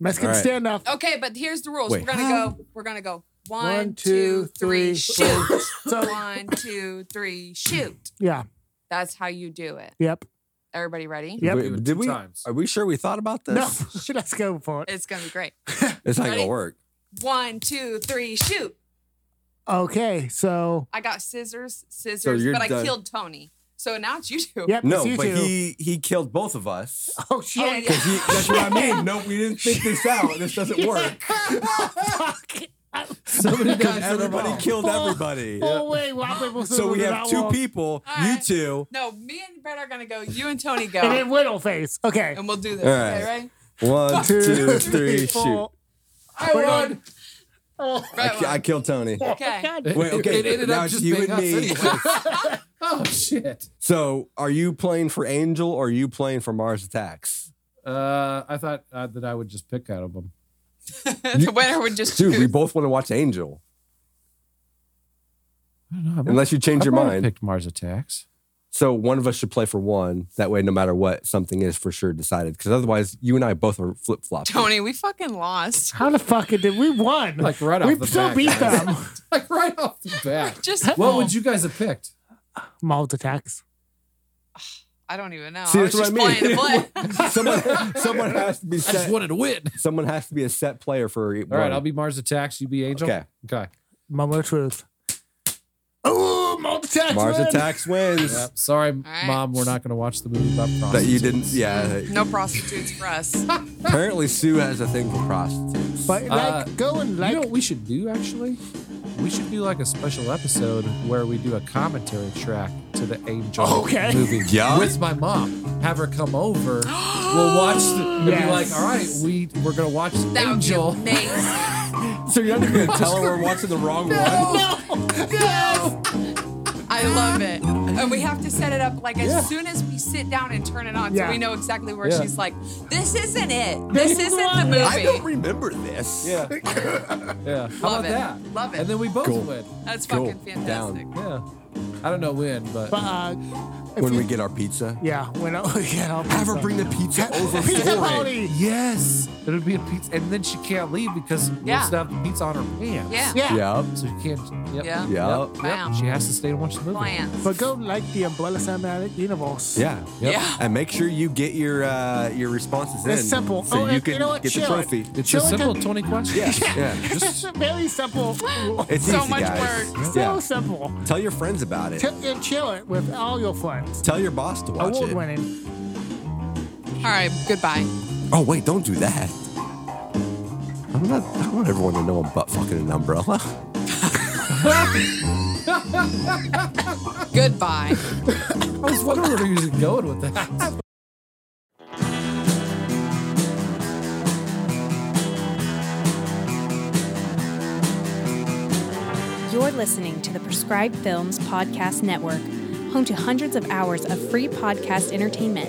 Speaker 3: Mexican
Speaker 4: All right.
Speaker 3: standoff.
Speaker 1: Okay, but here's the rules.
Speaker 4: Wait.
Speaker 1: We're gonna go. We're gonna go. One, two, three, shoot.
Speaker 3: So
Speaker 1: One, two, three, shoot.
Speaker 3: yeah.
Speaker 1: That's how you do it.
Speaker 3: Yep.
Speaker 1: Everybody ready?
Speaker 3: Yep.
Speaker 4: wait,
Speaker 2: Do it
Speaker 4: did
Speaker 2: two
Speaker 4: we?
Speaker 2: times.
Speaker 4: Are we sure we thought about this?
Speaker 3: No, should us go for it.
Speaker 1: It's gonna be great.
Speaker 4: It's not gonna
Speaker 1: Ready?
Speaker 4: work.
Speaker 1: One, two, three, shoot.
Speaker 3: Okay, so
Speaker 1: I got scissors, scissors,
Speaker 4: you're
Speaker 1: but I
Speaker 4: done.
Speaker 1: killed Tony. So now it's you two.
Speaker 3: yep,
Speaker 4: No,
Speaker 3: it's you
Speaker 4: but
Speaker 3: two.
Speaker 4: he he killed both of us.
Speaker 3: oh shit!
Speaker 1: Oh, yeah.
Speaker 4: He- that's what I mean. No, we didn't think this out. This doesn't work.
Speaker 2: Somebody died.
Speaker 4: Everybody killed everybody.
Speaker 3: Oh wait, well, I'm
Speaker 4: So we have two people.
Speaker 1: All
Speaker 4: You
Speaker 1: right.
Speaker 4: two.
Speaker 1: No, me and Brett are gonna go. You and Tony go,
Speaker 3: And then
Speaker 1: and,
Speaker 3: Whittleface. Okay.
Speaker 1: we'll do this.
Speaker 4: All right.
Speaker 1: Okay, right?
Speaker 4: One, two,
Speaker 3: three,
Speaker 4: three, shoot.
Speaker 3: four.
Speaker 1: I won.
Speaker 3: Oh,
Speaker 1: Brett
Speaker 4: I
Speaker 1: won.
Speaker 4: killed Tony.
Speaker 1: okay.
Speaker 3: God.
Speaker 2: It-
Speaker 4: Wait, okay,
Speaker 2: It ended
Speaker 4: now
Speaker 2: up
Speaker 4: it's
Speaker 2: just
Speaker 4: you
Speaker 2: being
Speaker 4: and
Speaker 2: us
Speaker 4: me.
Speaker 2: anyway. oh shit.
Speaker 4: So, are you playing for Angel or are you playing for Mars Attacks?
Speaker 2: Uh, I thought uh, that I would just pick out of them.
Speaker 1: the winner would just
Speaker 4: Dude, we
Speaker 1: choose.
Speaker 4: both want to watch Angel.
Speaker 2: I don't know. I might-
Speaker 4: Unless you change
Speaker 2: I
Speaker 4: your
Speaker 2: might have
Speaker 4: mind.
Speaker 2: Picked Mars Attacks.
Speaker 4: So, one of us should play for one. That way, no matter what, something is for sure decided. Because otherwise, you and I both are flip flop.
Speaker 1: Tony, we fucking lost.
Speaker 3: How the fuck did we won?
Speaker 2: Like right off
Speaker 3: we
Speaker 2: the
Speaker 3: still
Speaker 2: bat,
Speaker 3: beat
Speaker 2: guys.
Speaker 3: them.
Speaker 2: Like right off the bat.
Speaker 1: Just
Speaker 2: What would you guys have picked?
Speaker 3: Mold attacks.
Speaker 1: I don't even know.
Speaker 4: See,
Speaker 1: I was
Speaker 4: that's
Speaker 1: just
Speaker 4: what I mean.
Speaker 1: playing to play.
Speaker 4: someone, someone has to be
Speaker 2: I just
Speaker 4: set.
Speaker 2: wanted to win.
Speaker 4: someone has to be a set player for.
Speaker 2: All right, I'll be Mars Attacks. You be Angel.
Speaker 4: Okay.
Speaker 2: Okay.
Speaker 3: Moment of truth. Oh, mold attacks.
Speaker 4: Mars
Speaker 3: win.
Speaker 4: Attacks wins.
Speaker 2: Yep. Sorry,
Speaker 1: right.
Speaker 2: mom. We're not going to watch the movie about
Speaker 4: That
Speaker 2: prostitutes.
Speaker 4: you didn't. Yeah.
Speaker 1: No prostitutes for us.
Speaker 4: Apparently, Sue has a thing for prostitutes.
Speaker 3: But like,
Speaker 2: Uh,
Speaker 3: go and like.
Speaker 2: you know what we should do actually? We should do like a special episode where we do a commentary track to the Angel
Speaker 3: Okay.
Speaker 2: movie
Speaker 4: Yeah.
Speaker 2: with my mom. Have her come over. we'll watch the, and be like,
Speaker 3: Yes.
Speaker 2: all right, we we're gonna watch
Speaker 1: That would be
Speaker 2: Angel.
Speaker 1: amazing.
Speaker 4: so you're not going to tell her we're watching the wrong one.
Speaker 1: I love it. And we have to set it up like as
Speaker 2: Yeah.
Speaker 1: soon as we sit down and turn it on
Speaker 3: Yeah.
Speaker 1: so we know exactly where
Speaker 2: Yeah.
Speaker 1: she's like, this isn't it. This
Speaker 3: They
Speaker 1: isn't the
Speaker 3: love it.
Speaker 4: I don't
Speaker 1: movie.
Speaker 4: remember this.
Speaker 2: Yeah. yeah. How
Speaker 1: Love
Speaker 2: about
Speaker 1: it.
Speaker 2: that?
Speaker 1: Love it.
Speaker 2: And then we both
Speaker 4: Cool.
Speaker 2: win.
Speaker 1: That's
Speaker 4: Cool.
Speaker 1: fucking fantastic.
Speaker 2: Yeah. I don't know when, but,
Speaker 3: But uh, if
Speaker 4: When
Speaker 3: you-
Speaker 4: we get our pizza.
Speaker 3: yeah, when I get up.
Speaker 4: Have her bring the pizza over
Speaker 3: Pizza
Speaker 4: for it.
Speaker 3: party.
Speaker 2: yes, it'll be a pizza, and then she can't leave because we
Speaker 1: Yeah.
Speaker 2: have to have the pizza on her pants.
Speaker 1: Yeah.
Speaker 3: Yeah.
Speaker 4: Yep.
Speaker 2: So she can't. Yep.
Speaker 1: Yeah.
Speaker 4: Yep.
Speaker 2: Yep.
Speaker 1: Wow.
Speaker 2: She has to stay and watch the movie.
Speaker 1: Plans.
Speaker 3: But go like the Umbrella Cinematic Universe.
Speaker 4: Yeah.
Speaker 2: Yep.
Speaker 1: Yeah.
Speaker 4: And make sure you get your uh, your responses in.
Speaker 3: It's simple.
Speaker 4: So
Speaker 3: oh,
Speaker 4: you
Speaker 3: and
Speaker 4: can
Speaker 3: you know what?
Speaker 4: get the
Speaker 3: Chill it.
Speaker 4: trophy.
Speaker 2: It's
Speaker 3: Show
Speaker 2: a
Speaker 3: it to-
Speaker 2: simple 20 question.
Speaker 4: Yeah. Yeah.
Speaker 3: It's very simple.
Speaker 4: It's
Speaker 1: So
Speaker 4: easy,
Speaker 1: much
Speaker 4: guys.
Speaker 1: work.
Speaker 3: So
Speaker 4: Yeah.
Speaker 3: simple.
Speaker 4: Tell your friends about it.
Speaker 3: T- and share it with all your friends.
Speaker 4: Tell your boss to watch
Speaker 3: Award
Speaker 4: it.
Speaker 3: winning.
Speaker 1: All right. Goodbye.
Speaker 4: Oh wait, don't do that. I'm not. I don't want everyone to know I'm butt fucking an umbrella.
Speaker 1: Goodbye.
Speaker 2: I was wondering where he was going with that.
Speaker 6: You're listening to the Prescribed Films Podcast Network, home to hundreds of hours of free podcast entertainment.